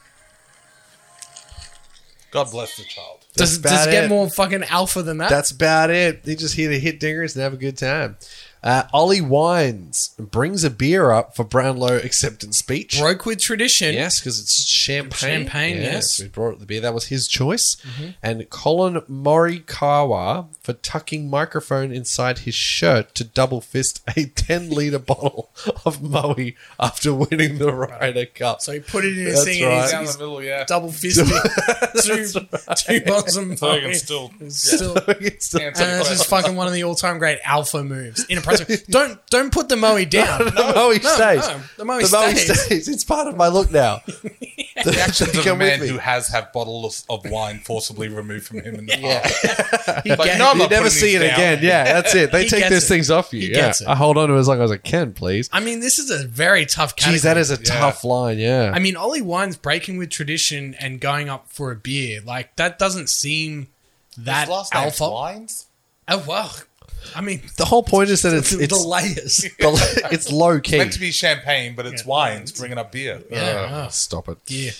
Speaker 3: God bless the child.
Speaker 1: does
Speaker 2: about
Speaker 1: does it get
Speaker 2: it.
Speaker 1: more fucking alpha than that?
Speaker 2: that's about it. They just here to hit dingers and have a good time. Uh, Ollie Wines brings a beer up for Brownlow acceptance speech.
Speaker 1: broke with tradition.
Speaker 2: Yes, because it's champagne.
Speaker 1: Champagne, yes. Mm-hmm.
Speaker 2: We brought the beer. That was his choice. And Colin Morikawa for tucking microphone inside his shirt to double fist a 10 litre bottle of Moe after winning the Ryder Cup.
Speaker 1: So he put it in his
Speaker 2: That's
Speaker 1: thing
Speaker 2: right.
Speaker 1: and
Speaker 3: Down
Speaker 1: he's,
Speaker 3: the middle, yeah.
Speaker 1: he's double fisting two, two bottles of
Speaker 3: So you
Speaker 1: Moe.
Speaker 3: can still
Speaker 1: It's Still,
Speaker 2: It's the-
Speaker 1: and this is fucking one of the all time great alpha moves. prospect. don't don't put the Moe down.
Speaker 2: the Moe stays.
Speaker 1: no, the Moe stays.
Speaker 2: stays. It's part of my look now.
Speaker 3: The actions of a
Speaker 2: Come with
Speaker 3: man
Speaker 2: me.
Speaker 3: who has had bottles of wine forcibly removed from him in the past.
Speaker 1: He
Speaker 3: Like,
Speaker 1: gave-
Speaker 3: no, I'm
Speaker 2: You
Speaker 3: not
Speaker 2: never
Speaker 3: putting
Speaker 2: see it
Speaker 3: these down.
Speaker 2: again. Yeah, that's it. They
Speaker 1: He
Speaker 2: take
Speaker 1: gets
Speaker 2: those
Speaker 1: it.
Speaker 2: things off you.
Speaker 1: He
Speaker 2: yeah.
Speaker 1: gets it.
Speaker 2: I hold on to it as long as I can, please.
Speaker 1: I mean, this is a very tough category.
Speaker 2: Jeez, that is a
Speaker 3: Yeah.
Speaker 2: tough line. Yeah.
Speaker 1: I mean, Ollie Wine's breaking with tradition and going up for a beer. Like that doesn't seem that
Speaker 3: His last name's
Speaker 1: alpha.
Speaker 3: Wines?
Speaker 1: Oh wow! I mean,
Speaker 2: the whole point is that it's
Speaker 1: the, the
Speaker 2: it's
Speaker 1: layers.
Speaker 2: the- it's low key.
Speaker 3: Meant to be champagne, but it's wines bringing up beer.
Speaker 1: Yeah. Oh,
Speaker 2: Stop it.
Speaker 1: yeah.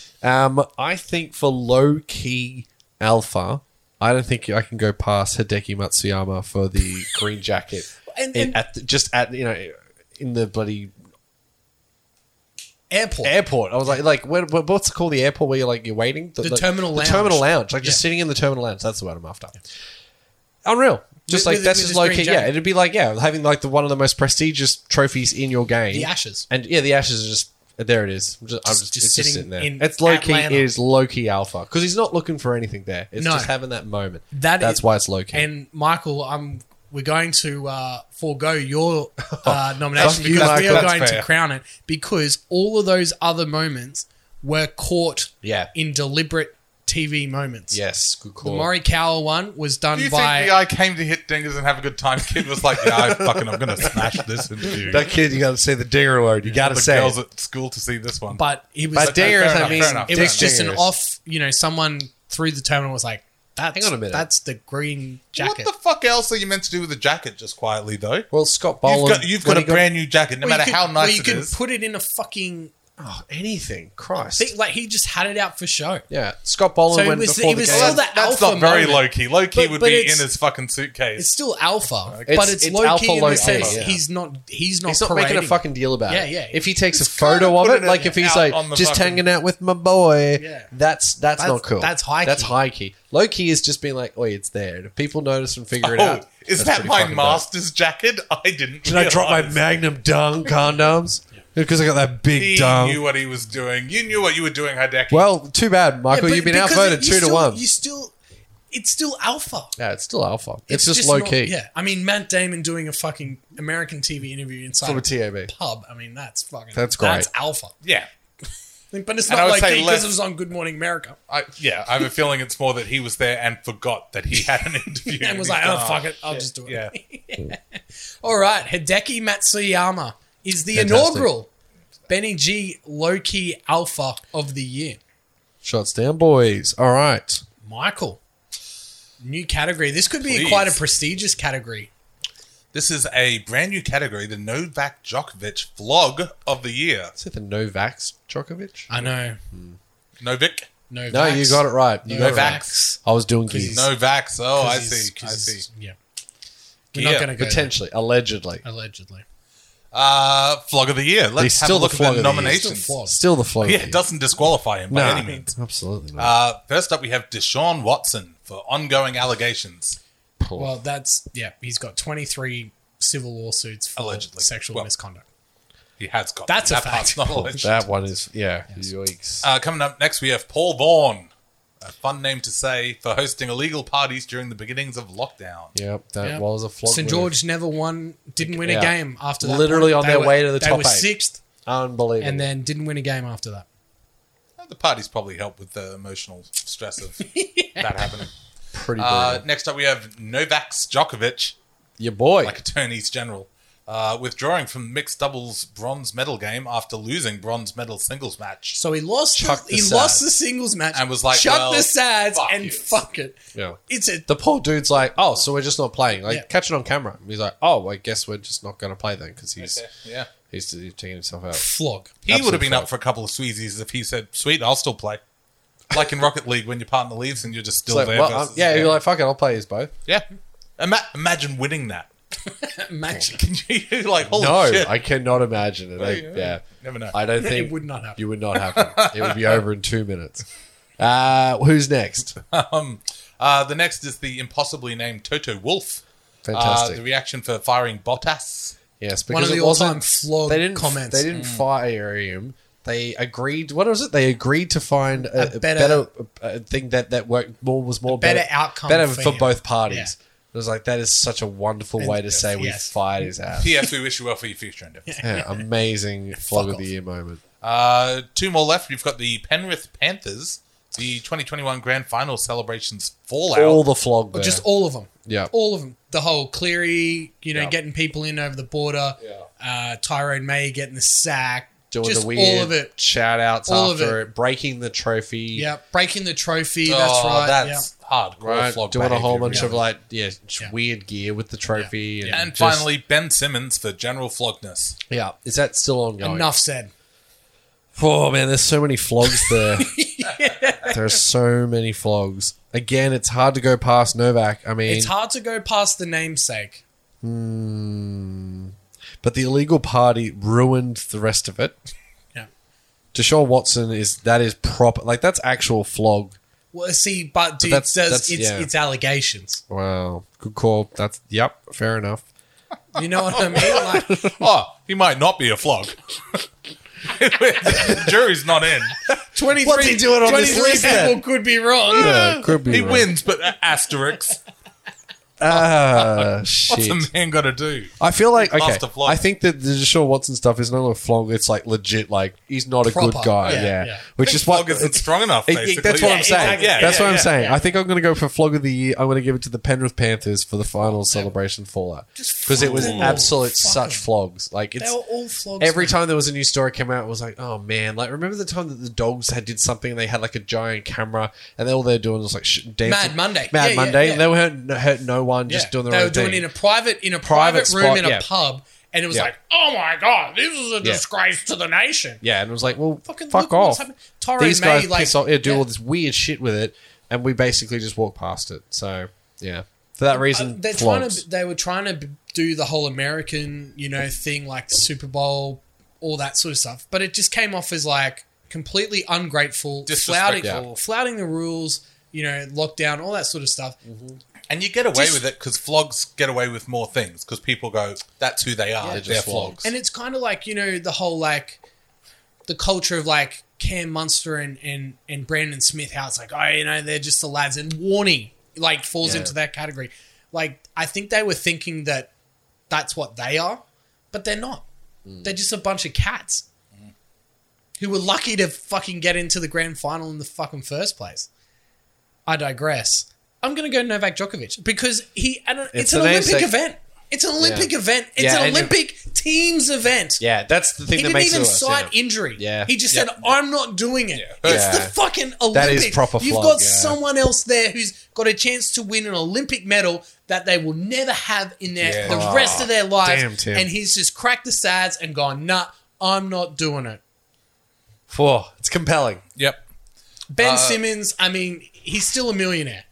Speaker 2: Um, I think for low key alpha, I don't think I can go past Hideki Matsuyama for the green jacket.
Speaker 1: And-
Speaker 2: In-
Speaker 1: and-
Speaker 2: at the, just at you know in the bloody
Speaker 1: Airport.
Speaker 2: airport. I was like, like what, what- what's it called? The airport where you're like you're waiting.
Speaker 1: The
Speaker 2: like-
Speaker 1: terminal lounge.
Speaker 2: The terminal lounge. Like just
Speaker 1: Yeah.
Speaker 2: sitting in the terminal lounge. That's the word I'm after. Unreal.
Speaker 1: With-
Speaker 2: Just like
Speaker 1: with-
Speaker 2: that's
Speaker 1: with
Speaker 2: just
Speaker 1: his
Speaker 2: low
Speaker 1: green
Speaker 2: key. Yeah,
Speaker 1: jacket.
Speaker 2: it'd be like yeah, having like the one of the most prestigious trophies in your game.
Speaker 1: The Ashes.
Speaker 2: And yeah, the ashes are just there. It is. I'm just, I'm just,
Speaker 1: just
Speaker 2: it's just
Speaker 1: sitting
Speaker 2: sitting there.
Speaker 1: in
Speaker 2: it's low key.
Speaker 1: Atlanta.
Speaker 2: Is low key alpha because he's not looking for anything there. It's
Speaker 1: No.
Speaker 2: just having that moment.
Speaker 1: That
Speaker 2: that's
Speaker 1: is-
Speaker 2: why it's low key.
Speaker 1: And Michael, I'm we're going to uh, forego your uh, nomination
Speaker 2: Fuck you,
Speaker 1: because we
Speaker 2: Michael.
Speaker 1: are
Speaker 3: That's
Speaker 1: going
Speaker 3: fair.
Speaker 1: to crown it because all of those other moments were caught
Speaker 2: Yeah.
Speaker 1: in deliberate TV moments.
Speaker 2: yes, good call.
Speaker 1: The Maury Cowell one was done
Speaker 3: Do you
Speaker 1: by
Speaker 3: think the guy came to hit dingers and have a good time? Kid was like, yeah, I fucking, I'm going to smash this interview.
Speaker 2: that kid, you got to say the dinger alone. You got to
Speaker 3: the
Speaker 2: say.
Speaker 3: girls
Speaker 2: it.
Speaker 3: at school to see this one.
Speaker 1: but it was
Speaker 2: But dingers,
Speaker 3: fair
Speaker 2: I
Speaker 3: enough,
Speaker 2: mean,
Speaker 3: fair enough,
Speaker 1: it
Speaker 3: fair
Speaker 1: was
Speaker 3: enough.
Speaker 1: just an
Speaker 2: dingers.
Speaker 1: off you know, someone through the terminal was like, That's
Speaker 2: Hang on a minute.
Speaker 1: that's the green
Speaker 3: What
Speaker 1: jacket.
Speaker 3: the fuck else are you meant to do with a jacket just quietly, though?
Speaker 2: Well, Scott
Speaker 3: You've
Speaker 2: Boland.
Speaker 3: got, you've got
Speaker 2: when
Speaker 3: a
Speaker 2: he got-
Speaker 3: brand new jacket, no
Speaker 1: Well, you
Speaker 3: matter
Speaker 1: could-
Speaker 3: how
Speaker 1: well,
Speaker 3: nice
Speaker 1: you
Speaker 3: it
Speaker 1: could
Speaker 3: is.
Speaker 1: put it in a fucking
Speaker 2: Oh, anything. Christ.
Speaker 1: thing, like he just had it out for show.
Speaker 2: yeah, Scott Boland
Speaker 1: So it
Speaker 2: went
Speaker 1: was-
Speaker 2: before
Speaker 1: it was
Speaker 2: the
Speaker 1: all
Speaker 2: game.
Speaker 1: that
Speaker 3: That's
Speaker 1: alpha
Speaker 3: not very
Speaker 1: moment.
Speaker 3: low key. Low key
Speaker 1: But-
Speaker 3: would
Speaker 1: but
Speaker 3: be
Speaker 1: it's-
Speaker 3: in his fucking suitcase.
Speaker 1: It's still alpha, but
Speaker 2: It's-
Speaker 1: it's,
Speaker 2: it's
Speaker 1: low
Speaker 2: alpha,
Speaker 1: key in
Speaker 2: low
Speaker 1: the
Speaker 2: key,
Speaker 1: sense
Speaker 2: yeah.
Speaker 1: he's not he's not
Speaker 2: He's not making a
Speaker 1: parading.
Speaker 2: fucking deal about
Speaker 1: Yeah,
Speaker 2: it.
Speaker 1: yeah.
Speaker 2: If he takes a
Speaker 3: kinda
Speaker 2: photo of
Speaker 3: put
Speaker 2: it,
Speaker 3: it
Speaker 2: like
Speaker 3: in-
Speaker 2: if he's
Speaker 3: out
Speaker 2: like
Speaker 3: on the
Speaker 2: just
Speaker 3: fucking-
Speaker 2: hanging out with my boy,
Speaker 1: Yeah.
Speaker 2: that's, that's
Speaker 1: That's-
Speaker 2: not cool.
Speaker 1: that's high
Speaker 2: That's
Speaker 1: key.
Speaker 2: high key. Low key is just being like, oh, it's there. And if people notice and figure it
Speaker 3: oh,
Speaker 2: out,
Speaker 3: is
Speaker 2: that's
Speaker 3: that
Speaker 2: pretty
Speaker 3: my
Speaker 2: fucking dope.
Speaker 3: master's jacket? I didn't.
Speaker 2: Did I drop my
Speaker 3: realize.
Speaker 2: Magnum Dung condoms? Because I got that
Speaker 3: He
Speaker 2: big dung.
Speaker 3: knew what he was doing. You knew what you were doing, Hideki.
Speaker 2: Well, too bad,
Speaker 1: Yeah,
Speaker 2: Michael.
Speaker 1: but
Speaker 2: You've been
Speaker 1: because
Speaker 2: outvoted
Speaker 1: it-
Speaker 2: two
Speaker 1: you
Speaker 2: to
Speaker 1: still-
Speaker 2: one.
Speaker 1: You still, it's still alpha.
Speaker 2: Yeah, it's still alpha. It's, just, low
Speaker 1: not-
Speaker 2: key.
Speaker 1: Yeah, I mean Matt Damon doing a fucking American TV interview inside
Speaker 2: From a
Speaker 1: a
Speaker 2: TAB.
Speaker 1: pub. I mean that's fucking That's
Speaker 2: That's great.
Speaker 1: alpha.
Speaker 3: yeah.
Speaker 1: But it's
Speaker 3: And
Speaker 1: not
Speaker 3: I would
Speaker 1: like
Speaker 3: say
Speaker 1: because
Speaker 3: less-
Speaker 1: it was on Good Morning America
Speaker 3: I, yeah, I have a feeling it's more that he was there and forgot that he had an interview.
Speaker 1: and was
Speaker 3: he's
Speaker 1: like,
Speaker 3: done,
Speaker 1: oh fuck it, I'll just do it.
Speaker 3: Yeah.
Speaker 1: All right, Hideki Matsuyama is the
Speaker 2: Fantastic.
Speaker 1: inaugural Benny G low key alpha of the year.
Speaker 2: Shots down, boys. All right.
Speaker 1: Michael. New category. This could be
Speaker 3: Please.
Speaker 1: quite a prestigious category.
Speaker 3: This is a brand new category, the Novak Djokovic vlog of the year.
Speaker 2: Is it the Novak Djokovic?
Speaker 1: I know.
Speaker 3: Novik?
Speaker 1: No,
Speaker 2: No, you got it right. You got it right.
Speaker 1: Novaks.
Speaker 2: I was doing
Speaker 1: Because
Speaker 2: geese.
Speaker 1: he's-
Speaker 3: Novaks. Oh, I
Speaker 1: 'Cause he's-
Speaker 3: see. I
Speaker 1: 'cause he's-
Speaker 3: see.
Speaker 1: Yeah. We're not
Speaker 3: Yeah,
Speaker 1: going to go there,
Speaker 2: Potentially, allegedly.
Speaker 1: allegedly.
Speaker 3: Uh, flog of the year. Let's
Speaker 2: He's
Speaker 3: have
Speaker 2: still
Speaker 3: a look
Speaker 2: the
Speaker 3: at
Speaker 2: flog
Speaker 3: the
Speaker 2: of the year. He's
Speaker 1: Still
Speaker 3: nominations.
Speaker 1: flawed.
Speaker 2: Still the flow.
Speaker 3: yeah, it doesn't disqualify him by any means.
Speaker 2: Absolutely not.
Speaker 3: Uh, first up, we have Deshaun Watson for ongoing allegations.
Speaker 1: Well, that's yeah. He's got twenty three civil lawsuits for
Speaker 3: Allegedly.
Speaker 1: sexual
Speaker 3: Well-
Speaker 1: misconduct.
Speaker 3: He has got
Speaker 1: That's a
Speaker 3: that part's
Speaker 1: fact.
Speaker 3: not alleged.
Speaker 2: that one is, yeah. Yikes.
Speaker 3: Uh, coming up next, we have Paul Vaughan. A fun name to say for hosting illegal parties during the beginnings of lockdown.
Speaker 2: yep, that
Speaker 1: Yeah.
Speaker 2: was a flog.
Speaker 1: St
Speaker 2: move.
Speaker 1: George never won, didn't win
Speaker 2: Yeah.
Speaker 1: a game after that.
Speaker 2: Literally
Speaker 1: point.
Speaker 2: on
Speaker 1: They
Speaker 2: their
Speaker 1: were-
Speaker 2: way to the
Speaker 1: they
Speaker 2: top
Speaker 1: were
Speaker 2: eight.
Speaker 1: sixth,
Speaker 2: Unbelievable.
Speaker 1: and then didn't win a game after that.
Speaker 3: Uh, The parties probably help with the emotional stress of that happening.
Speaker 2: Pretty
Speaker 3: Uh,
Speaker 2: brutal.
Speaker 3: next up, we have Novak Djokovic,
Speaker 2: Your boy.
Speaker 3: like attorneys general, uh, withdrawing from mixed doubles bronze medal game after losing bronze medal singles match.
Speaker 1: So he lost.
Speaker 2: Chuck the
Speaker 1: the, he
Speaker 2: sads.
Speaker 1: lost the singles match
Speaker 3: And was like,
Speaker 1: "Chuck
Speaker 3: well,
Speaker 1: the sads
Speaker 3: fuck
Speaker 1: and
Speaker 3: you."
Speaker 1: fuck it."
Speaker 2: yeah.
Speaker 1: It's a
Speaker 2: The poor dude's like, oh, so we're just not playing. Like,
Speaker 1: Yeah.
Speaker 2: catch it on camera. He's like, oh, well, I guess we're just not going to play then because he's,
Speaker 3: Yeah.
Speaker 2: he's he's taking himself out.
Speaker 1: flog.
Speaker 3: He would
Speaker 2: Absolute
Speaker 3: have been
Speaker 2: fact.
Speaker 3: up for a couple of sweezies if he said, "Sweet, I'll still play." Like in Rocket League, when your partner leaves and you're just
Speaker 2: It's
Speaker 3: still
Speaker 2: like,
Speaker 3: there.
Speaker 2: well, um,
Speaker 3: versus-
Speaker 2: yeah, you're like, fuck it, I'll play these both.
Speaker 3: yeah. Ima- imagine winning that.
Speaker 1: Imagine
Speaker 3: Can you like, holy
Speaker 2: no,
Speaker 3: shit?
Speaker 2: I cannot imagine it. I,
Speaker 3: yeah.
Speaker 2: yeah,
Speaker 3: Never know.
Speaker 2: I don't think
Speaker 1: it would not happen.
Speaker 2: You would not happen. it would be over in two minutes. Uh, who's next?
Speaker 3: Uh, the next is the impossibly named Toto Wolf. Uh,
Speaker 2: Fantastic.
Speaker 3: the reaction for firing Bottas.
Speaker 2: yes,
Speaker 1: One
Speaker 2: because
Speaker 1: of
Speaker 2: it
Speaker 1: the
Speaker 2: wasn't-
Speaker 1: all-time flog
Speaker 2: They didn't.
Speaker 1: comments. Mm.
Speaker 2: They didn't fire him. They agreed. What was it? They agreed to find a,
Speaker 1: A
Speaker 2: a better,
Speaker 1: better-
Speaker 2: uh, thing that that worked more was more
Speaker 1: better outcome
Speaker 2: better
Speaker 1: for
Speaker 2: for
Speaker 1: him.
Speaker 2: both parties. It was like that is such a wonderful way to say we
Speaker 1: yes.
Speaker 2: fired his ass.
Speaker 3: P.S. We wish you well for your future endeavors.
Speaker 2: Yeah, amazing flog of
Speaker 1: off.
Speaker 2: the year moment.
Speaker 3: Uh, two more left. You've got the Penrith Panthers, the 2021 Grand Final celebrations fallout.
Speaker 2: All the flog there.
Speaker 1: Just all of them.
Speaker 2: yeah.
Speaker 1: All of them. The whole Cleary, you know,
Speaker 2: Yeah.
Speaker 1: getting people in over the border. Uh, Tyrone May getting the sack.
Speaker 2: Doing
Speaker 1: just
Speaker 2: the weird
Speaker 1: all of it.
Speaker 2: shout outs
Speaker 1: All of
Speaker 2: after it. breaking the trophy.
Speaker 1: Yeah, breaking the trophy.
Speaker 3: Oh,
Speaker 1: that's right.
Speaker 3: That's hard.
Speaker 2: Right, doing a whole bunch of like yeah,
Speaker 1: Yeah.
Speaker 2: weird gear with the trophy, and,
Speaker 3: And
Speaker 2: just-
Speaker 3: finally, Ben Simmons for general flogness.
Speaker 2: yeah, is that still
Speaker 1: yeah.
Speaker 2: ongoing?
Speaker 1: Enough said.
Speaker 2: Oh man, there's so many flogs there. There are so many flogs. Again, it's hard to go past Novak. I mean,
Speaker 1: It's hard to go past the namesake.
Speaker 2: mm, but the illegal party ruined the rest of it.
Speaker 1: Yeah.
Speaker 2: Deshaun Watson is that is proper like that's actual flog.
Speaker 1: Well, see, but, dude,
Speaker 2: that's-
Speaker 1: does
Speaker 2: that's-
Speaker 1: it's
Speaker 2: yeah.
Speaker 1: it's allegations.
Speaker 2: Wow, good call. That's yep, fair enough.
Speaker 1: You know what I mean? Like,
Speaker 3: Oh, he might not be a flog. the jury's not in.
Speaker 1: 23,
Speaker 2: What's he doing on this
Speaker 1: 23
Speaker 2: list
Speaker 1: people
Speaker 2: then?
Speaker 1: could be wrong.
Speaker 2: Yeah, could be
Speaker 3: He
Speaker 2: right.
Speaker 3: wins, but a- asterisks.
Speaker 1: Uh,
Speaker 2: Ah,
Speaker 3: What's
Speaker 2: shit.
Speaker 3: a man got to do?
Speaker 2: I feel like okay.
Speaker 3: Lost the flog.
Speaker 2: I think that the Deshaun Watson stuff is not a flog. It's like legit. Like he's not a
Speaker 1: Proper.
Speaker 2: good guy.
Speaker 1: Yeah,
Speaker 2: Yeah,
Speaker 1: yeah.
Speaker 2: which is what
Speaker 3: Flog isn't
Speaker 2: it's.
Speaker 3: strong enough.
Speaker 2: it- it-
Speaker 3: Basically.
Speaker 2: that's what I'm saying.
Speaker 1: exactly. Yeah,
Speaker 2: that's
Speaker 1: yeah,
Speaker 2: what I'm
Speaker 1: yeah,
Speaker 2: saying.
Speaker 1: yeah.
Speaker 2: I think I'm going to go for flog of the year. I'm going to give it to the Penrith Panthers for the final celebration fallout because it was
Speaker 1: fuck 'em.
Speaker 2: absolute
Speaker 1: Fuck
Speaker 2: such
Speaker 1: 'em.
Speaker 2: flogs. Like
Speaker 1: They
Speaker 2: it's
Speaker 1: were all flogs.
Speaker 2: every
Speaker 1: man.
Speaker 2: time there was a new story came out, it was like, oh man! Like remember the time that the dogs had did something and they had like a giant camera and they, all they were doing was like sh- dancing.
Speaker 1: Mad Monday.
Speaker 2: Mad
Speaker 1: Yeah, yeah,
Speaker 2: Monday.
Speaker 1: yeah.
Speaker 2: And they were hurting, hurting no one, just doing their
Speaker 1: they
Speaker 2: own
Speaker 1: were doing
Speaker 2: thing.
Speaker 1: it in a private in a private,
Speaker 2: Private
Speaker 1: room
Speaker 2: spot,
Speaker 1: in a
Speaker 2: yeah.
Speaker 1: pub, and it was
Speaker 2: Yeah.
Speaker 1: like, oh my god, this is a disgrace to the nation.
Speaker 2: Yeah, and it was like, well,
Speaker 1: Fucking
Speaker 2: fuck
Speaker 1: look at what's
Speaker 2: off.
Speaker 1: happening. Tyrone
Speaker 2: These
Speaker 1: May,
Speaker 2: guys
Speaker 1: like-
Speaker 2: piss off, yeah, do
Speaker 1: yeah.
Speaker 2: all this weird shit with it, and we basically just walk past it. So yeah, for that
Speaker 1: Uh,
Speaker 2: reason,
Speaker 1: they're trying
Speaker 2: flogs.
Speaker 1: to they were trying to b- do the whole American you know thing like the Super Bowl, all that sort of stuff, but it just came off as like completely ungrateful, flouting,
Speaker 2: Disrespectful.
Speaker 1: flouting the rules, you know, lockdown, all that sort of stuff.
Speaker 3: And you get away
Speaker 1: Just-
Speaker 3: with it because flogs get away with more things because people go, that's who they are.
Speaker 1: Yeah.
Speaker 3: they're
Speaker 1: They're
Speaker 2: just
Speaker 3: flogs.
Speaker 1: And it's kind of like, you know, the whole like the culture of like Cam Munster and, and, and Brandon Smith, how it's like, oh, you know, they're just the lads. And Warney like falls
Speaker 2: Yeah.
Speaker 1: into that category. Like, I think they were thinking that that's what they are, but they're not.
Speaker 2: Mm.
Speaker 1: They're just a bunch of cats who were lucky to fucking get into the grand final in the fucking first place. I digress. I'm going to go Novak Djokovic because he, I don't, it's,
Speaker 2: It's
Speaker 1: an
Speaker 2: the
Speaker 1: Olympic
Speaker 2: namesake.
Speaker 1: event. It's an Olympic
Speaker 2: Yeah.
Speaker 1: event. It's an
Speaker 2: Yeah, and you-
Speaker 1: Olympic teams event.
Speaker 2: yeah, that's the thing
Speaker 1: He
Speaker 2: that
Speaker 1: didn't
Speaker 2: makes
Speaker 1: even
Speaker 2: it worse,
Speaker 1: cite
Speaker 2: yeah.
Speaker 1: injury.
Speaker 2: Yeah.
Speaker 1: He just
Speaker 2: Yeah.
Speaker 1: said, I'm not doing it.
Speaker 3: Yeah.
Speaker 1: It's
Speaker 2: Yeah.
Speaker 1: the fucking Olympic.
Speaker 2: That is proper
Speaker 1: You've
Speaker 2: flog,
Speaker 1: got
Speaker 2: yeah.
Speaker 1: someone else there who's got a chance to win an Olympic medal that they will never have in their
Speaker 3: Yeah.
Speaker 1: the rest of their lives.
Speaker 2: Ah, damn, Tim.
Speaker 1: And he's just cracked the sads and gone, nah, I'm not doing it.
Speaker 2: Four. It's compelling.
Speaker 3: Yep.
Speaker 2: Uh,
Speaker 1: Ben Simmons, I mean, he's still a millionaire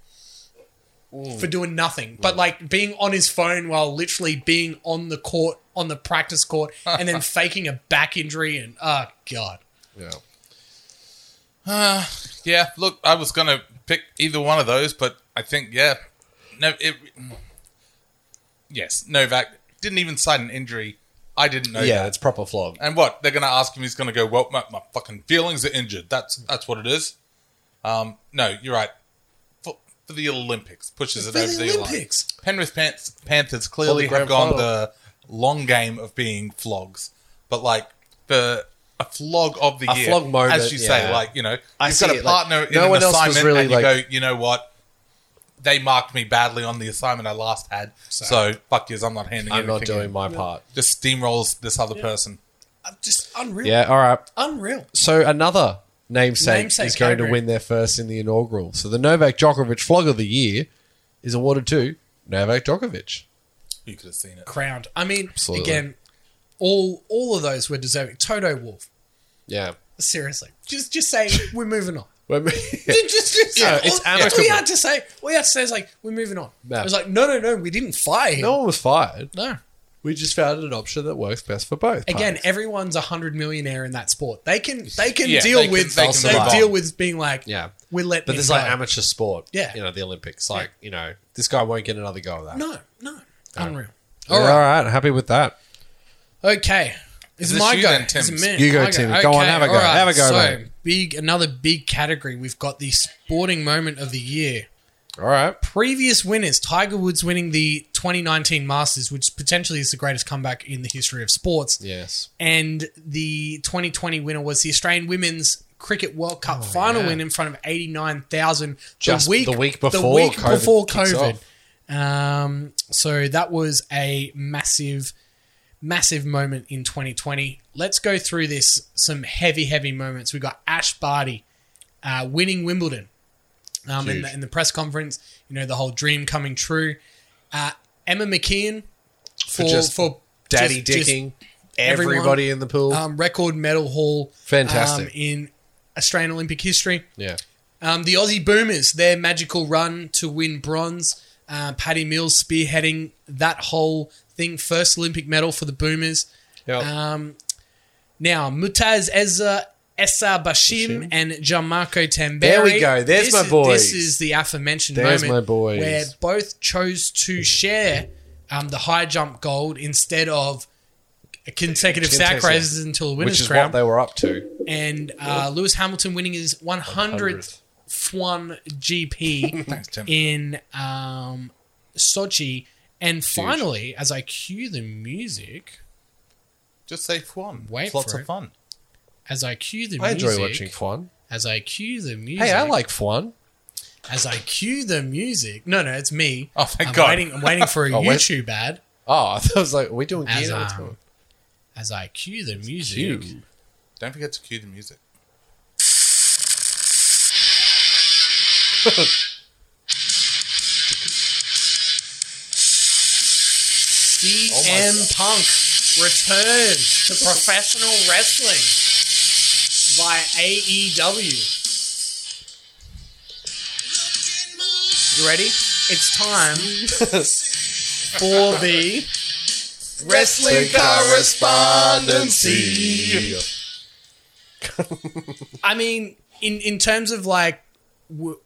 Speaker 1: for doing nothing, but like being on his phone while literally being on the court, on the practice court, and then faking a back injury. And oh, God.
Speaker 2: Yeah.
Speaker 3: Yeah, look, I was going to pick either one of those, but I think, yeah. No, it. Yes, Novak didn't even cite an injury. I didn't know
Speaker 2: Yeah,
Speaker 3: that.
Speaker 2: it's proper flog.
Speaker 3: And what? They're going to ask him, he's going to go, well, my, my fucking feelings are injured. That's that's what it is. Um, no, you're right. For, for the Olympics, pushes it
Speaker 1: For
Speaker 3: over
Speaker 1: the
Speaker 3: the,
Speaker 1: Olympics.
Speaker 3: line. Penrith Pants, Panthers clearly
Speaker 2: grand
Speaker 3: have gone
Speaker 2: final.
Speaker 3: the long game of being flogs. But, like, the a flog of the
Speaker 2: A
Speaker 3: year,
Speaker 2: flog moment,
Speaker 3: as you say,
Speaker 2: yeah.
Speaker 3: like, you know,
Speaker 2: I
Speaker 3: you've
Speaker 2: see
Speaker 3: got a
Speaker 2: it, like,
Speaker 3: partner in
Speaker 2: no
Speaker 3: an
Speaker 2: one else was
Speaker 3: assignment
Speaker 2: really,
Speaker 3: and you
Speaker 2: like-
Speaker 3: go, you know what? They marked me badly on the assignment I last had, so, fuck yous, I'm not handing
Speaker 2: I'm not
Speaker 3: anything
Speaker 2: doing
Speaker 3: in."
Speaker 2: my part.
Speaker 3: Just steamrolls this other person.
Speaker 1: I'm Uh, just unreal.
Speaker 2: Yeah. All right.
Speaker 1: Unreal.
Speaker 2: So another namesake,
Speaker 1: Namesake
Speaker 2: is going
Speaker 1: category.
Speaker 2: to win their first in the inaugural. So the Novak Djokovic flog of the year is awarded to Novak Djokovic.
Speaker 3: You could have seen it.
Speaker 1: Crowned. I mean,
Speaker 2: Absolutely.
Speaker 1: again, all all of those were deserving. Toto Wolf.
Speaker 2: Yeah.
Speaker 1: Seriously. Just just say we're moving on.
Speaker 2: When we-
Speaker 1: just, just say,
Speaker 2: No,
Speaker 1: all-
Speaker 2: it's
Speaker 1: that's what we
Speaker 2: amicable.
Speaker 1: had to say. We had to say is like we're moving on.
Speaker 2: Yeah.
Speaker 1: It was like no, no, no. We didn't fire him.
Speaker 2: no one was fired.
Speaker 1: No.
Speaker 2: We just found an option that works best for both.
Speaker 1: Again,
Speaker 2: parties.
Speaker 1: everyone's a hundred millionaire in that sport. They can they can
Speaker 3: Yeah,
Speaker 1: deal
Speaker 3: they can-
Speaker 1: with
Speaker 3: they
Speaker 1: they,
Speaker 3: can move on.
Speaker 1: deal with being like
Speaker 2: Yeah.
Speaker 1: we let.
Speaker 2: But
Speaker 1: him
Speaker 2: this is like
Speaker 1: go.
Speaker 2: amateur sport.
Speaker 1: Yeah.
Speaker 2: You know, the Olympics. Like, you know, this guy won't get another go at that.
Speaker 1: No, no, unreal.
Speaker 2: Yeah, All right. Happy with that.
Speaker 1: Okay. Is
Speaker 3: Is this
Speaker 1: my
Speaker 3: you
Speaker 1: go?
Speaker 3: then,
Speaker 1: Is it
Speaker 3: Tim?
Speaker 1: me?
Speaker 2: You go,
Speaker 1: I
Speaker 2: Timmy. Go on, have a go.
Speaker 1: all right.
Speaker 2: Have a go,
Speaker 1: So
Speaker 2: mate.
Speaker 1: big, another big category. We've got the sporting moment of the year.
Speaker 2: All right.
Speaker 1: Previous winners Tiger Woods winning the 2019 Masters, which potentially is the greatest comeback in the history of sports.
Speaker 2: Yes.
Speaker 1: And the 2020 winner was the Australian Women's Cricket World Cup final win in front of 89,000
Speaker 2: Oh, Just
Speaker 1: the week,
Speaker 2: the week before
Speaker 1: week
Speaker 2: COVID
Speaker 1: before
Speaker 2: kicks
Speaker 1: COVID.
Speaker 2: off.
Speaker 1: Um, so that was a massive, massive moment in 2020. Let's go through this some heavy, heavy moments. We got Ash Barty uh, winning Wimbledon um, in,
Speaker 2: Huge.
Speaker 1: the, in the press conference. You know the whole dream coming true. Uh, Emma McKeon for for,
Speaker 2: just Daddy
Speaker 1: just- just
Speaker 2: dicking
Speaker 1: everyone.
Speaker 2: everybody in the pool.
Speaker 1: um, record medal haul.
Speaker 2: Fantastic.
Speaker 1: um, in Australian Olympic history.
Speaker 2: yeah.
Speaker 1: Um, the Aussie Boomers, their magical run to win bronze. Uh, Paddy Mills spearheading that whole thing. First Olympic medal for the Boomers.
Speaker 2: Yep.
Speaker 1: Um, Now, Mutaz Ezza, Essa Bashim, and Gianmarco Tamberi.
Speaker 2: There we go. There's
Speaker 1: This
Speaker 2: my
Speaker 1: is-
Speaker 2: boys.
Speaker 1: This is the aforementioned
Speaker 2: There's
Speaker 1: moment
Speaker 2: my boys.
Speaker 1: where both chose to share um, the high jump gold instead of consecutive sack
Speaker 2: Contested.
Speaker 1: raises until the winner's
Speaker 2: Which is
Speaker 1: crown.
Speaker 2: what they were up to.
Speaker 1: and uh, Lewis Hamilton winning his 100th F1 GP
Speaker 3: Thanks, Tim.
Speaker 1: in um, Sochi. And finally, as I cue the music,
Speaker 3: Just say fun.
Speaker 1: Wait
Speaker 3: it's lots
Speaker 1: for
Speaker 3: of
Speaker 1: it.
Speaker 3: fun.
Speaker 1: as I cue the
Speaker 2: I
Speaker 1: music,
Speaker 2: enjoy watching Fwan.
Speaker 1: as I cue the music,
Speaker 2: Hey, I like Fwan.
Speaker 1: as I cue the music. No, no, it's me.
Speaker 3: Oh, thank
Speaker 1: I'm
Speaker 3: God.
Speaker 1: Waiting, I'm waiting for a
Speaker 2: Oh, wait.
Speaker 1: YouTube ad.
Speaker 2: Oh, I thought it was like, are we doing
Speaker 1: As,
Speaker 2: gear? What's
Speaker 1: um,
Speaker 2: going on?
Speaker 1: As I cue the music,
Speaker 2: Cue.
Speaker 3: Don't forget to cue the music.
Speaker 2: Oh
Speaker 1: CM Punk returns to professional wrestling by E AEW. You ready? It's time for the wrestling correspondency. I mean, in in terms of like, w-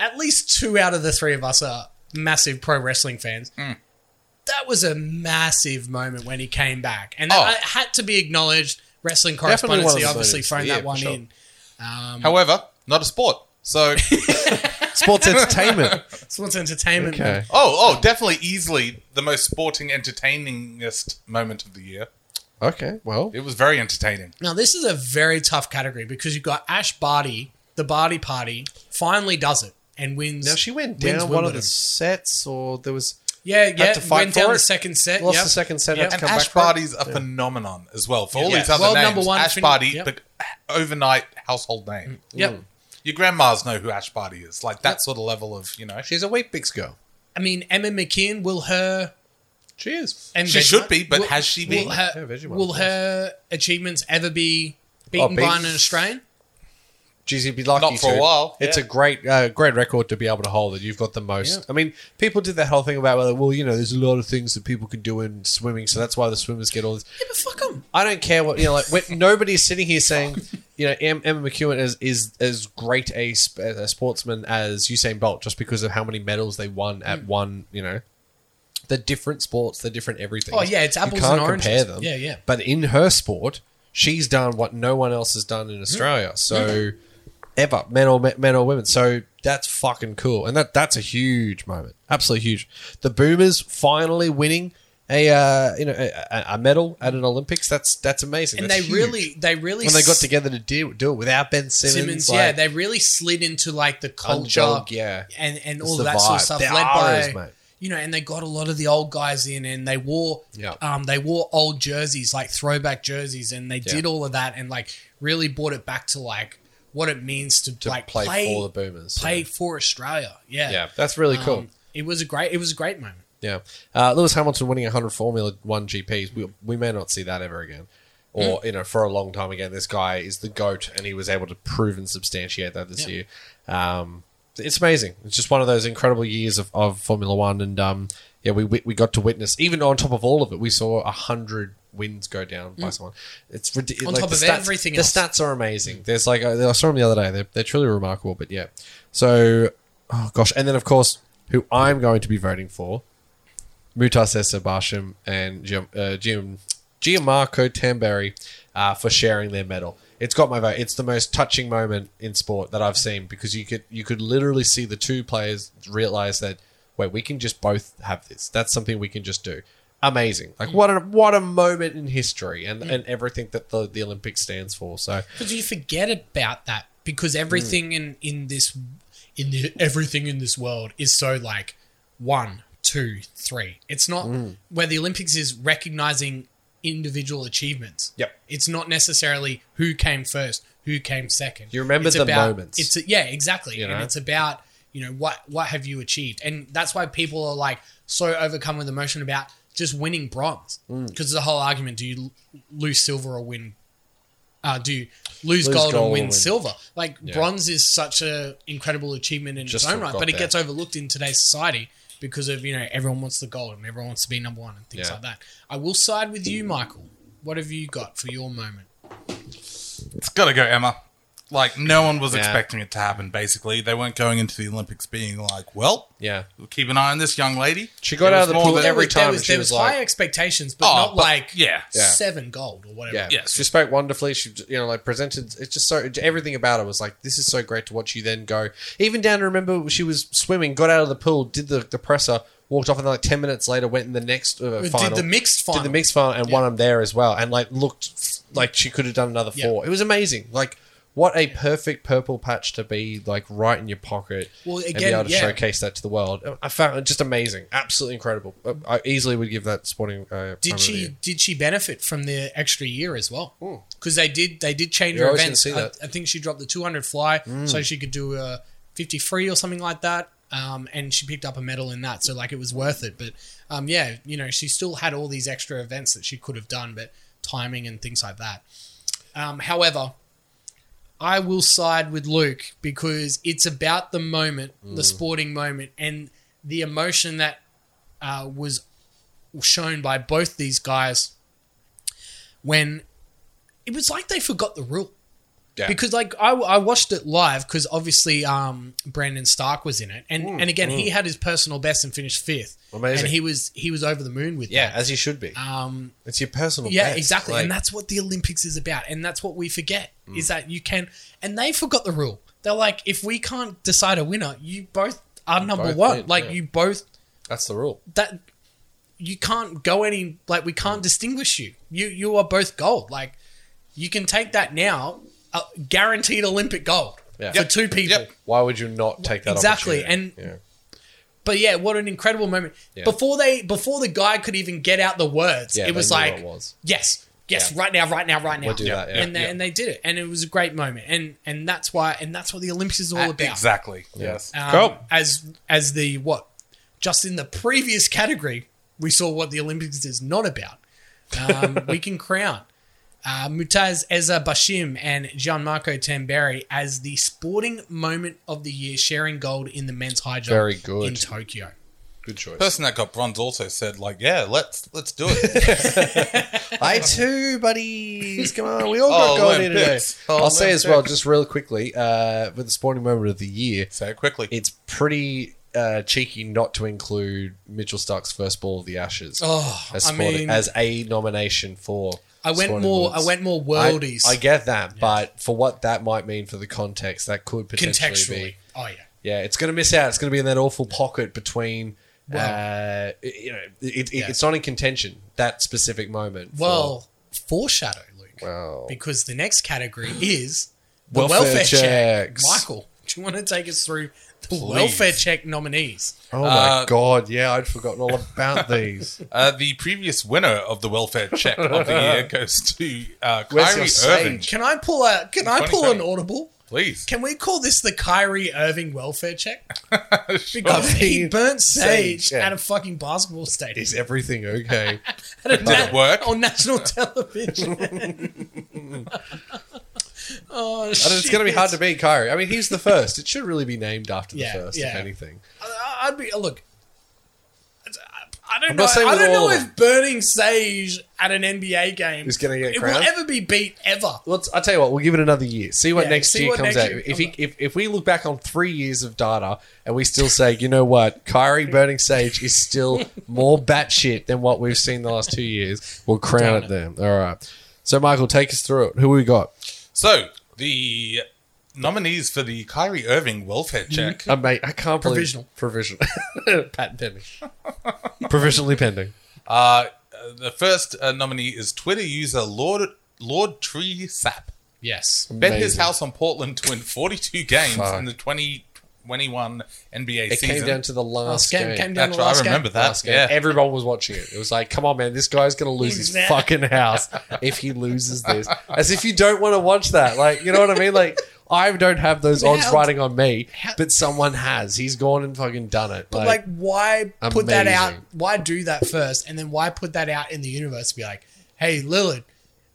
Speaker 1: at least two out of the three of us are massive pro wrestling fans. That was a massive moment when he came back, and that
Speaker 3: Oh.
Speaker 1: had to be acknowledged. Wrestling
Speaker 2: Definitely one of
Speaker 1: correspondency
Speaker 2: the
Speaker 1: obviously
Speaker 2: moments.
Speaker 1: thrown
Speaker 2: Yeah,
Speaker 1: that
Speaker 2: for
Speaker 1: one
Speaker 2: sure.
Speaker 1: in.
Speaker 3: However, not a sport. So, oh,
Speaker 2: Sports entertainment.
Speaker 1: Sports entertainment.
Speaker 2: Okay.
Speaker 3: oh, oh, definitely, easily the most sporting, entertainingest moment of the year.
Speaker 2: Okay. Well,
Speaker 3: It was very entertaining.
Speaker 1: Now this is a very tough category because you've got Ash Barty, the Barty Party, finally does it and wins.
Speaker 2: now she went
Speaker 1: wins
Speaker 2: down one of
Speaker 1: Wimbledon.
Speaker 2: the sets, or there was
Speaker 1: Yeah, yeah.
Speaker 2: to fight
Speaker 1: went down
Speaker 2: for
Speaker 1: the
Speaker 2: it.
Speaker 1: second set.
Speaker 2: lost
Speaker 1: yep.
Speaker 2: the second set.
Speaker 1: Yep.
Speaker 2: Had to
Speaker 3: And
Speaker 2: come
Speaker 3: Ash
Speaker 2: back for it.
Speaker 3: Barty's a phenomenon as well. For all
Speaker 1: Yeah.
Speaker 3: these other
Speaker 1: World
Speaker 3: names,
Speaker 1: number one
Speaker 3: Ash
Speaker 1: fin-
Speaker 3: Barty,
Speaker 1: yep.
Speaker 3: the overnight household name.
Speaker 1: Yep.
Speaker 3: Your grandmas know who Ash Barty is. Like that sort of level of, you know.
Speaker 2: She's a wheat bix girl.
Speaker 1: I mean, Emma McKeon will her
Speaker 2: She is.
Speaker 1: and
Speaker 3: She should be, but
Speaker 1: will-
Speaker 3: has she been?
Speaker 1: Will her,
Speaker 2: Yeah, Vegemite,
Speaker 1: will
Speaker 2: of Oh,
Speaker 1: her achievements ever be beaten by an
Speaker 2: beaten?
Speaker 1: Australian?
Speaker 2: Geez, you'd be lucky
Speaker 3: Not for a
Speaker 2: to.
Speaker 3: while.
Speaker 2: It's
Speaker 3: Yeah.
Speaker 2: a great, uh, great record to be able to hold that you've got the most. I mean, people did that whole thing about well, well, you know, there's a lot of things that people can do in swimming, so that's why the swimmers get all this.
Speaker 1: Yeah, but fuck 'em.
Speaker 2: I don't care what you know. Like when, nobody's sitting here saying, you know, Em- Emma McEwen is is as great a, sp- a sportsman as Usain Bolt just because of how many medals they won
Speaker 1: Hmm.
Speaker 2: at one. You know, they're different sports, they're different everything.
Speaker 1: Oh, yeah, it's apples
Speaker 2: you can't
Speaker 1: and oranges.
Speaker 2: compare them.
Speaker 1: Yeah, yeah.
Speaker 2: But in her sport, she's done what no one else has done in
Speaker 1: Hmm.
Speaker 2: Australia. So ever, men or men or women. So that's fucking cool, and that that's a huge moment, absolutely huge. The Boomers finally winning a uh, you know a, a- a medal at an Olympics. That's that's amazing.
Speaker 1: And
Speaker 2: That's
Speaker 1: they
Speaker 2: huge.
Speaker 1: really, they really,
Speaker 2: when they got
Speaker 1: s-
Speaker 2: together to do, do it without Ben Simmons,
Speaker 1: Simmons,
Speaker 2: like,
Speaker 1: yeah, they really slid into like the culture,
Speaker 2: Unjog, yeah.
Speaker 1: and and
Speaker 2: It's
Speaker 1: all
Speaker 2: the
Speaker 1: of that sort of
Speaker 2: vibe.
Speaker 1: stuff.
Speaker 2: They're
Speaker 1: led
Speaker 2: ours,
Speaker 1: by,
Speaker 2: mate.
Speaker 1: you know, and they got a lot of the old guys in, and they wore,
Speaker 2: Yeah.
Speaker 1: um, they wore old jerseys, like throwback jerseys, and they did all of that, and like really brought it back to like what it means to,
Speaker 2: to
Speaker 1: like
Speaker 2: play,
Speaker 1: play,
Speaker 2: for the Boomers.
Speaker 1: play
Speaker 2: yeah.
Speaker 1: for Australia. Yeah,
Speaker 2: Yeah, that's really cool.
Speaker 1: Um, it was a great, it was a great moment.
Speaker 2: Yeah. Uh, Lewis Hamilton winning 100 Formula 1 GPs, we, we may not see that ever again. Or,
Speaker 1: Hmm.
Speaker 2: you know, for a long time again, this guy is the GOAT, and he was able to prove and substantiate that this year. Um, it's amazing. It's just one of those incredible years of, of Formula 1. And, um, yeah, we, we we got to witness, even on top of all of it, we saw 100 wins go down by someone. It's ridiculous.
Speaker 1: Hmm. On top of everything
Speaker 2: The
Speaker 1: else.
Speaker 2: stats are amazing. There's like, I I saw them the other day. They're, they're truly remarkable. But, yeah. So, oh, gosh. And then, of course, who I'm going to be voting for Mutas Esabashim and Jim, uh, Jim Gianmarco Tamberi uh, for sharing their medal. It's got my vote. It's the most touching moment in sport that I've seen because you could you could literally see the two players realize that wait, we can just both have this. That's something we can just do. Amazing. Like what a what a moment in history and, and everything that the, the Olympics stands for. So
Speaker 1: Because you forget about that because everything in in this in the everything in this world is so like one, two, three. It's not where the Olympics is recognizing individual achievements.
Speaker 2: Yep.
Speaker 1: It's not necessarily who came first, who came second.
Speaker 2: You remember
Speaker 1: It's
Speaker 2: the
Speaker 1: about-
Speaker 2: moments.
Speaker 1: It's yeah, exactly.
Speaker 2: You know?
Speaker 1: And it's about you know what what have you achieved, and that's why people are like so overcome with emotion about just winning bronze
Speaker 2: Mm.
Speaker 1: because the whole argument: do you l- lose silver or win? Uh, do you lose,
Speaker 2: Lose
Speaker 1: gold,
Speaker 2: gold
Speaker 1: and
Speaker 2: or
Speaker 1: win,
Speaker 2: win.
Speaker 1: silver? Like bronze is such a incredible achievement in
Speaker 2: Just
Speaker 1: its own
Speaker 2: forgot
Speaker 1: right, but it
Speaker 2: that.
Speaker 1: gets overlooked in today's society because of you know everyone wants the gold and everyone wants to be number one and things
Speaker 2: Yeah.
Speaker 1: like that. I will side with you, Michael. What have you got for your moment?
Speaker 3: It's got to go, Emma. Like, no one was
Speaker 2: Yeah.
Speaker 3: expecting it to happen, basically. They weren't going into the Olympics being like, well,
Speaker 2: yeah.
Speaker 3: we'll keep an eye on this young lady.
Speaker 2: She got
Speaker 3: It
Speaker 2: out
Speaker 3: was
Speaker 2: of the
Speaker 3: more
Speaker 2: pool
Speaker 3: than-
Speaker 2: every
Speaker 1: There
Speaker 2: time
Speaker 1: was-
Speaker 2: and she
Speaker 1: there
Speaker 2: was
Speaker 1: was
Speaker 2: like
Speaker 1: high expectations, but
Speaker 3: Oh,
Speaker 1: not
Speaker 3: but-
Speaker 1: like
Speaker 3: yeah.
Speaker 2: Yeah.
Speaker 1: seven gold or whatever.
Speaker 2: Yeah.
Speaker 3: Yes.
Speaker 2: She spoke wonderfully. She, you know, like presented. It's just so everything about it was like this is so great to watch. You then go even down to remember she was swimming, got out of the pool, did the, the presser, walked off, and like ten minutes later went in the next uh,
Speaker 1: Did
Speaker 2: final,
Speaker 1: the mixed
Speaker 2: did
Speaker 1: final.
Speaker 2: the mixed final, and won them there as well, and like looked f- like she could have done another
Speaker 1: Yeah.
Speaker 2: four. It was amazing. Like what a perfect purple patch to be like right in your pocket.
Speaker 1: Well,
Speaker 2: and be
Speaker 1: again,
Speaker 2: able to
Speaker 1: yeah.
Speaker 2: showcase that to the world. I found it just amazing, absolutely incredible. Uh, I easily would give that sporting. Uh, moment
Speaker 1: Did
Speaker 2: of the year.
Speaker 1: she did she benefit from the extra year as well? Because they did they did change her
Speaker 2: Yeah, I Hmm. always didn't
Speaker 1: events.
Speaker 2: see
Speaker 1: I,
Speaker 2: that. Hmm.
Speaker 1: I think she dropped the 200 fly, so she could do a 53 or something like that. Um, and she picked up a medal in that, so like it was worth it. But um, yeah, you know, she still had all these extra events that she could have done, but timing and things like that. Um, however, I will side with Luke because it's about the moment,
Speaker 2: Hmm.
Speaker 1: the sporting moment, and the emotion that uh, was shown by both these guys when it was like they forgot the rule.
Speaker 2: Yeah.
Speaker 1: Because like I, I watched it live because obviously um, Brandon Stark was in it and and again he had his personal best and finished fifth
Speaker 2: Mm, Amazing.
Speaker 1: and he was he was over the moon with
Speaker 2: Yeah,
Speaker 1: that.
Speaker 2: as you should be.
Speaker 1: um
Speaker 2: It's your personal.
Speaker 1: yeah
Speaker 2: best.
Speaker 1: exactly
Speaker 2: Like, Mm.
Speaker 1: and that's what the olympics is about and that's what we forget is that you can and they forgot the rule they're like if we can't decide a winner you both are number
Speaker 2: both
Speaker 1: one
Speaker 2: win,
Speaker 1: like
Speaker 2: yeah.
Speaker 1: you both
Speaker 2: that's the rule.
Speaker 1: that you can't go any like we can't distinguish you. You you are both gold. Like you can take that now, uh, guaranteed Olympic gold
Speaker 2: Yeah.
Speaker 1: for
Speaker 2: Yep.
Speaker 1: two people.
Speaker 3: Yep.
Speaker 2: Why would you not take that?
Speaker 1: Exactly,
Speaker 2: opportunity?
Speaker 1: and-
Speaker 2: Yeah.
Speaker 1: But yeah, what an incredible moment!
Speaker 2: Yeah.
Speaker 1: Before they before the guy could even get out the words,
Speaker 2: Yeah,
Speaker 1: it was
Speaker 2: they knew
Speaker 1: like
Speaker 2: what it was.
Speaker 1: yes. Yes,
Speaker 2: Yeah.
Speaker 1: right now, right now, right now,
Speaker 2: do that, yeah.
Speaker 1: and they,
Speaker 2: Yeah.
Speaker 1: and they did it, and it was a great moment, and and that's why, and that's what the Olympics is all
Speaker 2: Uh,
Speaker 1: about.
Speaker 3: Exactly. Yes.
Speaker 1: Um,
Speaker 2: Cool.
Speaker 1: As as the what? Just in the previous category, we saw what the Olympics is not about. Um, we can crown uh, Mutaz Ezza Bashim and Gianmarco Tamberi as the sporting moment of the year, sharing gold in the men's high jump
Speaker 2: Very good.
Speaker 1: in Tokyo.
Speaker 2: Good choice.
Speaker 3: The person that got bronze also said, like, yeah, let's let's do it.
Speaker 2: I too, buddies. Come on, we all
Speaker 3: Oh,
Speaker 2: got gold in today.
Speaker 3: Olympics.
Speaker 2: I'll say as well,
Speaker 3: Olympics.
Speaker 2: just real quickly, uh, with the sporting moment of the year,
Speaker 3: Say it quickly.
Speaker 2: it's pretty uh, cheeky not to include Mitchell Stark's first ball of the Ashes
Speaker 1: Oh,
Speaker 2: as,
Speaker 1: I
Speaker 2: sporting-
Speaker 1: mean,
Speaker 2: as a nomination for.
Speaker 1: I went
Speaker 2: sporting
Speaker 1: more.
Speaker 2: awards.
Speaker 1: I went more
Speaker 2: I-
Speaker 1: worldies.
Speaker 2: I, get that, but for what that might mean for the context, that could potentially be
Speaker 1: contextually. Oh yeah.
Speaker 2: Yeah, it's going to miss out. It's going to be in that awful pocket between. uh, you know, it, it,
Speaker 1: Yeah.
Speaker 2: it's not in contention that specific moment. for-
Speaker 1: Well, foreshadow, Luke.
Speaker 2: Wow.
Speaker 1: Because the next category is the
Speaker 2: Welfare
Speaker 1: welfare, check.
Speaker 2: checks.
Speaker 1: Michael, do you want to take us through the welfare check nominees?
Speaker 2: oh my
Speaker 3: uh,
Speaker 2: god! Yeah, I'd forgotten all about these.
Speaker 3: Uh, the previous winner of the welfare check of the year goes to uh,
Speaker 2: Where's your
Speaker 3: Kyrie
Speaker 2: sage?
Speaker 3: Irving.
Speaker 1: Can I pull a? Can I pull an
Speaker 3: 2020.
Speaker 1: audible?
Speaker 3: Please.
Speaker 1: Can we call this the Kyrie Irving welfare check? Because Oh, he burnt sage,
Speaker 2: Sage, yeah.
Speaker 1: at a fucking basketball stadium.
Speaker 2: Is everything okay?
Speaker 1: At a
Speaker 3: Did it work?
Speaker 1: on national television? oh shit!
Speaker 2: And it's going to be hard to beat Kyrie. I mean, he's the first. It should really be named after the
Speaker 1: Yeah,
Speaker 2: first, if
Speaker 1: yeah.
Speaker 2: anything.
Speaker 1: I- I'd be look. I don't
Speaker 2: I'm
Speaker 1: know.
Speaker 2: not saying
Speaker 1: I
Speaker 2: with
Speaker 1: don't know
Speaker 2: all of
Speaker 1: if
Speaker 2: them.
Speaker 1: burning sage at an NBA game
Speaker 2: Is gonna get
Speaker 1: it
Speaker 2: crowned?
Speaker 1: will ever be beat ever.
Speaker 2: Let's. I tell you what. We'll give it another year. See what
Speaker 1: Yeah,
Speaker 2: next
Speaker 1: see
Speaker 2: year
Speaker 1: what
Speaker 2: comes
Speaker 1: next
Speaker 2: out.
Speaker 1: year
Speaker 2: if,
Speaker 1: comes
Speaker 2: he,
Speaker 1: out.
Speaker 2: if if we look back on three years of data and we still say, you know what, Kyrie burning sage is still more batshit than what we've seen the last two years, we'll crown
Speaker 1: Down
Speaker 2: it
Speaker 1: it.
Speaker 2: then. All right. So Michael, take us through it. Who we got?
Speaker 3: So the nominees for the Kyrie Irving welfare check.
Speaker 2: Uh, mate, I can't believe
Speaker 1: Provisional.
Speaker 2: provisional, patent pending, provisionally pending.
Speaker 3: Uh, the first uh, nominee is Twitter user Lord Lord Tree Sap.
Speaker 1: Yes.
Speaker 3: Bet his
Speaker 2: Amazing.
Speaker 3: house on Portland to win 42 games
Speaker 2: Fuck.
Speaker 3: in the 2021 NBA
Speaker 2: It
Speaker 3: season.
Speaker 2: came down to the last
Speaker 1: Last game,
Speaker 2: game.
Speaker 1: came down
Speaker 3: That's
Speaker 1: to the
Speaker 3: right. I
Speaker 1: last game.
Speaker 3: remember that.
Speaker 2: Last game.
Speaker 3: Yeah.
Speaker 2: Everyone was watching it. It was like, come on, man, this guy's gonna lose his
Speaker 1: Exactly.
Speaker 2: fucking house if he loses this. As if you don't want to watch that. Like, you know what I mean? Like, I don't have those odds
Speaker 1: How-
Speaker 2: riding on me,
Speaker 1: how-
Speaker 2: but someone has. He's gone and fucking done it.
Speaker 1: But like, why put that out?
Speaker 2: Amazing.
Speaker 1: Why do that first, and then why put that out in the universe? To be like, hey, Lillard,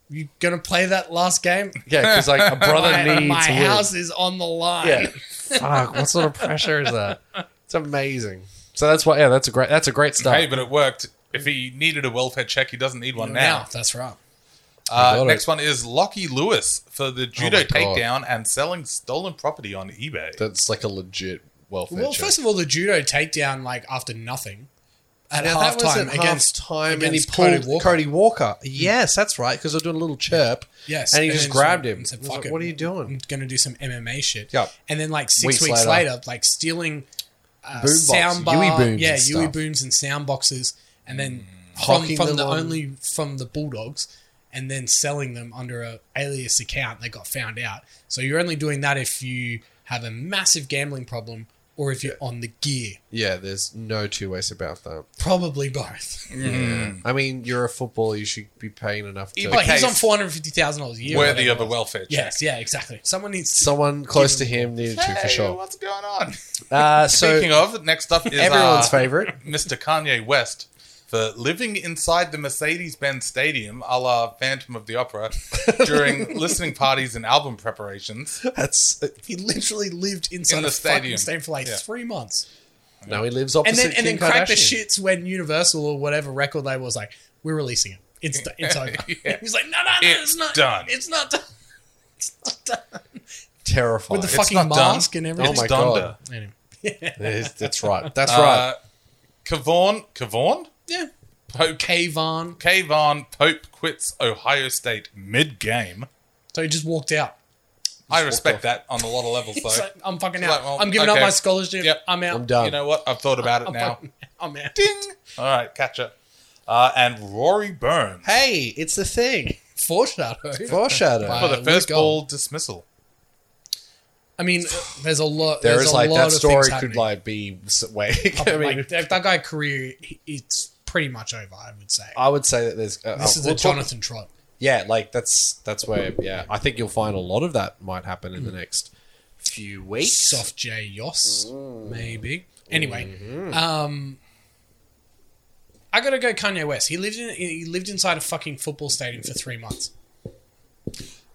Speaker 1: you gonna play that last game?
Speaker 2: yeah, because like a brother
Speaker 1: My,
Speaker 2: needs
Speaker 1: my
Speaker 2: wins.
Speaker 1: house is on the line.
Speaker 2: Yeah. Fuck, what sort of pressure is that? It's amazing. So that's why, yeah, that's a great, that's a great start.
Speaker 3: Hey, but it worked. If he needed a welfare check, he doesn't need one now.
Speaker 1: now that's right.
Speaker 3: Uh,
Speaker 2: got
Speaker 3: next
Speaker 2: it. Oh
Speaker 3: one is Lockie Lewis for the judo
Speaker 2: my God.
Speaker 3: takedown and selling stolen property on eBay.
Speaker 2: that's like a legit welfare.
Speaker 1: Well,
Speaker 2: check.
Speaker 1: first of all, the judo takedown like after nothing at
Speaker 2: Now that was
Speaker 1: halftime
Speaker 2: at
Speaker 1: against
Speaker 2: halftime, and he
Speaker 1: against
Speaker 2: pulled
Speaker 1: Cody
Speaker 2: Cody Walker.
Speaker 1: Walker.
Speaker 2: Yes, that's right, because they're doing a little chirp.
Speaker 1: yes,
Speaker 2: and he just grabbed
Speaker 1: went
Speaker 2: him.
Speaker 1: and said,
Speaker 2: He was
Speaker 1: "Fuck
Speaker 2: like,
Speaker 1: it,
Speaker 2: "What are you doing?"
Speaker 1: I'm gonna do some MMA shit."
Speaker 2: Yep.
Speaker 1: And then like six
Speaker 2: Weeks
Speaker 1: weeks
Speaker 2: later.
Speaker 1: later, like stealing uh,
Speaker 2: Boom box,
Speaker 1: sound bar,
Speaker 2: Yui booms
Speaker 1: yeah,
Speaker 2: and
Speaker 1: Yui
Speaker 2: stuff. Mm.
Speaker 1: booms and sound boxes, and then from,
Speaker 2: Hocking
Speaker 1: from
Speaker 2: them
Speaker 1: the
Speaker 2: on-
Speaker 1: only from the Bulldogs, and then selling them under a alias account. They got found out. So you're only doing that if you have a massive gambling problem or if you're on the gear.
Speaker 2: Yeah, there's no two ways about that.
Speaker 1: Probably both. Hmm.
Speaker 2: I mean, you're a footballer; you should be paying enough to.
Speaker 1: But he's
Speaker 3: case
Speaker 1: on four hundred fifty thousand dollars a year.
Speaker 3: Worthy
Speaker 1: whatever.
Speaker 3: of a welfare check.
Speaker 1: Yes, yeah, exactly. Someone needs to
Speaker 2: someone close to him needed to for
Speaker 3: Hey,
Speaker 2: sure.
Speaker 3: what's going on?
Speaker 2: Uh, so
Speaker 3: Speaking of, next up is
Speaker 2: everyone's
Speaker 3: uh,
Speaker 2: favorite.
Speaker 3: Mr. Kanye West for living inside the Mercedes-Benz Stadium, a la Phantom of the Opera, during listening parties and album preparations.
Speaker 2: That's
Speaker 1: He literally lived inside
Speaker 3: In the
Speaker 1: a
Speaker 3: stadium.
Speaker 1: fucking stadium for like
Speaker 3: Yeah.
Speaker 1: three months,
Speaker 2: no, he lives
Speaker 1: and
Speaker 2: opposite.
Speaker 1: then and then
Speaker 2: Kim
Speaker 1: cracked the
Speaker 2: Kardashian.
Speaker 1: shits when Universal or whatever record label was like, "We're releasing it. It's do- it's over."
Speaker 3: Yeah.
Speaker 1: He's like, "No, no, no, it's,
Speaker 3: It's
Speaker 1: not
Speaker 3: done.
Speaker 1: It's not done. It's not done."
Speaker 2: Terrifying.
Speaker 1: With the
Speaker 3: It's
Speaker 1: fucking
Speaker 3: not done.
Speaker 1: mask and
Speaker 2: oh
Speaker 1: everything.
Speaker 2: my
Speaker 3: Donda.
Speaker 2: god,
Speaker 1: Anyway.
Speaker 2: There's- that's right. That's
Speaker 3: Uh,
Speaker 2: right.
Speaker 3: Kavon, Kavon?
Speaker 1: Yeah.
Speaker 3: Pope
Speaker 1: Kayvon.
Speaker 3: Kayvon Pope quits Ohio State mid game.
Speaker 1: So he just walked out.
Speaker 3: I respect that on a lot of levels,
Speaker 1: He's
Speaker 3: though.
Speaker 1: like, I'm fucking
Speaker 3: He's
Speaker 1: out.
Speaker 3: like, well,
Speaker 1: I'm giving
Speaker 3: okay.
Speaker 1: up my scholarship.
Speaker 3: Yep.
Speaker 1: I'm out.
Speaker 2: I'm done.
Speaker 3: you know what? I've thought about it
Speaker 1: I'm
Speaker 3: now.
Speaker 1: fucking- I'm out.
Speaker 3: Ding! All right, catcher. Uh, and Rory Burns
Speaker 2: Hey, it's the thing.
Speaker 1: Foreshadow.
Speaker 2: Foreshadow.
Speaker 1: Wow.
Speaker 3: for the
Speaker 1: uh,
Speaker 3: first
Speaker 1: Luke
Speaker 3: ball dismissal.
Speaker 1: I mean, there's a lot.
Speaker 2: there
Speaker 1: there's
Speaker 2: is
Speaker 1: a
Speaker 2: like
Speaker 1: lot
Speaker 2: that
Speaker 1: of
Speaker 2: story
Speaker 1: things
Speaker 2: could
Speaker 1: happening.
Speaker 2: like be s- way. I mean,
Speaker 1: like, that, that guy career, he- it's pretty much over. I would say
Speaker 2: I would say that there's. Uh,
Speaker 1: this
Speaker 2: uh,
Speaker 1: is
Speaker 2: we'll
Speaker 1: a
Speaker 2: talk-
Speaker 1: Jonathan Trot.
Speaker 2: yeah, like that's that's where yeah, I think you'll find a lot of that might happen in the next few weeks.
Speaker 1: Hmm. Soft J Yoss,
Speaker 2: Mm-hmm.
Speaker 1: maybe. Anyway, um, I gotta go Kanye West. He lived in he lived inside a fucking football stadium for three months.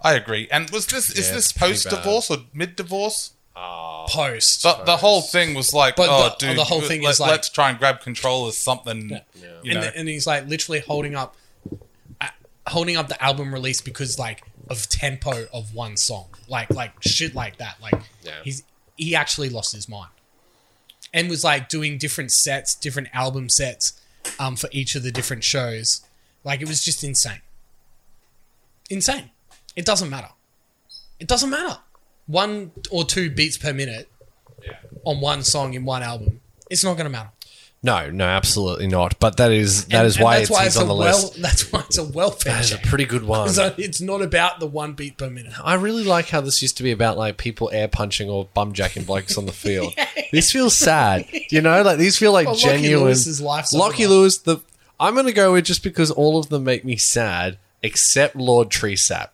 Speaker 3: I agree. And was this is
Speaker 2: Yeah,
Speaker 3: this
Speaker 2: it's pretty
Speaker 3: post divorce or mid divorce?
Speaker 2: Oh.
Speaker 1: Post,
Speaker 3: The, the whole thing was like,
Speaker 1: But
Speaker 3: oh,
Speaker 1: the-
Speaker 3: dude,
Speaker 1: the whole thing
Speaker 3: let,
Speaker 1: is like-
Speaker 3: let's try and grab control of something. You know,
Speaker 1: and, the- and he's like literally holding up, uh, holding up the album release because like of tempo of one song, like like shit like that. Like
Speaker 2: Yeah.
Speaker 1: he's he actually lost his mind, and was like doing different sets, different album sets, um, for each of the different shows. Like it was just insane, insane. It doesn't matter. It doesn't matter. One or two beats per minute on one song in one album. It's not going to matter.
Speaker 2: No, no, absolutely not. But that is that
Speaker 1: And-
Speaker 2: is
Speaker 1: and
Speaker 2: why it's, he's on
Speaker 1: a
Speaker 2: the
Speaker 1: well,
Speaker 2: list.
Speaker 1: That's why it's a welfare
Speaker 2: That is a
Speaker 1: check.
Speaker 2: pretty good one.
Speaker 1: So it's not about the one beat per minute.
Speaker 2: I really like how this used to be about like people air punching or bum jacking blokes on the field. This feels sad, you know. Like these feel like
Speaker 1: Well, Lockie
Speaker 2: genuine.
Speaker 1: Lewis's life's over
Speaker 2: Lockie
Speaker 1: now.
Speaker 2: Lewis. The I'm going to go with just because all of them make me sad, except Lord Treesap.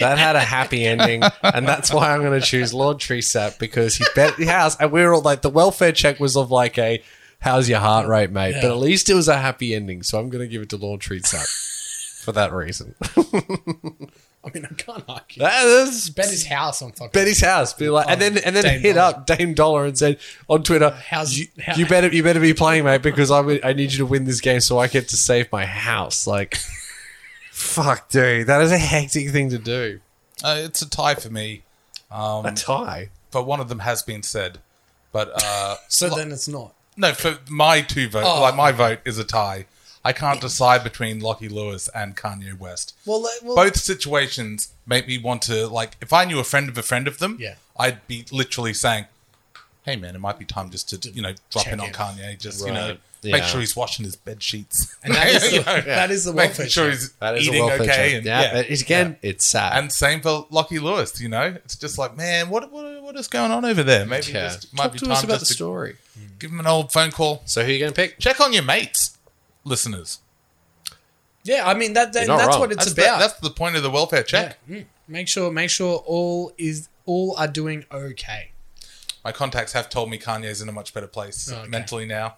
Speaker 2: That had a happy ending, and that's why I'm going to choose Lord Treesap because he bet the house, and we were all like the welfare check was of like a. How's your heart rate, mate? But
Speaker 1: Yeah.
Speaker 2: at least it was a happy ending, so I'm going to give it to Lord Treesap for that reason.
Speaker 1: I mean, I can't argue.
Speaker 2: That is
Speaker 1: Bet his house on fucking.
Speaker 2: Betty's house. Be like, and then and then
Speaker 1: Dame
Speaker 2: hit
Speaker 1: Dollar.
Speaker 2: up Dame Dollar and said on Twitter,
Speaker 1: How's-
Speaker 2: you,
Speaker 1: how-
Speaker 2: you better you better be playing, mate, because I would- I need you to win this game so I get to save my house." Like, fuck, dude, that is a hectic thing to do.
Speaker 3: uh, it's a tie for me.
Speaker 2: A
Speaker 3: Mm.
Speaker 2: tie.
Speaker 3: But one of them has been said. But uh,
Speaker 1: so then it's not.
Speaker 3: no, for my two votes,
Speaker 1: Oh.
Speaker 3: like my vote is a tie. I I can't decide between Lockie Lewis and Kanye West.
Speaker 1: Well, let- well
Speaker 3: Both situations make me want to like. If I knew a friend of a friend of them,
Speaker 1: Yeah.
Speaker 3: I'd be literally saying, "Hey, man, it might be time just to you know drop
Speaker 1: Check
Speaker 3: in on
Speaker 1: in."
Speaker 3: Kanye. Just you know,
Speaker 2: Right.
Speaker 3: make
Speaker 2: Yeah.
Speaker 3: sure he's washing his bed sheets.
Speaker 1: and that is the,
Speaker 3: You know,
Speaker 1: that is the welfare.
Speaker 3: making sure
Speaker 1: check.
Speaker 3: he's
Speaker 2: That is
Speaker 3: eating
Speaker 2: a welfare
Speaker 3: okay.
Speaker 2: check.
Speaker 3: And,
Speaker 2: yeah,
Speaker 3: yeah,
Speaker 2: but it's, again, it's sad.
Speaker 3: And same for Lockie Lewis, you know? It's just like, man, what what, what is going on over there? Maybe
Speaker 2: yeah.
Speaker 3: just might
Speaker 2: Talk
Speaker 3: be
Speaker 2: to
Speaker 3: time
Speaker 2: us about the
Speaker 3: just to
Speaker 2: story.
Speaker 3: give him an old phone call.
Speaker 2: So who are you going to pick?
Speaker 3: Check on your mates, listeners.
Speaker 1: yeah, I mean that, that
Speaker 2: You're not
Speaker 1: that's
Speaker 2: wrong.
Speaker 1: what it's
Speaker 3: That's the-
Speaker 1: about.
Speaker 3: that's the point of the welfare check.
Speaker 1: Yeah. Mm. Make sure make sure all is all are doing okay.
Speaker 3: My contacts have told me Kanye's in a much better place
Speaker 1: Oh, okay.
Speaker 3: mentally now.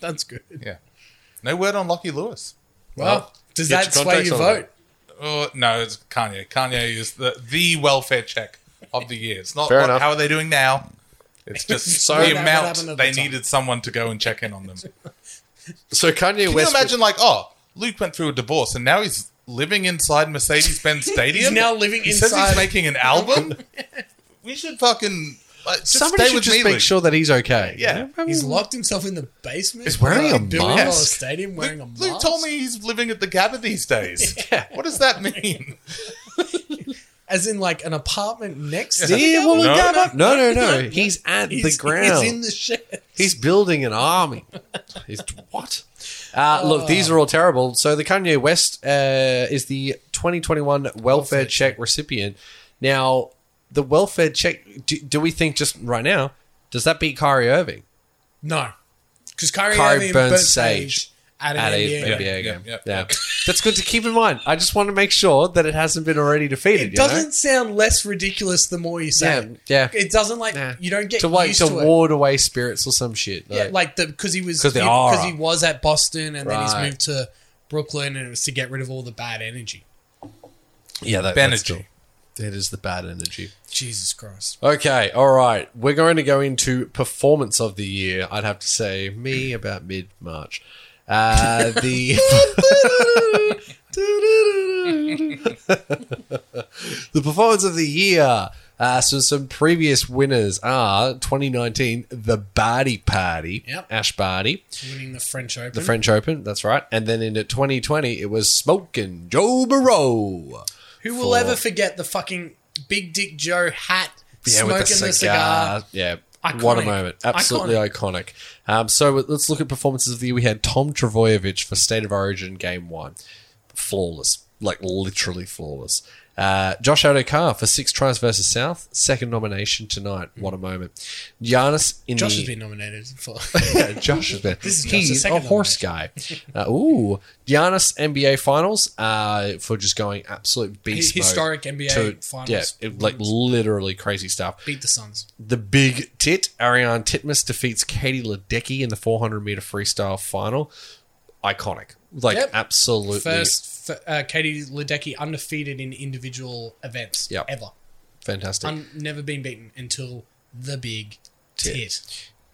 Speaker 1: That's good.
Speaker 3: Yeah. No word on Lockie Lewis.
Speaker 1: Well,
Speaker 2: Well,
Speaker 1: does
Speaker 2: get
Speaker 1: that
Speaker 2: your
Speaker 1: sway
Speaker 2: contacts
Speaker 1: your
Speaker 2: on that.
Speaker 1: vote?
Speaker 3: Oh, no, it's Kanye. Kanye is the, the welfare check of the year. It's not
Speaker 2: Fair
Speaker 3: what-
Speaker 2: enough.
Speaker 3: how are they doing now. It's just
Speaker 2: So- That
Speaker 3: the amount
Speaker 1: happened at
Speaker 3: they
Speaker 1: the time.
Speaker 3: needed someone to go and check in on them.
Speaker 2: So Kanye
Speaker 3: Can
Speaker 2: West.
Speaker 3: you imagine, like, oh, Luke went through a divorce and now he's living inside Mercedes Benz Stadium?
Speaker 1: He's now living
Speaker 3: he says
Speaker 1: inside.
Speaker 3: he's making an album. we should fucking like, just
Speaker 2: somebody
Speaker 3: stay
Speaker 2: should
Speaker 3: with
Speaker 2: just
Speaker 3: me,
Speaker 2: make
Speaker 3: Luke.
Speaker 2: sure that he's okay.
Speaker 3: Yeah.
Speaker 1: he's locked himself in the basement.
Speaker 2: He's wearing
Speaker 1: of
Speaker 2: a
Speaker 1: billion dollar
Speaker 2: mask.
Speaker 1: stadium
Speaker 3: Luke,
Speaker 1: wearing a mask.
Speaker 3: Luke told me he's living at the Gabba these days. What does that mean?
Speaker 1: as in like an apartment next to
Speaker 2: Yeah,
Speaker 1: the
Speaker 2: well,
Speaker 1: government.
Speaker 2: no, no, no, no. He's at
Speaker 1: He's-
Speaker 2: the ground.
Speaker 1: He's in the shed.
Speaker 2: He's building an army. He's what? Uh, Look, these are all terrible. So the Kanye West uh, is the 2021 welfare, check recipient. Now, the welfare check. Do, do we think just right now? Does that beat Kyrie Irving
Speaker 1: No, because Kyrie,
Speaker 2: Kyrie
Speaker 1: Irving
Speaker 2: burns
Speaker 1: burnt
Speaker 2: sage
Speaker 1: sage, at an
Speaker 2: at a
Speaker 1: NBA. game.
Speaker 2: NBA game?
Speaker 3: yeah,
Speaker 2: Yeah,
Speaker 3: yeah.
Speaker 2: that's good to keep in mind. I just want to make sure that it hasn't been already defeated.
Speaker 1: It
Speaker 2: you know?
Speaker 1: doesn't sound less ridiculous the more you say. it.
Speaker 2: Yeah, yeah.
Speaker 1: It doesn't like
Speaker 2: Nah.
Speaker 1: you don't get
Speaker 2: to like
Speaker 1: used
Speaker 2: to,
Speaker 1: to it.
Speaker 2: ward away spirits or some shit.
Speaker 1: Yeah, like the because he was
Speaker 2: 'Cause they are.
Speaker 1: because he, was at Boston and then he's
Speaker 2: Right.
Speaker 1: moved to Brooklyn and it was to get rid of all the bad energy.
Speaker 2: yeah, that,
Speaker 3: Energy.
Speaker 2: cool. That is the bad energy.
Speaker 1: Jesus Christ!
Speaker 2: Okay, all right. We're going to go into performance of the year. I'd have to say me about mid March. Uh, the the performance of the year. Uh, so some previous winners are 2019 the Barty Party,
Speaker 1: Yep.
Speaker 2: Ash Barty,
Speaker 1: Winning the French Open,
Speaker 2: the French Open. That's right. And then in 2020 it was Smoking Joe Burrow.
Speaker 1: who will
Speaker 2: for-
Speaker 1: ever forget the fucking Big Dick Joe hat
Speaker 2: Yeah,
Speaker 1: smoking
Speaker 2: with the cigar.
Speaker 1: the cigar?
Speaker 2: Yeah.
Speaker 1: Iconic.
Speaker 2: What a moment. Absolutely iconic. Um, so w- let's look at performances of the year. We had Tom Travojevic for State of Origin Game 1. Flawless. Like, literally flawless. Uh, Josh Odokar for Six Tries versus South. Second nomination tonight. What a moment. Giannis in
Speaker 1: Josh
Speaker 2: the...
Speaker 1: has been nominated for.
Speaker 2: Yeah, Josh has been.
Speaker 1: This is Josh's
Speaker 2: He's a
Speaker 1: second
Speaker 2: horse guy. Uh, ooh, Giannis NBA Finals uh, for just going absolute beast mode
Speaker 1: historic NBA
Speaker 2: to-
Speaker 1: finals.
Speaker 2: Yeah, it- like literally crazy stuff.
Speaker 1: beat the Suns.
Speaker 2: The big tit, Ariane Titmus defeats Katie Ledecky in the 400 meter freestyle final. Iconic. Like,
Speaker 1: Yep.
Speaker 2: absolutely.
Speaker 1: First, f- uh, Katie Ledecky undefeated in individual events
Speaker 2: Yep.
Speaker 1: ever.
Speaker 2: fantastic.
Speaker 1: Un- never been beaten until the big
Speaker 2: Tit.
Speaker 1: tit.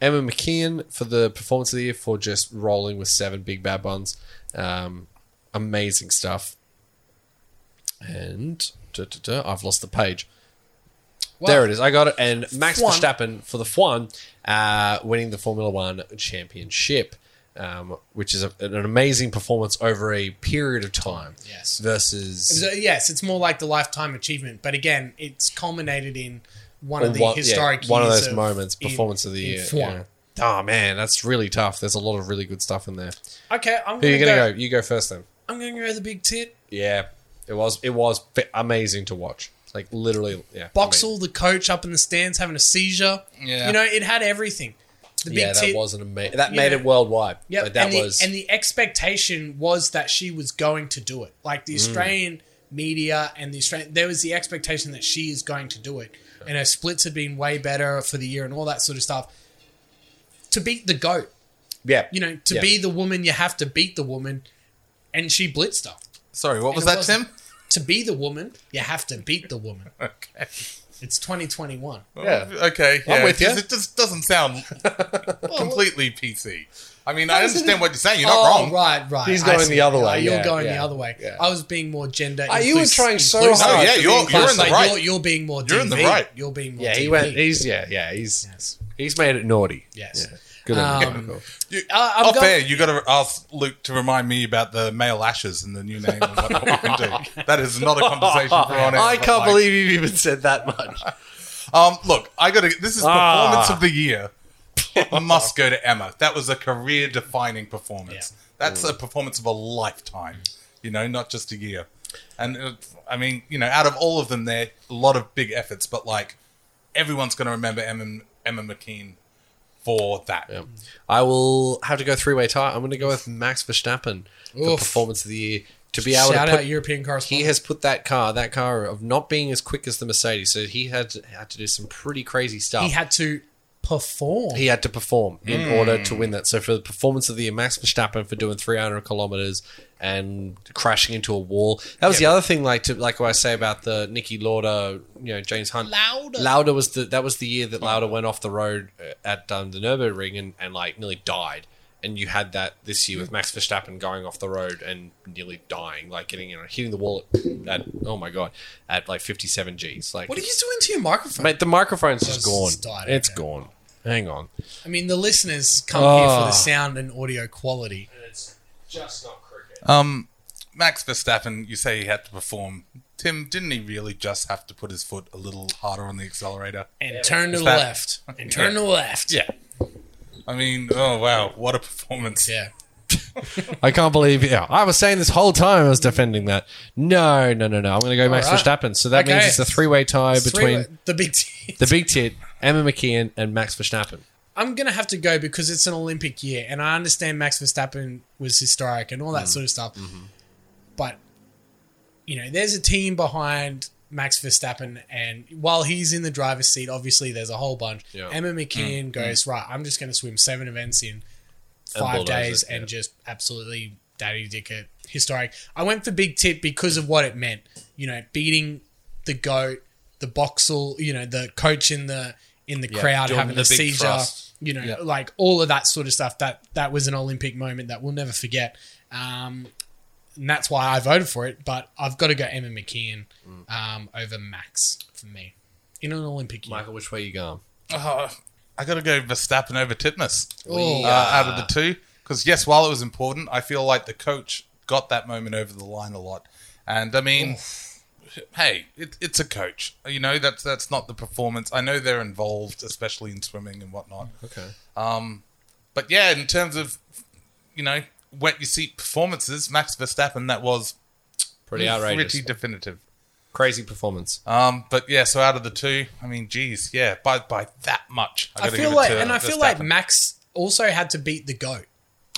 Speaker 2: Emma McKeon for the performance of the year for just rolling with seven big bad buns. Um, amazing stuff. And duh, duh, duh, I've lost the page. There it is. I got it. And Max
Speaker 1: F1.
Speaker 2: Verstappen for the F1, uh, winning the Formula One championship, um, which is a, an amazing performance over a period of time.
Speaker 1: Yes.
Speaker 2: Versus.
Speaker 1: So, yes, it's more like the lifetime achievement, but again, it's culminated in one of the
Speaker 2: one- yeah,
Speaker 1: historic
Speaker 2: one of
Speaker 1: years
Speaker 2: those moments,
Speaker 1: in-
Speaker 2: performance of the
Speaker 1: in
Speaker 2: year.
Speaker 1: F1.
Speaker 2: Oh, man, that's really tough. There's a lot of really good stuff in there.
Speaker 1: Okay, I'm
Speaker 2: Who are
Speaker 1: gonna,
Speaker 2: you
Speaker 1: go,
Speaker 2: going to go? You go first then.
Speaker 1: I'm gonna go the big tit.
Speaker 2: Yeah, it was it was fa- amazing to watch. Like literally, yeah.
Speaker 1: Boxall, the coach, up in the stands having a seizure.
Speaker 3: Yeah.
Speaker 1: you know, it had everything. The
Speaker 2: amazing.
Speaker 1: big
Speaker 2: yeah, that
Speaker 1: tit.
Speaker 2: was an amazing. That made
Speaker 1: Yeah.
Speaker 2: it worldwide. Yeah,
Speaker 1: Yep.
Speaker 2: like, that
Speaker 1: and, the,
Speaker 2: was
Speaker 1: and the expectation was that she was going to do it. Like
Speaker 2: Mm.
Speaker 1: the Australian media and the Australian, there was the expectation that she is going to do it. And her splits had been way better for the year and all that sort of stuff. To beat the goat,
Speaker 2: yeah.
Speaker 1: you know, to
Speaker 2: Yeah.
Speaker 1: be the woman, you have to beat the woman. And she blitzed her.
Speaker 3: Sorry, what was
Speaker 1: it
Speaker 3: that,
Speaker 1: wasn't.
Speaker 3: Tim?
Speaker 1: To be the woman, you have to beat the woman. okay. It's 2021.
Speaker 2: Yeah.
Speaker 3: Okay, yeah.
Speaker 2: I'm with
Speaker 3: It
Speaker 2: ya.
Speaker 3: just- It just doesn't sound completely PC. I mean, I
Speaker 2: isn't
Speaker 3: understand
Speaker 2: it-
Speaker 3: what you're saying. You're not
Speaker 1: oh,
Speaker 3: wrong.
Speaker 1: right, right.
Speaker 2: He's
Speaker 1: I
Speaker 2: going
Speaker 1: see.
Speaker 2: the other
Speaker 1: Yeah,
Speaker 2: way.
Speaker 1: You're
Speaker 2: Yeah,
Speaker 1: going the
Speaker 2: yeah,
Speaker 1: other way.
Speaker 2: yeah.
Speaker 1: I was being more gender.
Speaker 2: Uh, you were
Speaker 1: inclus-
Speaker 2: trying so
Speaker 1: inclusive.
Speaker 2: hard.
Speaker 3: No, yeah,
Speaker 2: to be
Speaker 3: you're-
Speaker 2: inclusive.
Speaker 3: you're in the
Speaker 1: Like,
Speaker 3: right.
Speaker 1: You're, you're being more. DV.
Speaker 3: You're in the right.
Speaker 1: You're being more.
Speaker 2: Yeah, he
Speaker 1: DV.
Speaker 2: went. He's yeah, yeah. He's
Speaker 1: Yes.
Speaker 2: he's made it naughty.
Speaker 1: Yes.
Speaker 2: Good on you,
Speaker 1: Um,
Speaker 2: Michael.
Speaker 3: You,
Speaker 1: Uh, I'm
Speaker 3: off
Speaker 1: going-
Speaker 3: air, you got to ask Luke to remind me about the male ashes and the new name and what we can do. That is not a conversation for on air.
Speaker 2: I
Speaker 3: but,
Speaker 2: can't
Speaker 3: like,
Speaker 2: believe you've even said that much.
Speaker 3: Um, look, I got to. This is
Speaker 2: Ah.
Speaker 3: performance of the year. I must go to Emma. That was a career-defining performance. That's a performance of a lifetime. You know, not just a year. And it, I mean, you know, out of all of them, there a lot of big efforts, but like everyone's going to remember Emma Emma McKean for that.
Speaker 2: I will have to go three way tie. I'm going to go with Max Verstappen for
Speaker 1: Oof.
Speaker 2: performance of the year to be able
Speaker 1: Shout
Speaker 2: to put.
Speaker 1: out European
Speaker 2: he
Speaker 1: correspondent.
Speaker 2: has put that car, that car of not being as quick as the Mercedes, so he had to, had to do some pretty crazy stuff.
Speaker 1: he had to perform.
Speaker 2: he had to perform in order to
Speaker 1: Hmm.
Speaker 2: win that. So for the performance of the year, Max Verstappen for doing 300 kilometers and crashing into a wall. That was the other thing, like to like what I say about the Nicky Lauda, you know, James Hunt.
Speaker 1: Lauda.
Speaker 2: Lauda was the that was the year that Lauda went off the road uh, at um, the Nurburgring and, and like nearly died. And you had that this year with Max Verstappen going off the road and nearly dying, like getting you know hitting the wall at, at oh my god at like 57 Gs. Like,
Speaker 1: what are you doing to your microphone?
Speaker 2: mate? The microphone's
Speaker 1: It's
Speaker 2: just gone.
Speaker 1: died,
Speaker 2: It's
Speaker 1: okay.
Speaker 2: gone. Hang on.
Speaker 1: I mean, the listeners come here for
Speaker 2: Oh.
Speaker 1: the sound and audio quality.
Speaker 2: Just not cricket.
Speaker 3: Um, Max Verstappen, you say he had to perform. Tim, didn't he really just have to put his foot a little harder on the accelerator?
Speaker 1: And turn to the
Speaker 3: that-
Speaker 1: left. And turn to the left.
Speaker 3: Yeah. I mean, oh wow, what a performance!
Speaker 1: Yeah.
Speaker 2: I can't believe yeah. I was saying this whole time I was defending that. No, no, no, no. I'm going to go Max
Speaker 1: right.
Speaker 2: Verstappen. So that
Speaker 1: Okay.
Speaker 2: means it's a three-way tie between
Speaker 1: Three- the big T.
Speaker 2: the big tit, Emma McKeon, and Max Verstappen.
Speaker 1: I'm gonna have to go because it's an Olympic year, and I understand Max Verstappen was historic and all
Speaker 2: Mm.
Speaker 1: that sort of stuff.
Speaker 2: Mm-hmm.
Speaker 1: But you know, there's a team behind Max Verstappen, and while he's in the driver's seat, obviously there's a whole bunch.
Speaker 2: Yeah. Mm.
Speaker 1: Emma McKeon goes right. I'm just gonna swim seven events in five
Speaker 2: bulldoze
Speaker 1: days
Speaker 2: it,
Speaker 1: and
Speaker 2: yeah.
Speaker 1: just absolutely daddy dick it historic. I went for big tip because of what it meant. You know, beating the goat, the boxel, you know, the coach in the in the crowd
Speaker 2: doing
Speaker 1: having
Speaker 2: the
Speaker 1: a
Speaker 2: big
Speaker 1: seizure,
Speaker 2: thrust.
Speaker 1: you know,
Speaker 2: Yeah.
Speaker 1: like all of that sort of stuff. That that was an Olympic moment that we'll never forget. Um, and that's why I voted for it. But I've got to go Emma McKeon um, over Max for me in an Olympic year.
Speaker 2: Michael, which way you going?
Speaker 3: Oh, I got to go Verstappen over Titmus
Speaker 1: Oh.
Speaker 3: uh, out of the two because yes, while it was important, I feel like the coach got that moment over the line a lot, and I mean. Hey, it, it's a coach. You know that's that's not the performance. I know they're involved, especially in swimming and whatnot. Um,
Speaker 2: Okay.
Speaker 3: But yeah, in terms of you know wet your seat performances, Max Verstappen that was
Speaker 2: Pretty outrageous.
Speaker 3: Mm, pretty definitive.
Speaker 2: Crazy performance.
Speaker 3: Um, but yeah, so out of the two, I mean, geez, yeah, by by that much,
Speaker 1: I
Speaker 3: gotta
Speaker 1: feel
Speaker 3: give it
Speaker 1: like,
Speaker 3: to
Speaker 1: and I feel like
Speaker 3: Verstappen.
Speaker 1: Max also had to beat the goat.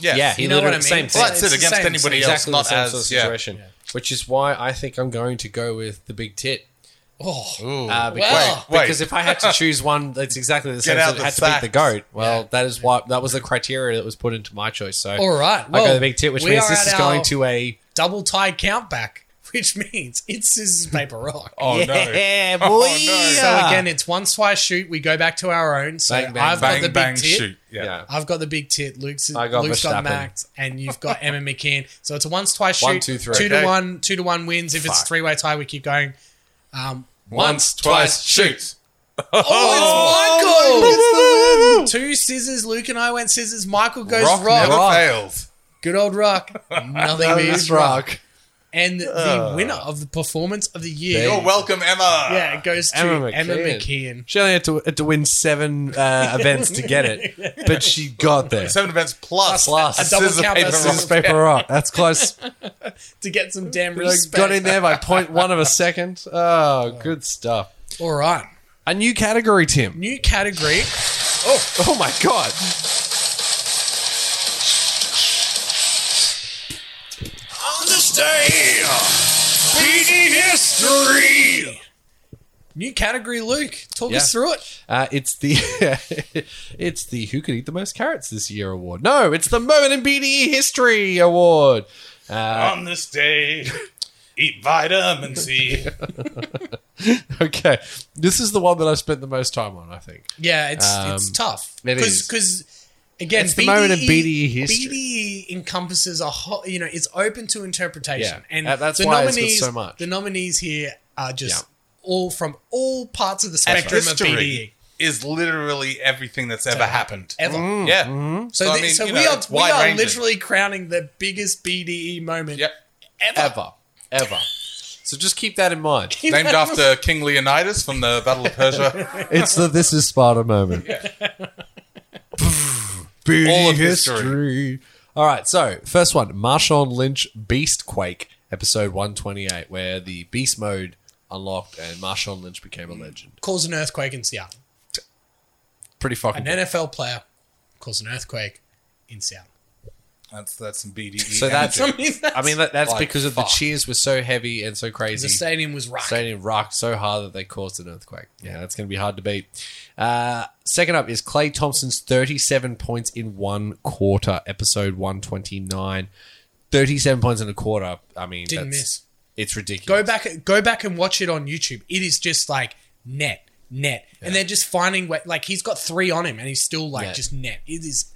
Speaker 3: yes.
Speaker 2: Yeah, he
Speaker 1: You know what
Speaker 2: literally
Speaker 1: I mean?
Speaker 2: same thing.
Speaker 3: well, that's
Speaker 1: it's
Speaker 3: it
Speaker 1: the
Speaker 3: against
Speaker 1: same,
Speaker 3: anybody
Speaker 1: it's
Speaker 3: else,
Speaker 2: exactly
Speaker 3: not
Speaker 2: the same
Speaker 3: as
Speaker 2: sort of
Speaker 3: yeah.
Speaker 2: situation. Which is why I think I'm going to go with the big tit.
Speaker 1: Oh,
Speaker 2: Uh, because,
Speaker 1: Well-
Speaker 3: Wait, wait.
Speaker 2: because if I had to choose one that's exactly the same,
Speaker 3: out
Speaker 2: so it
Speaker 3: the
Speaker 2: had to
Speaker 3: facts.
Speaker 2: beat the goat. Well, that is what that was the criteria that was put into my choice. So
Speaker 1: All right.
Speaker 2: I go
Speaker 1: Well,
Speaker 2: the big tit, which
Speaker 1: we
Speaker 2: means
Speaker 1: are
Speaker 2: this
Speaker 1: at
Speaker 2: is going
Speaker 1: our-
Speaker 2: to a
Speaker 1: double tie count back, which means it's scissors paper rock.
Speaker 3: Oh no!
Speaker 2: yeah, boy.
Speaker 3: Oh, no.
Speaker 1: So again, it's one swipe shoot. We go back to our own. So
Speaker 2: Bang, bang,
Speaker 1: I've got
Speaker 3: Bang
Speaker 1: the big
Speaker 3: bang
Speaker 1: tit.
Speaker 3: shoot! Yeah.
Speaker 2: yeah.
Speaker 1: I've got the big tit. Luke's
Speaker 2: I got
Speaker 1: Luke's
Speaker 2: Verstappen.
Speaker 1: got Max, and you've got Emma McKeon. So it's a once twice shoot.
Speaker 2: One, two, three.
Speaker 1: Two
Speaker 3: Okay.
Speaker 1: to one. Two to one wins. If it's
Speaker 2: Fuck.
Speaker 1: three way tie, we keep going.
Speaker 2: Once, twice,
Speaker 3: shoot.
Speaker 1: Oh, it's Michael. Two scissors. Luke and I went scissors. Michael goes
Speaker 3: Rock
Speaker 1: rock.
Speaker 3: never fails.
Speaker 1: Good old rock. Nothing beats rock.
Speaker 2: Oh, rock.
Speaker 1: And the
Speaker 2: Uh.
Speaker 1: winner of the performance of the year.
Speaker 3: You're welcome, Emma.
Speaker 1: yeah, it goes to
Speaker 2: Emma
Speaker 1: Emma
Speaker 2: McKeon.
Speaker 1: McKeon.
Speaker 2: She only had to, had to win seven uh, events to get it, but she got there.
Speaker 3: Seven events plus
Speaker 2: Plus.
Speaker 3: a
Speaker 2: A
Speaker 1: double
Speaker 3: scissor
Speaker 1: count
Speaker 3: paper
Speaker 1: versus-
Speaker 2: Scissors,
Speaker 3: rock.
Speaker 2: paper, rock. That's close.
Speaker 1: to get some damn
Speaker 2: I
Speaker 1: respect.
Speaker 2: got in there by point one of a second. Oh, good stuff.
Speaker 1: All right.
Speaker 2: A new category, Tim.
Speaker 1: New category.
Speaker 2: Oh my god.
Speaker 7: On this day, PD history.
Speaker 1: New category, Luke. Talk
Speaker 2: Yeah.
Speaker 1: us through it.
Speaker 2: Uh, it's the it's the who could eat the most carrots this year award. No, it's the moment in BDE history award.
Speaker 3: On this day, eat vitamin C.
Speaker 2: Okay, this is the one that I've spent the most time on. I think.
Speaker 1: Yeah, it's it's
Speaker 2: Um,
Speaker 1: tough.
Speaker 2: it is.
Speaker 1: Because again, E,
Speaker 2: It's the moment of BDE history.
Speaker 1: BDE E encompasses a whole. You know, it's open to interpretation,
Speaker 2: Yeah.
Speaker 1: and
Speaker 2: Uh, that's why it's got
Speaker 1: nominees,
Speaker 2: so much.
Speaker 1: The nominees here are just
Speaker 2: Yeah.
Speaker 1: all from all parts of the spectrum of
Speaker 3: history.
Speaker 1: BDE.
Speaker 3: is literally everything that's ever happened.
Speaker 1: ever.
Speaker 2: Mm.
Speaker 3: Yeah.
Speaker 1: Mm-hmm. So,
Speaker 3: I
Speaker 1: the-
Speaker 3: mean,
Speaker 1: so
Speaker 3: you
Speaker 1: we
Speaker 3: know,
Speaker 1: are
Speaker 3: it's
Speaker 1: we are
Speaker 3: wide-ranging.
Speaker 1: literally crowning the biggest BDE moment
Speaker 3: Yep.
Speaker 1: ever.
Speaker 2: Ever. Ever. So just keep that in mind.
Speaker 3: Named after King Leonidas from the Battle of Persia.
Speaker 2: It's the This Is Sparta moment.
Speaker 3: All
Speaker 2: All
Speaker 3: of history.
Speaker 2: All right, so first one Marshawn Lynch Beast Quake, episode 128, where the beast mode unlocked and Marshawn Lynch became a legend.
Speaker 1: Cause an earthquake in Seattle.
Speaker 2: Pretty fucking
Speaker 1: An
Speaker 2: cool.
Speaker 1: NFL player caused an earthquake in Seattle.
Speaker 3: That's that's some BDE.
Speaker 2: So that's-
Speaker 1: I mean, that's,
Speaker 2: I mean, that, that's
Speaker 3: Like,
Speaker 2: because of the
Speaker 3: fuck.
Speaker 2: cheers were so heavy and so
Speaker 1: the
Speaker 2: crazy.
Speaker 1: stadium was rocking.
Speaker 2: Stadium rocked so hard that they caused an earthquake. Yeah, that's going to be hard to beat. Uh, second up is Clay Thompson's 37 points in one quarter, episode 129. 37 points in a quarter. I mean,
Speaker 1: Didn't
Speaker 2: that's-
Speaker 1: miss.
Speaker 2: It's ridiculous.
Speaker 1: Go back, go back and watch it on YouTube. It is just like net, net, and they're just finding way. Like he's got three on him, and he's still like
Speaker 2: Yeah.
Speaker 1: just net. It is E.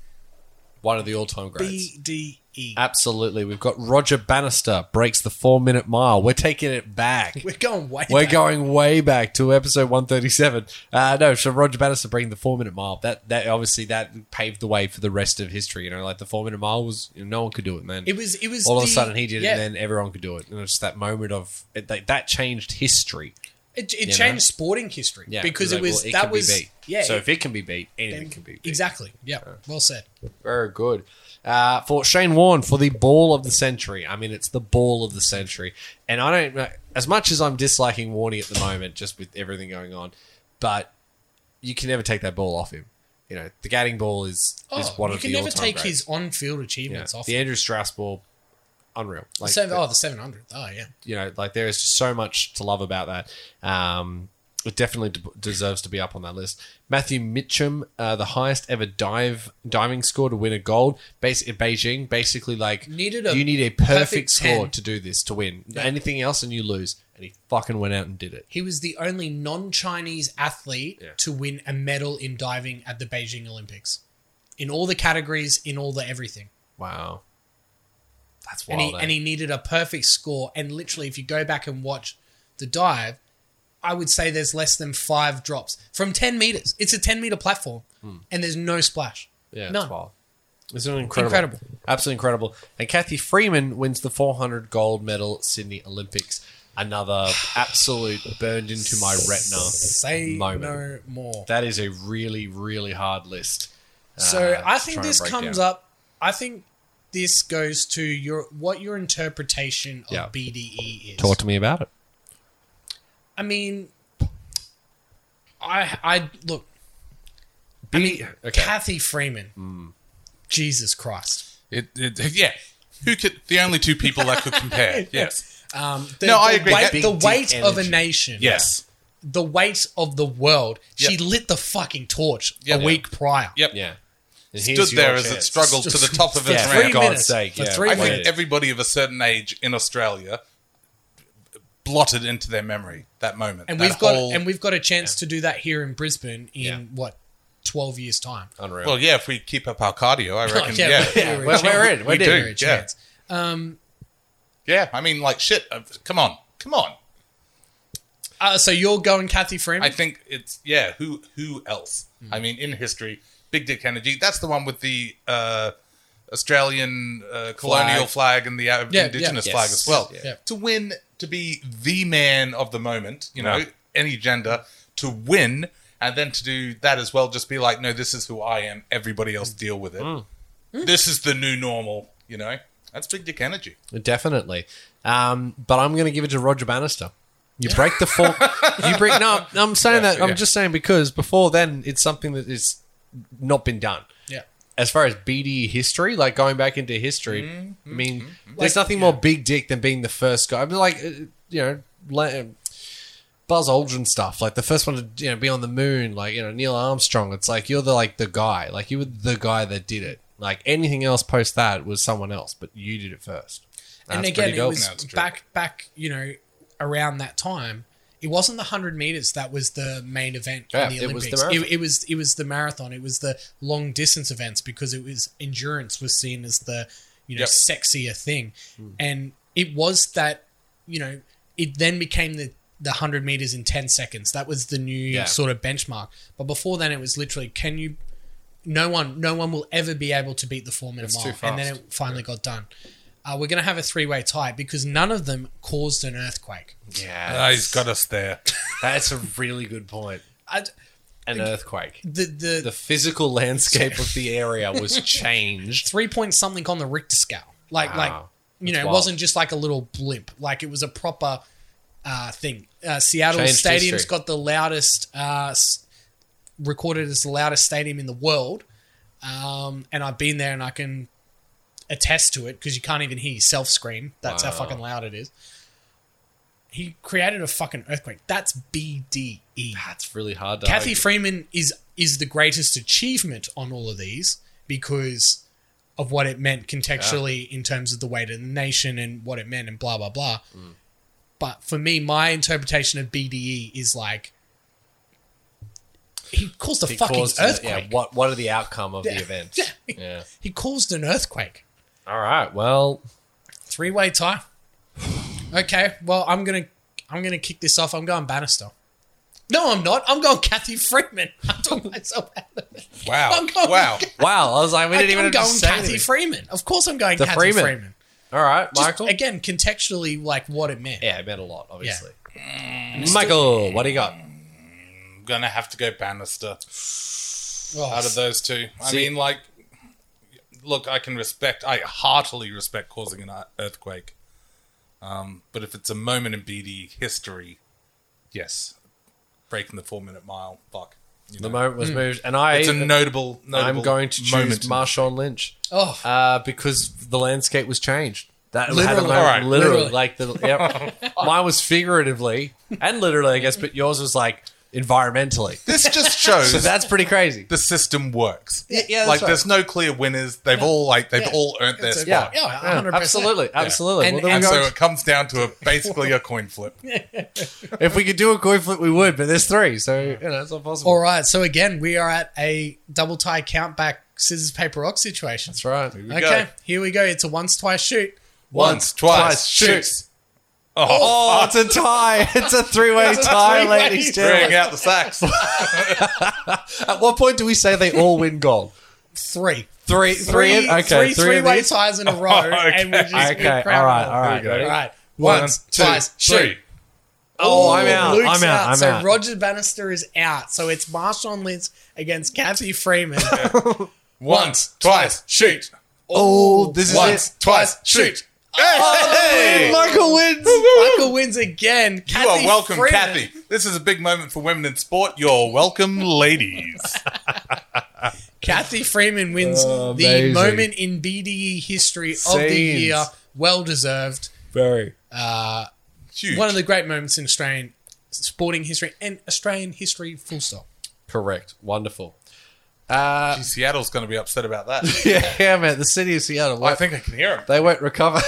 Speaker 2: One of the all time greats.
Speaker 1: BDE.
Speaker 2: Uh, Absolutely. We've got Roger Bannister breaks the four minute mile. We're taking it back.
Speaker 1: We're going way.
Speaker 2: We're
Speaker 1: back.
Speaker 2: going way back to episode 137. Uh, no, so Roger Bannister bringing the four minute mile. That that obviously that paved the way for the rest of history. You know, like the four minute mile was you know, no one could do it. And then
Speaker 1: It was. It was
Speaker 2: all of a
Speaker 1: the-
Speaker 2: sudden he did
Speaker 1: yeah,
Speaker 2: it, and then everyone could do it. And it's just that moment of it, that, that changed history.
Speaker 1: it, it
Speaker 2: you
Speaker 1: changed
Speaker 2: know?
Speaker 1: sporting history
Speaker 2: Yeah,
Speaker 1: because it
Speaker 2: like,
Speaker 1: was
Speaker 2: well,
Speaker 1: that
Speaker 2: can be
Speaker 1: was
Speaker 2: beat.
Speaker 1: yeah.
Speaker 2: So
Speaker 1: it-
Speaker 2: if it can be beat, anything can be beat.
Speaker 1: exactly. Yeah. Well said.
Speaker 2: Very good. Uh, for Shane Warne for the ball of the century. I mean, it's the ball of the century. And I don't know, as much as I'm disliking Warney at the moment, just with everything going on, but you can never take that ball off him. You know, the Gadding ball is, is
Speaker 1: Oh,
Speaker 2: one
Speaker 1: you
Speaker 2: of
Speaker 1: can
Speaker 2: the
Speaker 1: never
Speaker 2: all-time
Speaker 1: take
Speaker 2: greats.
Speaker 1: his on-field
Speaker 2: Yeah.
Speaker 1: achievements off.
Speaker 2: The Andrew Strauss ball, unreal. Like,
Speaker 1: Seven-
Speaker 2: the-
Speaker 1: oh, the seven hundred. Oh, yeah.
Speaker 2: you know, like there is just so much to love about that. Um, it definitely de- deserves to be up on that list. Matthew Mitchum, uh, the highest ever dive diving score to win a gold. Base in Beijing, basically like
Speaker 1: Needed a
Speaker 2: you need a perfect,
Speaker 1: perfect
Speaker 2: score
Speaker 1: 10.
Speaker 2: to do this to win. Anything else and you lose. And he fucking went out and did it.
Speaker 1: He was the only non-Chinese athlete
Speaker 2: Yeah.
Speaker 1: to win a medal in diving at the Beijing Olympics, in all the categories, in all the everything.
Speaker 2: Wow, that's
Speaker 1: and
Speaker 2: wild.
Speaker 1: he
Speaker 2: eh?
Speaker 1: and he needed a perfect score. And literally, if you go back and watch the dive, I would say there's less than five drops from ten meters. It's a ten meter platform,
Speaker 2: Hmm.
Speaker 1: and there's no splash.
Speaker 2: Yeah,
Speaker 1: None.
Speaker 2: it's wild. It's an incredible,
Speaker 1: Incredible.
Speaker 2: absolutely incredible. And Kathy Freeman wins the 400 gold medal at Sydney Olympics. Another absolute burned into my retina.
Speaker 1: Say
Speaker 2: moment.
Speaker 1: no more.
Speaker 2: That is a really, really hard list.
Speaker 1: So
Speaker 2: uh,
Speaker 1: I
Speaker 2: to
Speaker 1: think
Speaker 2: try and
Speaker 1: this
Speaker 2: break
Speaker 1: comes
Speaker 2: down.
Speaker 1: up. I think this goes to your what your interpretation of
Speaker 2: Yeah.
Speaker 1: BDE is.
Speaker 2: Talk to me about it.
Speaker 1: I mean, I I look. I mean,
Speaker 2: okay. Hmm.
Speaker 1: Kathy Freeman. Jesus Christ.
Speaker 3: it, it, yeah. Who could the only two people that could compare? Yes.
Speaker 1: Um, the,
Speaker 3: No,
Speaker 1: the
Speaker 3: I agree.
Speaker 1: Weight,
Speaker 3: That
Speaker 1: the
Speaker 2: big dick
Speaker 1: weight of a
Speaker 2: energy.
Speaker 1: nation.
Speaker 3: Yes.
Speaker 1: The weight of the world. She
Speaker 3: Yep.
Speaker 1: lit the fucking torch
Speaker 3: Yep.
Speaker 1: a week prior.
Speaker 3: Yep.
Speaker 2: Yeah,
Speaker 3: Stood there as it struggled to the top of its
Speaker 2: Yeah, for
Speaker 3: round.
Speaker 1: Three
Speaker 2: God's
Speaker 1: minutes.
Speaker 2: sake,
Speaker 1: For
Speaker 2: yeah.
Speaker 1: three
Speaker 3: I
Speaker 1: minutes.
Speaker 3: think everybody of a certain age in Australia blotted into their memory that moment.
Speaker 1: and
Speaker 3: that
Speaker 1: we've got
Speaker 3: whole-
Speaker 1: and we've got a chance to do that here in Brisbane in
Speaker 2: Yeah.
Speaker 1: what twelve years time.
Speaker 2: unreal.
Speaker 3: well, yeah. If we keep up our cardio, I reckon.
Speaker 1: Oh, yeah,
Speaker 3: yeah,
Speaker 1: we-
Speaker 3: yeah,
Speaker 2: we're, we're in. We're
Speaker 3: we
Speaker 2: in.
Speaker 3: do.
Speaker 1: We're a
Speaker 3: Yeah,
Speaker 1: chance. Um,
Speaker 3: yeah. I mean, like shit. uh, Come on, come on.
Speaker 1: uh, so you're going Kathy
Speaker 3: I
Speaker 1: Freeman.
Speaker 3: think it's yeah. Who who else? I
Speaker 1: Mm-hmm.
Speaker 3: mean, in history, Big Dick Energy. That's the one with the uh, Australian uh, colonial flag. and the uh,
Speaker 1: Yeah,
Speaker 3: Indigenous
Speaker 1: yeah.
Speaker 3: flag
Speaker 2: Yes.
Speaker 3: as well.
Speaker 1: Yeah.
Speaker 3: To win, to be the man of the moment, you know,
Speaker 2: Yeah.
Speaker 3: any gender, to win, and then to do that as well. Just be like, no, this is who I am. Everybody else deal with it.
Speaker 1: Mm.
Speaker 3: This is the new normal. You know, that's Big Dick Energy.
Speaker 2: Definitely. Um, but I'm going to give it to Roger Bannister. You break the four. you break. No, I'm saying
Speaker 3: Yeah,
Speaker 2: that. I'm
Speaker 3: yeah.
Speaker 2: just saying because before then, it's something that is not been done.
Speaker 1: yeah.
Speaker 2: As far as BD history, like going back into history, I mean, there's
Speaker 1: Mm-hmm. Like,
Speaker 2: nothing more big dick than being the first guy. I mean, like, uh, you know, la- uh, Buzz Aldrin stuff, like the first one to you know be on the moon, like you know Neil Armstrong. It's like you're the like the guy, like you were the guy that did it. Like anything else post that was someone else, but you did it first.
Speaker 1: and
Speaker 2: That's
Speaker 1: again,
Speaker 2: pretty
Speaker 1: it
Speaker 2: dope.
Speaker 1: was
Speaker 3: No, it's true.
Speaker 1: back back you know around that time. It wasn't the hundred meters that was the main event
Speaker 2: Yeah,
Speaker 1: in the
Speaker 2: it was the
Speaker 1: Olympics. It,
Speaker 2: marathon.
Speaker 1: it was it was the marathon. It was the long distance events because it was endurance was seen as the you know
Speaker 3: Yep.
Speaker 2: Hmm.
Speaker 1: sexier thing, and it was that you know it then became the the 100 meters in 10 seconds. That was the new sort of benchmark. But before then, it was literally can you. No one, no one will ever be able to beat the four minute
Speaker 2: It's
Speaker 1: mile,
Speaker 2: too
Speaker 1: and then
Speaker 2: fast.
Speaker 1: it finally got done. Uh, we're going to have a three way tie because none of them caused an earthquake.
Speaker 2: Yeah,
Speaker 3: Ah, he's got us there.
Speaker 2: that's a really good point.
Speaker 1: I,
Speaker 2: An earthquake.
Speaker 1: the the,
Speaker 2: The physical landscape of the area was changed.
Speaker 1: three point something on the Richter scale. Like
Speaker 2: Wow.
Speaker 1: like you
Speaker 2: That's
Speaker 1: know, it
Speaker 2: wild.
Speaker 1: wasn't just like a little blimp. Like it was a proper uh, thing. Uh, Seattle
Speaker 2: Changed
Speaker 1: Stadium's
Speaker 2: history.
Speaker 1: got the loudest uh, s- recorded as the loudest stadium in the world. Um, and I've been there and I can attest to it because you can't even hear yourself scream. That's how
Speaker 2: Wow.
Speaker 1: fucking loud it is. He created a fucking earthquake. That's E. BDE.
Speaker 2: That's really hard to.
Speaker 1: Kathy
Speaker 2: argue.
Speaker 1: Freeman is is the greatest achievement on all of these because of what it meant contextually in terms of the weight of the nation and what it meant and blah blah blah. But for me, my interpretation of BDE is like he caused a
Speaker 2: It
Speaker 1: fucking
Speaker 2: caused an-
Speaker 1: earthquake.
Speaker 2: yeah, what What are the outcome of the
Speaker 1: Yeah.
Speaker 2: event?
Speaker 1: Yeah.
Speaker 2: yeah.
Speaker 1: He caused an earthquake.
Speaker 2: All right. Well,
Speaker 1: Three way tie. Okay, well I'm gonna I'm gonna kick this off. I'm going Bannister. No, I'm not. I'm going Kathy Freeman. I'm talking myself out of it.
Speaker 3: Wow.
Speaker 1: I'm going-
Speaker 3: wow.
Speaker 2: wow. I was like, we
Speaker 1: I,
Speaker 2: didn't even
Speaker 1: am
Speaker 2: have to
Speaker 1: going
Speaker 2: say
Speaker 1: Kathy
Speaker 2: anything.
Speaker 1: Freeman. Of course, I'm going
Speaker 2: The
Speaker 1: Kathy
Speaker 2: Freeman.
Speaker 1: Freeman.
Speaker 2: All right,
Speaker 1: Just,
Speaker 2: Michael.
Speaker 1: Again, contextually, like what it meant.
Speaker 2: yeah, it meant a lot, obviously. Michael, what do you got?
Speaker 3: I'm going to have to go Bannister
Speaker 1: Oh,
Speaker 3: out of those two. I
Speaker 2: See-
Speaker 3: mean, like, look, I can respect, I heartily respect causing an ear- earthquake. Um, but if it's a moment in BD history, yes, breaking the four minute mile, fuck. You
Speaker 2: The
Speaker 3: know.
Speaker 2: moment
Speaker 1: Hmm.
Speaker 2: was moved, and I.
Speaker 3: it's a notable, notable
Speaker 2: I'm going to choose
Speaker 3: moment.
Speaker 2: Marshawn Lynch
Speaker 1: oh,
Speaker 2: uh, because the landscape was changed. That had a
Speaker 1: Literally.
Speaker 2: moment,
Speaker 3: All right.
Speaker 2: literally,
Speaker 1: Literally.
Speaker 2: like the yep. mine was figuratively and literally, I guess, but yours was like environmentally.
Speaker 3: this just shows
Speaker 2: So that's pretty crazy.
Speaker 3: the system works.
Speaker 2: yeah, that's
Speaker 3: like
Speaker 2: right.
Speaker 3: there's no clear winners. They've all like they've
Speaker 1: Yeah.
Speaker 3: all earned their
Speaker 1: It's a-
Speaker 3: spot.
Speaker 2: yeah,
Speaker 1: Yeah,
Speaker 2: yeah,
Speaker 1: 100%.
Speaker 2: absolutely, absolutely.
Speaker 1: And-
Speaker 2: well, then
Speaker 3: And
Speaker 2: we
Speaker 3: so
Speaker 2: go,
Speaker 3: it comes down to a basically a coin flip.
Speaker 2: if we could do a coin flip, we would, but there's three, so you know it's not possible.
Speaker 1: all right. So again, we are at a double tie count back scissors paper rock situation.
Speaker 2: That's right.
Speaker 3: we go.
Speaker 1: okay, here we go. It's a once twice shoot.
Speaker 3: Once, twice, shoots. Oh,
Speaker 2: Oh, it's a tie. It's a three-way tie,
Speaker 1: three-way
Speaker 2: ladies and gentlemen.
Speaker 3: bring out the sacks.
Speaker 2: At what point do we say they all win gold?
Speaker 1: Three.
Speaker 2: Three, three,
Speaker 1: three,
Speaker 2: okay,
Speaker 1: three,
Speaker 2: three of
Speaker 1: way
Speaker 2: these?
Speaker 1: ties in a row, and we just
Speaker 2: Okay,
Speaker 1: we're proud
Speaker 2: all right,
Speaker 1: of it.
Speaker 2: all
Speaker 1: There
Speaker 2: right, ready?
Speaker 1: you go. all right.
Speaker 3: One,
Speaker 1: Once,
Speaker 3: two,
Speaker 1: twice,
Speaker 3: three.
Speaker 1: shoot.
Speaker 2: Oh, I'm out.
Speaker 1: Luke's
Speaker 2: I'm out. I'm
Speaker 1: so
Speaker 2: out.
Speaker 1: Roger Bannister is out. So it's Marshawn Lynch against Kathy Freeman.
Speaker 3: Once, twice, shoot.
Speaker 2: oh, this is
Speaker 3: Once,
Speaker 2: it.
Speaker 3: twice, shoot.
Speaker 2: Hey, Michael wins.
Speaker 1: Michael wins again.
Speaker 3: You are welcome, Kathy. This is a big moment for women in sport. You're welcome, ladies.
Speaker 1: Kathy Freeman wins the
Speaker 2: amazing.
Speaker 1: moment in BDE history of the
Speaker 2: Scenes.
Speaker 1: year. Well deserved.
Speaker 2: Very.
Speaker 3: Huge.
Speaker 1: One of the great moments in Australian sporting history and Australian history, full stop.
Speaker 2: Correct. Wonderful.
Speaker 3: Gee, Seattle's going to be upset about that.
Speaker 2: Yeah, yeah, man. The city of Seattle.
Speaker 3: I think I can hear him.
Speaker 2: They won't recover.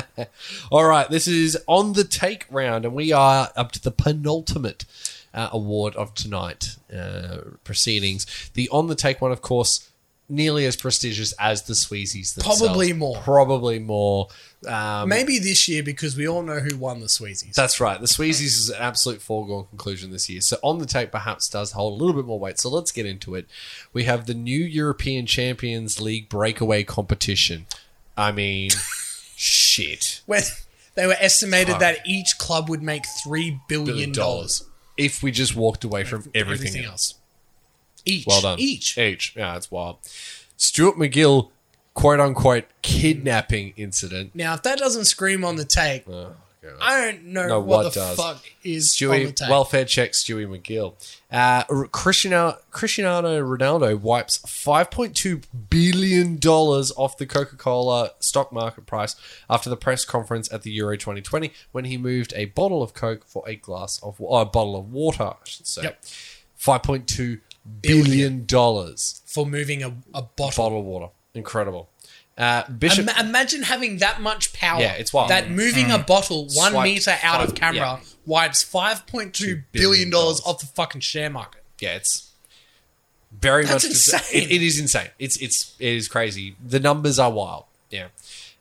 Speaker 2: All right, this is on the take round, and we are up to the penultimate uh, award of tonight uh, proceedings. The on the take one, of course, nearly as prestigious as the Sweezies themselves.
Speaker 1: Probably more.
Speaker 2: Probably more. Um,
Speaker 1: Maybe this year because we all know who won the Sweezies.
Speaker 2: that's right. The Sweezies is an absolute foregone conclusion this year. So on the tape perhaps does hold a little bit more weight. So let's get into it. We have the new European Champions League breakaway competition. I mean, shit.
Speaker 1: When they were estimated that each club would make three billion
Speaker 2: billion
Speaker 1: dollars.
Speaker 2: dollars if we just walked away from everything,
Speaker 1: Everything
Speaker 2: else.
Speaker 1: else. Each.
Speaker 2: Well done. Eh.
Speaker 1: Each.
Speaker 2: Each. Yeah, that's wild. Stuart McGill, quote unquote, kidnapping incident.
Speaker 1: Now, if that doesn't scream on the take, I don't know
Speaker 2: Oh, No,
Speaker 1: what,
Speaker 2: what
Speaker 1: the
Speaker 2: does?
Speaker 1: fuck is on the
Speaker 2: Stewie,
Speaker 1: take.
Speaker 2: welfare check Stewie McGill. Uh, R- Cristiano, Cristiano Ronaldo wipes $5.2 billion off the Coca Cola stock market price after the press conference at the Euro 2020 when he moved a bottle of Coke for a glass of, or a bottle of water, I should say.
Speaker 1: Yep.
Speaker 2: $5.2 billion. dollars.
Speaker 1: for moving a, a bottle.
Speaker 2: bottled water. Incredible. Uh, Bishop.
Speaker 1: Ima- imagine having that much power.
Speaker 2: Yeah, it's wild.
Speaker 1: That moving a bottle one
Speaker 2: Swipe-
Speaker 1: meter out
Speaker 2: swipe,
Speaker 1: of camera
Speaker 2: yeah.
Speaker 1: wipes five point two
Speaker 2: billion
Speaker 1: billion dollars
Speaker 2: dollars.
Speaker 1: off the fucking share market.
Speaker 2: yeah, it's very
Speaker 1: That's
Speaker 2: much
Speaker 1: insane.
Speaker 2: It, it is insane. It's it's it is crazy. The numbers are wild. Yeah. E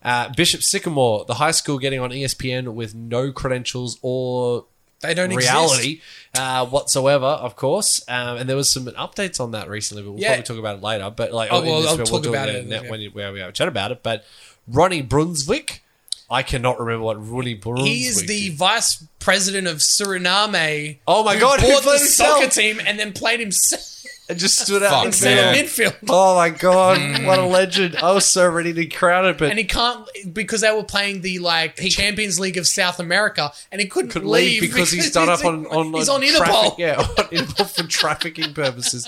Speaker 2: Uh, Bishop Sycamore, the high school getting on ESPN with no credentials or
Speaker 1: They don't exist.
Speaker 2: reality uh, whatsoever, of course. Um, and there was some updates on that recently, but we'll
Speaker 1: Yeah.
Speaker 2: probably talk about it later. But like,
Speaker 1: Oh,
Speaker 2: in
Speaker 1: well,
Speaker 2: this
Speaker 1: I'll
Speaker 2: bit,
Speaker 1: talk
Speaker 2: do
Speaker 1: about
Speaker 2: in
Speaker 1: it in
Speaker 2: that
Speaker 1: the-
Speaker 2: when you- where we have a chat about it. But Ronnie Brunswick, I cannot remember what Ronnie Brunswick.
Speaker 1: He is the
Speaker 2: did.
Speaker 1: vice president of Suriname.
Speaker 2: Oh my God, who
Speaker 1: Bought the
Speaker 2: played himself?
Speaker 1: soccer team and then played himself
Speaker 2: It just stood out.
Speaker 3: Fuck,
Speaker 1: instead
Speaker 3: man.
Speaker 1: of midfield.
Speaker 2: Oh my god, what a legend! I was so ready to crown it, but
Speaker 1: And he can't because they were playing the like Champions League of South America, and he couldn't,
Speaker 2: couldn't
Speaker 1: leave,
Speaker 2: leave because he's done up on on
Speaker 1: he's
Speaker 2: like
Speaker 1: on Interpol.
Speaker 2: traffic- yeah, on Interpol for trafficking purposes.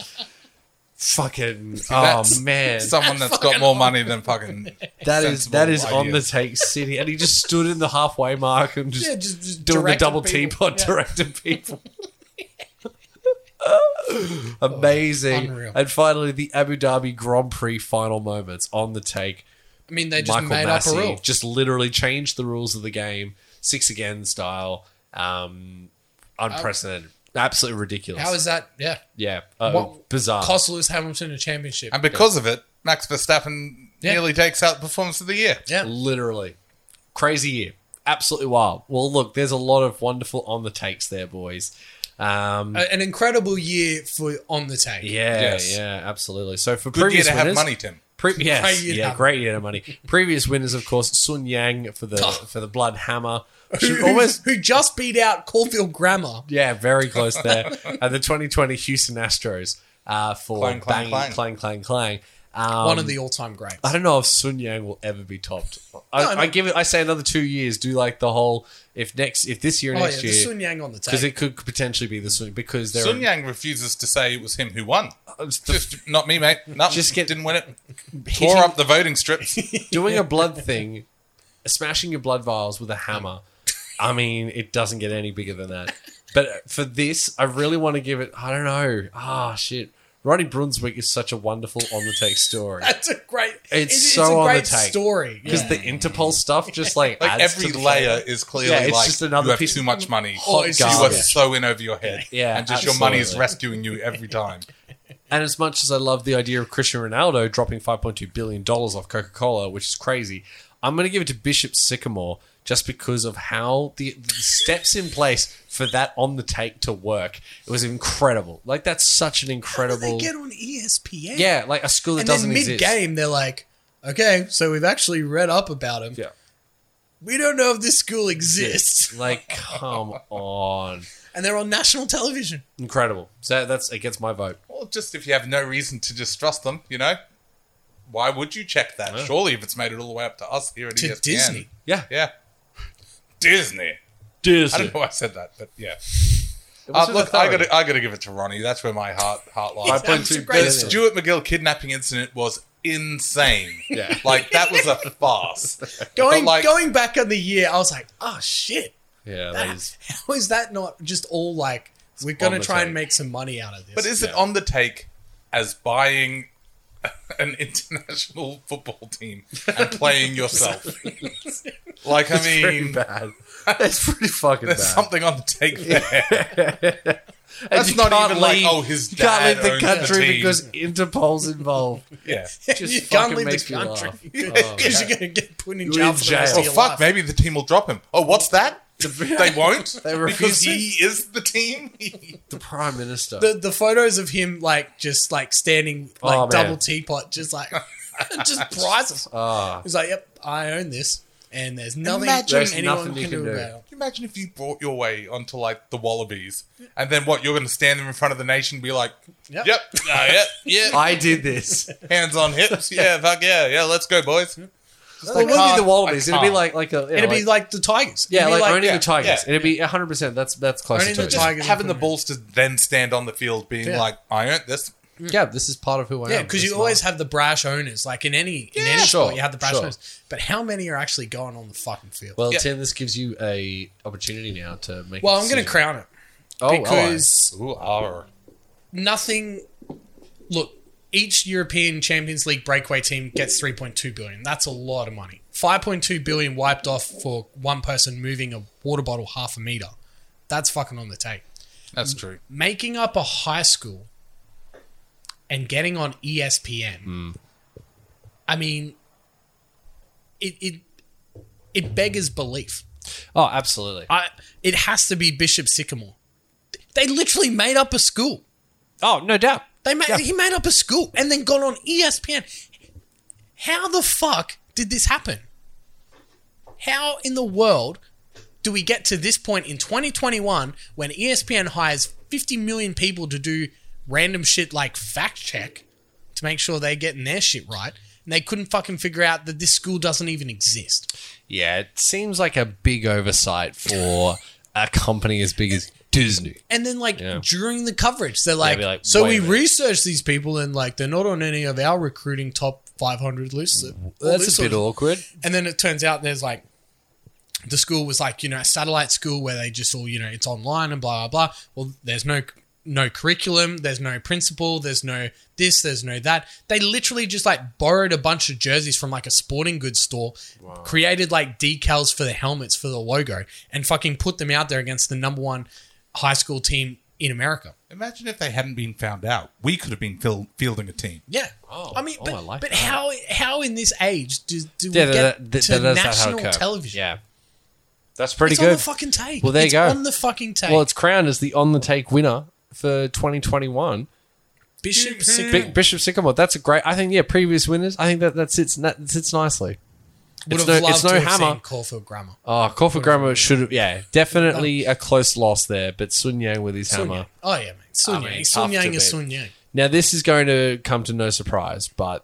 Speaker 2: Fucking oh
Speaker 3: that's
Speaker 2: man,
Speaker 3: Someone that's got more money than fucking.
Speaker 2: that is that
Speaker 3: sensible
Speaker 2: is on the
Speaker 3: ideas.
Speaker 2: take city, and he just stood in the halfway mark and just
Speaker 1: Yeah, just, just
Speaker 2: doing the
Speaker 1: directed
Speaker 2: double
Speaker 1: people.
Speaker 2: teapot,
Speaker 1: Yeah.
Speaker 2: directing people. Amazing.
Speaker 1: Unreal.
Speaker 2: and finally, the Abu Dhabi Grand Prix final moments on the take.
Speaker 1: I mean, they just
Speaker 2: Michael
Speaker 1: made
Speaker 2: Massey
Speaker 1: up a rule.
Speaker 2: just literally changed the rules of the game, six again style, um, unprecedented, absolutely ridiculous.
Speaker 1: How is that? Yeah,
Speaker 2: yeah, uh,
Speaker 1: what-
Speaker 2: bizarre.
Speaker 1: cost Lewis Hamilton a championship.
Speaker 3: And because of it, Max Verstappen
Speaker 1: Yeah.
Speaker 3: nearly takes out performance of the year.
Speaker 1: yeah,
Speaker 2: literally crazy year, absolutely wild. Well, look, there's a lot of wonderful on the takes there, boys. Um,
Speaker 1: A- an incredible year for on the take.
Speaker 2: yeah,
Speaker 3: yes.
Speaker 2: yeah, absolutely. So for
Speaker 3: Good
Speaker 2: previous
Speaker 3: year to
Speaker 2: winners-
Speaker 3: have money, Tim.
Speaker 2: Pre- yes,
Speaker 1: Great year to
Speaker 2: yeah,
Speaker 1: have
Speaker 2: great year of money. Previous winners, of course, Sun Yang for the for the Blood Hammer. She
Speaker 1: Who,
Speaker 2: almost
Speaker 1: who just beat out Caulfield Grammar.
Speaker 2: Yeah, very close there. and the 2020 Houston Astros uh, for
Speaker 3: Clang,
Speaker 2: banging,
Speaker 3: clang,
Speaker 2: clang,
Speaker 3: clang.
Speaker 2: clang, clang. Um,
Speaker 1: One of the all-time greats.
Speaker 2: I don't know if Sun Yang will ever be topped. I,
Speaker 1: No, no.
Speaker 2: I give it. I say another two years. Do like the whole if next if this year
Speaker 1: oh
Speaker 2: and
Speaker 1: yeah,
Speaker 2: next
Speaker 1: the
Speaker 2: year
Speaker 1: Sun Yang on the
Speaker 2: because
Speaker 1: take.
Speaker 2: it could potentially be the Sun because they're
Speaker 3: Sun Yang refuses to say it was him who won.
Speaker 2: it's the-
Speaker 3: Just not me, mate. No,
Speaker 2: Just
Speaker 3: just
Speaker 2: get-
Speaker 3: didn't win it. Tore up the voting strips.
Speaker 2: doing a blood thing, smashing your blood vials with a hammer. I mean, it doesn't get any bigger than that. But for this, I really want to give it. I don't know. Ah, shit. Ronnie Brunswick is such a wonderful on the take story.
Speaker 1: That's a great.
Speaker 2: It's
Speaker 1: it- a
Speaker 2: so on the
Speaker 1: great
Speaker 2: take.
Speaker 1: story.
Speaker 2: because the Interpol stuff just like,
Speaker 3: Like
Speaker 2: adds
Speaker 3: every
Speaker 2: to the
Speaker 3: layer
Speaker 2: flavor.
Speaker 3: is clearly
Speaker 2: Yeah, it's
Speaker 3: like
Speaker 2: just another
Speaker 3: you have
Speaker 2: piece-
Speaker 3: too much money.
Speaker 1: Oh, it's
Speaker 3: you
Speaker 1: just-
Speaker 3: are
Speaker 2: garbage.
Speaker 3: so in over your head.
Speaker 2: Yeah,
Speaker 3: and just your money is
Speaker 2: absolutely.
Speaker 3: rescuing you every time.
Speaker 2: And as much as I love the idea of Cristiano Ronaldo dropping 5.2 billion dollars off Coca Cola, which is crazy, I'm going to give it to Bishop Sycamore just because of how the, the steps in place for that on the take to work. It was incredible. Like that's such an
Speaker 1: they
Speaker 2: incredible.
Speaker 1: get on E ESPN.
Speaker 2: Yeah, like a school that
Speaker 1: and
Speaker 2: doesn't
Speaker 1: then
Speaker 2: exist.
Speaker 1: mid-game they're like, okay, so we've actually read up about him.
Speaker 2: Yeah.
Speaker 1: We don't know if this school exists,
Speaker 2: Like, come on,
Speaker 1: and they're on national television.
Speaker 2: incredible. So that's it gets my vote.
Speaker 3: Well, just if you have no reason to distrust them, you know, why would you check that? Surely, if it's made it all the way up to us here at E
Speaker 2: E
Speaker 1: To
Speaker 3: ESPN.
Speaker 1: Disney.
Speaker 2: Yeah,
Speaker 3: yeah, Disney. I don't know why I said that, but yeah. Uh, look, I got to I got to give it to Ronnie. That's where my heart heart lies.
Speaker 2: Five point
Speaker 1: It's
Speaker 2: two
Speaker 1: a great
Speaker 3: The
Speaker 2: billion.
Speaker 1: story.
Speaker 3: Stuart McGill kidnapping incident was insane.
Speaker 2: Yeah.
Speaker 3: like that was a farce.
Speaker 1: Going
Speaker 3: like-
Speaker 1: going back on the year, I was like, oh shit,
Speaker 2: Yeah, that
Speaker 1: that,
Speaker 2: is
Speaker 1: how is that not just all like we're
Speaker 2: on
Speaker 1: gonna
Speaker 2: the
Speaker 1: try
Speaker 2: take.
Speaker 1: and make some money out of this?
Speaker 3: But is it on the take as buying an international football team and playing yourself? like I
Speaker 2: pretty
Speaker 3: mean,
Speaker 2: bad. That's pretty fucking
Speaker 3: there's
Speaker 2: bad.
Speaker 3: something on the take there.
Speaker 2: And
Speaker 3: That's
Speaker 2: you
Speaker 3: not
Speaker 2: can't
Speaker 3: even like,
Speaker 2: leave-
Speaker 3: oh, his
Speaker 2: you can't leave
Speaker 3: dad
Speaker 2: the
Speaker 3: owns the
Speaker 2: country
Speaker 3: team.
Speaker 2: because Interpol's involved.
Speaker 3: yeah.
Speaker 2: Just
Speaker 1: you
Speaker 2: fucking
Speaker 1: can't leave the
Speaker 2: makes me
Speaker 1: country
Speaker 2: laugh. Oh,
Speaker 1: because you're gonna get put in
Speaker 2: You're
Speaker 1: jail.
Speaker 2: in
Speaker 1: For the rest of
Speaker 2: jail.
Speaker 3: Oh
Speaker 1: your
Speaker 3: fuck!
Speaker 1: life.
Speaker 3: Maybe the team will drop him. Oh, what's that? They won't
Speaker 2: They refuse
Speaker 3: because he is the team.
Speaker 2: The prime minister.
Speaker 1: the the photos of him like just like standing like
Speaker 2: Oh, man.
Speaker 1: double teapot, just like just priceless.
Speaker 2: Ah.
Speaker 1: He's like, "Yep, I own this, and there's nothing
Speaker 3: Imagine-
Speaker 2: There's
Speaker 1: anyone
Speaker 2: nothing
Speaker 1: can,
Speaker 2: you can
Speaker 1: do,
Speaker 2: do.
Speaker 1: about
Speaker 3: Can you imagine if you brought your way onto like the Wallabies, and then what? You're going to stand there in front of the nation, and be like,
Speaker 1: Yep.
Speaker 3: "Yep, yep, uh, yep, yeah,
Speaker 2: I did this.
Speaker 3: hands on hips, yeah, fuck yeah, yeah, let's go, boys."
Speaker 2: well, it wouldn't be the Wallabies. It'd be like like a.
Speaker 1: it."
Speaker 2: Yeah,
Speaker 1: It'd
Speaker 2: like,
Speaker 1: be like the Tigers.
Speaker 2: yeah,
Speaker 1: It'd be
Speaker 2: like, owning
Speaker 3: yeah,
Speaker 2: the Tigers.
Speaker 3: yeah.
Speaker 2: It'd be 100. percent That's that's closer
Speaker 1: Owning
Speaker 2: to
Speaker 1: the
Speaker 2: it.
Speaker 1: Tigers.
Speaker 3: having the balls to then stand on the field, being
Speaker 1: Yeah.
Speaker 3: like, "I earned this."
Speaker 2: Yeah, this is part of who I am.
Speaker 1: yeah, because you
Speaker 2: It's
Speaker 1: always
Speaker 2: not-
Speaker 1: have the brash owners. Like in any in any
Speaker 2: Yeah.
Speaker 1: sport,
Speaker 2: Sure,
Speaker 1: you have the brash
Speaker 2: sure.
Speaker 1: owners. But how many are actually going on the fucking field? Well,
Speaker 2: Well,
Speaker 3: Yeah.
Speaker 2: Tim, this gives you a opportunity now to make. a
Speaker 1: I'm going to
Speaker 2: decision.
Speaker 1: crown it
Speaker 2: Oh, well, I-
Speaker 1: because
Speaker 3: Ooh, ah.
Speaker 1: nothing. Look, each European Champions League breakaway team gets 3.2 billion. That's a lot of money. 5.2 billion wiped off for one person moving a water bottle half a meter. That's fucking on the take.
Speaker 3: That's true.
Speaker 1: Making up a high school and getting on E ESPN. I mean, it it it beggars belief.
Speaker 2: Oh, absolutely.
Speaker 1: I, it has to be Bishop Sycamore. They literally made up a school.
Speaker 2: Oh, no doubt.
Speaker 1: They made he made up a school and then got on E ESPN. How the fuck did this happen? How in the world do we get to this point in 2021 when E ESPN hires 50 million people to do random shit like fact check to make sure they're getting their shit right? And they couldn't fucking figure out that this school doesn't even exist.
Speaker 2: Yeah, it seems like a big oversight for a company as big as Disney.
Speaker 1: And then, like,
Speaker 2: Yeah.
Speaker 1: during the coverage, they're like,
Speaker 2: be like,
Speaker 1: so
Speaker 2: wait
Speaker 1: we
Speaker 2: a minute."
Speaker 1: researched these people and, like, they're not on any of our recruiting top 500 lists. All this
Speaker 2: That's a
Speaker 1: sort
Speaker 2: bit
Speaker 1: of-
Speaker 2: awkward.
Speaker 1: And then it turns out there's like the school was like you know a satellite school where they just all you know it's online and blah blah blah. Well, there's no no curriculum, there's no principal, there's no this, there's no that. They literally just like borrowed a bunch of jerseys from like a sporting goods store, created like decals for the helmets for the logo, and fucking put them out there against the number one high school team in America.
Speaker 3: Imagine if they hadn't been found out. We could have been fil- fielding a team.
Speaker 1: Yeah.
Speaker 2: Oh,
Speaker 1: I mean,
Speaker 2: oh,
Speaker 1: but,
Speaker 2: I like
Speaker 1: but
Speaker 2: that.
Speaker 1: how how in this age do, do we get
Speaker 2: that-
Speaker 1: to
Speaker 2: that- that's how it
Speaker 1: national
Speaker 2: occurred.
Speaker 1: television?
Speaker 2: Yeah. That's pretty
Speaker 1: it's
Speaker 2: good.
Speaker 1: on the fucking take.
Speaker 2: Well, there you
Speaker 1: It's
Speaker 2: go.
Speaker 1: On the fucking take.
Speaker 2: well, it's crowned as the on the take winner for 2021.
Speaker 1: Bishop Sycamore.
Speaker 2: Bi- Bishop Sycamore. That's a great. I think yeah. Previous winners. I think that that sits that sits nicely.
Speaker 1: Would
Speaker 2: it's
Speaker 1: have
Speaker 2: no-
Speaker 1: loved
Speaker 2: it's no
Speaker 1: to have
Speaker 2: hammer.
Speaker 1: seen Caulfield Grammar.
Speaker 2: Oh, Crawford Grammar should have. Yeah, definitely a close loss there. But Sun Yang with his
Speaker 1: Sun
Speaker 2: hammer.
Speaker 1: Yang. Oh yeah, man. Sun
Speaker 2: I mean,
Speaker 1: Yang.
Speaker 2: tough
Speaker 1: Sun
Speaker 2: to
Speaker 1: Yang
Speaker 2: beat.
Speaker 1: is Sun Yang.
Speaker 2: Now this is going to come to no surprise, but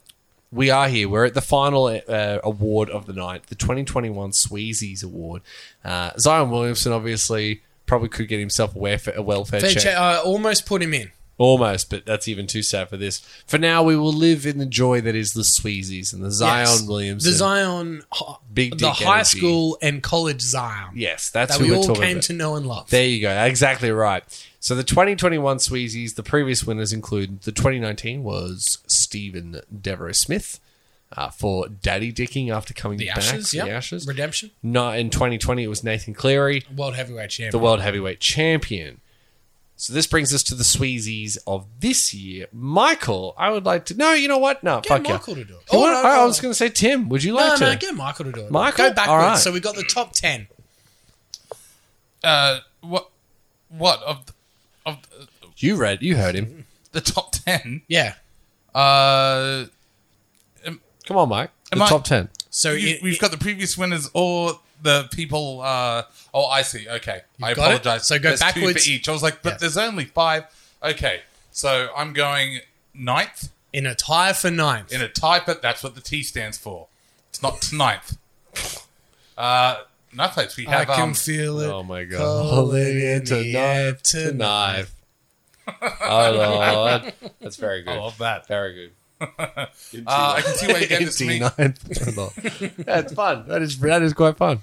Speaker 2: we are here. We're at the final uh, award of the night, the 2021 Sweezies Award. Uh, Zion Williamson obviously probably could get himself a welfare, a welfare
Speaker 1: Fair
Speaker 2: check.
Speaker 1: check. I uh, almost put him in.
Speaker 2: Almost, but that's even too sad for this. For now, we will live in the joy that is the Sweezies and the Zion
Speaker 1: Yes.
Speaker 2: Williamson.
Speaker 1: The Zion, hi-
Speaker 2: Big
Speaker 1: the
Speaker 2: dick
Speaker 1: high
Speaker 2: energy.
Speaker 1: school and college Zion.
Speaker 2: Yes, that's
Speaker 1: that
Speaker 2: who
Speaker 1: we
Speaker 2: we're
Speaker 1: all
Speaker 2: talking
Speaker 1: came
Speaker 2: about.
Speaker 1: to know and love.
Speaker 2: There you go. Exactly right. So the 2021 Sweezies, the previous winners include the 2019 was Stephen Devereaux Smith uh, for daddy dicking after coming
Speaker 1: the
Speaker 2: back
Speaker 1: Ashes,
Speaker 2: from
Speaker 1: yeah.
Speaker 2: the Ashes.
Speaker 1: Redemption,
Speaker 2: Not in 2020, it was Nathan Cleary,
Speaker 1: World Heavyweight Champion.
Speaker 2: the world heavyweight champion. So this brings us to the Sweezies of this year. Michael, I would like to. No, you know what? No,
Speaker 1: Get
Speaker 2: fuck you.
Speaker 1: Michael to do it.
Speaker 2: You want-
Speaker 1: no,
Speaker 2: I,
Speaker 1: no.
Speaker 2: was going to say Tim. Would you like
Speaker 1: No,
Speaker 2: to?
Speaker 1: no, get Michael to do it.
Speaker 2: Michael?
Speaker 1: go backwards.
Speaker 2: All right.
Speaker 1: So we got the top ten.
Speaker 3: Uh, what? What of the, of the-
Speaker 2: you read. You heard him.
Speaker 3: the top ten?
Speaker 1: Yeah.
Speaker 3: Uh,
Speaker 2: Come on, Mike.
Speaker 3: Am
Speaker 2: the
Speaker 3: I-
Speaker 2: top ten.
Speaker 1: So
Speaker 3: you-
Speaker 1: it-
Speaker 3: we've
Speaker 1: it-
Speaker 3: got the previous winners or the people. Uh, oh, I see. Okay, I
Speaker 1: got it?
Speaker 3: apologize.
Speaker 1: So go
Speaker 3: There's two
Speaker 1: backwards.
Speaker 3: for each. I was like, but
Speaker 1: Yes.
Speaker 3: there's only five. Okay, so I'm going ninth
Speaker 1: in a tie for ninth.
Speaker 3: in a tie, but that's what the T stands for. It's not ninth. Uh, ninth place we
Speaker 1: I
Speaker 3: have.
Speaker 1: can
Speaker 3: um,
Speaker 1: feel it.
Speaker 2: Oh my god.
Speaker 1: Calling in
Speaker 2: into
Speaker 1: the
Speaker 2: knife to
Speaker 1: afternight.
Speaker 2: knife. oh lord, that's very good.
Speaker 3: I love that.
Speaker 2: Very good.
Speaker 3: Uh, I can see where you get this to me.
Speaker 2: That's fun. That is that is quite fun.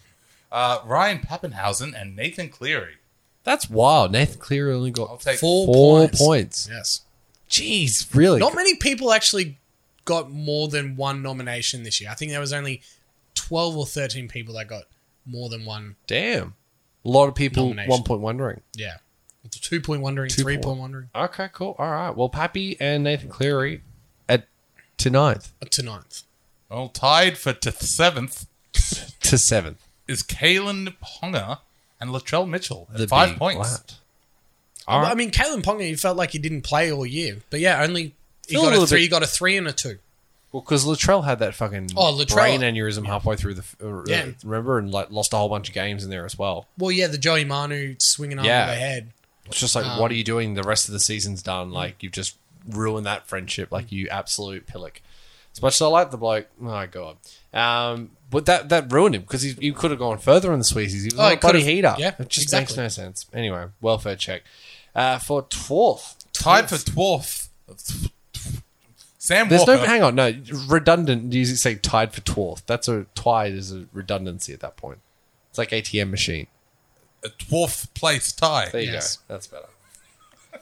Speaker 3: Uh, Ryan Pappenhausen and Nathan Cleary.
Speaker 2: That's wild. Nathan Cleary only
Speaker 3: I'll
Speaker 2: got
Speaker 3: take
Speaker 1: Four,
Speaker 2: four
Speaker 1: points.
Speaker 2: points.
Speaker 1: Yes.
Speaker 2: Jeez, really?
Speaker 1: Not many people actually got more than one nomination this year. I think there was only 12 or 13 people that got more than one.
Speaker 2: Damn. A lot of people
Speaker 1: Nomination.
Speaker 2: one point wondering.
Speaker 1: Yeah. It's a Two point wondering,
Speaker 2: Two
Speaker 1: three
Speaker 2: point-
Speaker 1: point wondering
Speaker 2: Okay, cool. All right. Well, Pappy and Nathan Cleary at to ninth
Speaker 1: up uh, to ninth.
Speaker 3: Well, tied for t- seventh
Speaker 2: to seventh.
Speaker 3: is Kalen Ponga and Latrell Mitchell at
Speaker 2: The
Speaker 3: five
Speaker 2: big
Speaker 3: points.
Speaker 2: lad. All
Speaker 1: I
Speaker 2: right.
Speaker 1: mean, Kalen Ponga, he felt like he didn't play all year, but yeah, only he
Speaker 2: Feel a
Speaker 1: got a,
Speaker 2: little
Speaker 1: three.
Speaker 2: bit-
Speaker 1: He got a three and a two.
Speaker 2: Well, because Latrell had that fucking
Speaker 1: Oh, Latrell.
Speaker 2: brain aneurysm halfway through the uh,
Speaker 1: Yeah.
Speaker 2: remember and like lost a whole bunch of games in there as well.
Speaker 1: Well, yeah, the Joey Manu swinging over
Speaker 2: Yeah.
Speaker 1: the head.
Speaker 2: It's just like,
Speaker 1: Um,
Speaker 2: what are you doing? The rest of the season's
Speaker 1: mm.
Speaker 2: done. Like you've just ruined that friendship. Like you absolute pillock. As much as I like the bloke, my god. Um, but that that ruined him because he, he could have gone further in the Sweezies. He was
Speaker 1: Oh,
Speaker 2: on
Speaker 1: he
Speaker 2: a bloody
Speaker 1: could've-
Speaker 2: heater.
Speaker 1: yeah,
Speaker 2: it just makes
Speaker 1: exactly.
Speaker 2: no sense. Anyway, welfare check uh, for twelfth.
Speaker 3: Tied for twelfth. Sam
Speaker 2: There's
Speaker 3: Walker.
Speaker 2: no hang on, no redundant. You say tied for twelfth. That's a tied is a redundancy at that point. It's like ATM machine.
Speaker 3: a twelfth place tie.
Speaker 2: There you
Speaker 1: Yes.
Speaker 2: go. That's better.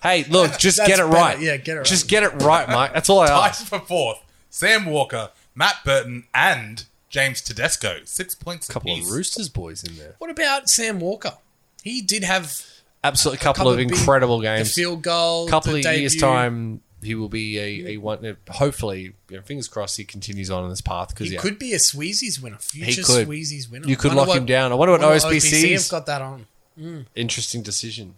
Speaker 2: Hey, look, just
Speaker 1: That's
Speaker 2: get it
Speaker 1: better.
Speaker 2: right.
Speaker 1: Yeah, get it
Speaker 2: Just
Speaker 1: right.
Speaker 2: get it right, Mike. That's all I
Speaker 3: Tied
Speaker 2: ask.
Speaker 3: for fourth. Sam Walker, Matt Burton, and James Tedesco. Six points.
Speaker 2: A couple of
Speaker 3: apiece.
Speaker 2: Roosters boys in there.
Speaker 1: What about Sam Walker? He did have
Speaker 2: Absolutely, a couple,
Speaker 1: couple
Speaker 2: of
Speaker 1: of big-
Speaker 2: incredible
Speaker 1: the
Speaker 2: games.
Speaker 1: field goal.
Speaker 2: couple
Speaker 1: the
Speaker 2: of years
Speaker 1: debut.
Speaker 2: time, he will be a, a one. uh, Hopefully, you know, fingers crossed, he continues on in this path because
Speaker 1: He
Speaker 2: yeah,
Speaker 1: could be a Sweezy's winner, future
Speaker 2: could.
Speaker 1: Sweezy's winner.
Speaker 2: You could
Speaker 1: Wonder
Speaker 2: lock him down. I wonder what
Speaker 1: wonder
Speaker 2: OSBC is.
Speaker 1: have got that on.
Speaker 2: interesting decision.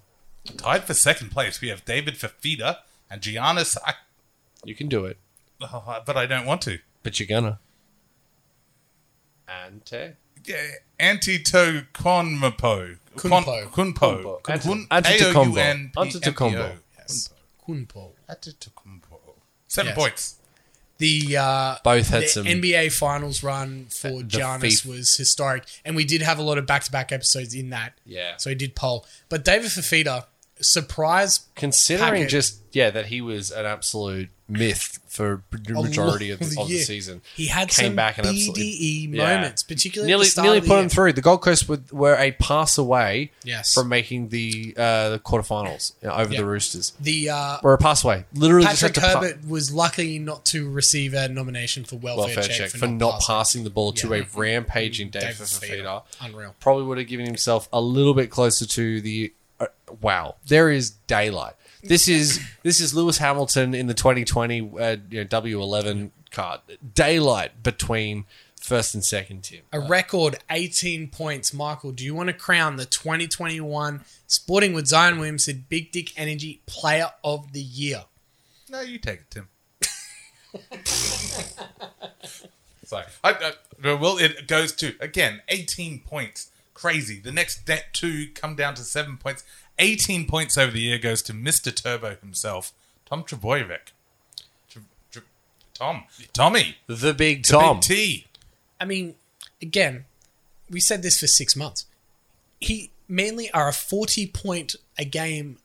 Speaker 3: Tied for second place, we have David Fafita and Giannis. I,
Speaker 2: You can do it,
Speaker 3: oh, but I don't want to.
Speaker 2: but you're gonna. uh, Ante.
Speaker 3: Yeah, Antito Conmapo.
Speaker 1: Kunpo.
Speaker 3: Kunpo.
Speaker 2: Kunpo.
Speaker 3: Kun-
Speaker 2: Antetokounmpo.
Speaker 3: A-O-U-N-P-M-P-O.
Speaker 2: Antetokounmpo.
Speaker 1: Yes. Kunpo.
Speaker 3: Antetokounmpo. Seven
Speaker 1: Yes.
Speaker 3: points.
Speaker 1: The uh,
Speaker 2: Both had
Speaker 1: the
Speaker 2: some- Uh,
Speaker 1: NBA Finals run for Giannis
Speaker 2: fif-
Speaker 1: was historic, and we did have a lot of back-to-back episodes in that.
Speaker 2: Yeah.
Speaker 1: so he did poll, but David Fafita surprise
Speaker 2: Considering
Speaker 1: Packet.
Speaker 2: just yeah that he was an absolute myth for the
Speaker 1: a
Speaker 2: majority
Speaker 1: lot
Speaker 2: of, the, of the
Speaker 1: year.
Speaker 2: season,
Speaker 1: He had
Speaker 2: came
Speaker 1: some
Speaker 2: back and absolutely
Speaker 1: BDE
Speaker 2: yeah.
Speaker 1: moments, particularly
Speaker 2: nearly
Speaker 1: at the start
Speaker 2: nearly
Speaker 1: of the
Speaker 2: put
Speaker 1: year.
Speaker 2: him through. The Gold Coast with, were a pass away
Speaker 1: Yes.
Speaker 2: from making the uh, the quarterfinals you know, over
Speaker 1: Yeah.
Speaker 2: the Roosters.
Speaker 1: The uh,
Speaker 2: Or a pass away. Literally
Speaker 1: Patrick
Speaker 2: just had to pa-
Speaker 1: Herbert was lucky not to receive a nomination for welfare,
Speaker 2: welfare check, for, not, passing. the ball to a rampaging David Fafita.
Speaker 1: Unreal.
Speaker 2: Probably would have given himself a little bit closer to the uh, wow. There is daylight. This is this is Lewis Hamilton in the 2020 uh, you know, W11 card. Daylight between first and second tier.
Speaker 1: A record 18 points. Michael, do you want to crown the 2021 Sporting with Zion Williamson Big Dick Energy Player of the Year?
Speaker 3: No, you take it, Tim. Sorry. I, I, well, it goes to, again, 18 points. Crazy. The next de- two come down to seven points. 18 points over the year goes to Mr. Turbo himself, Tom Trebojevic. Tre- Tre- Tom. Tommy.
Speaker 2: The Big Tom.
Speaker 3: Big T.
Speaker 1: I mean, again, we said this for six months. He mainly are a 40 point a game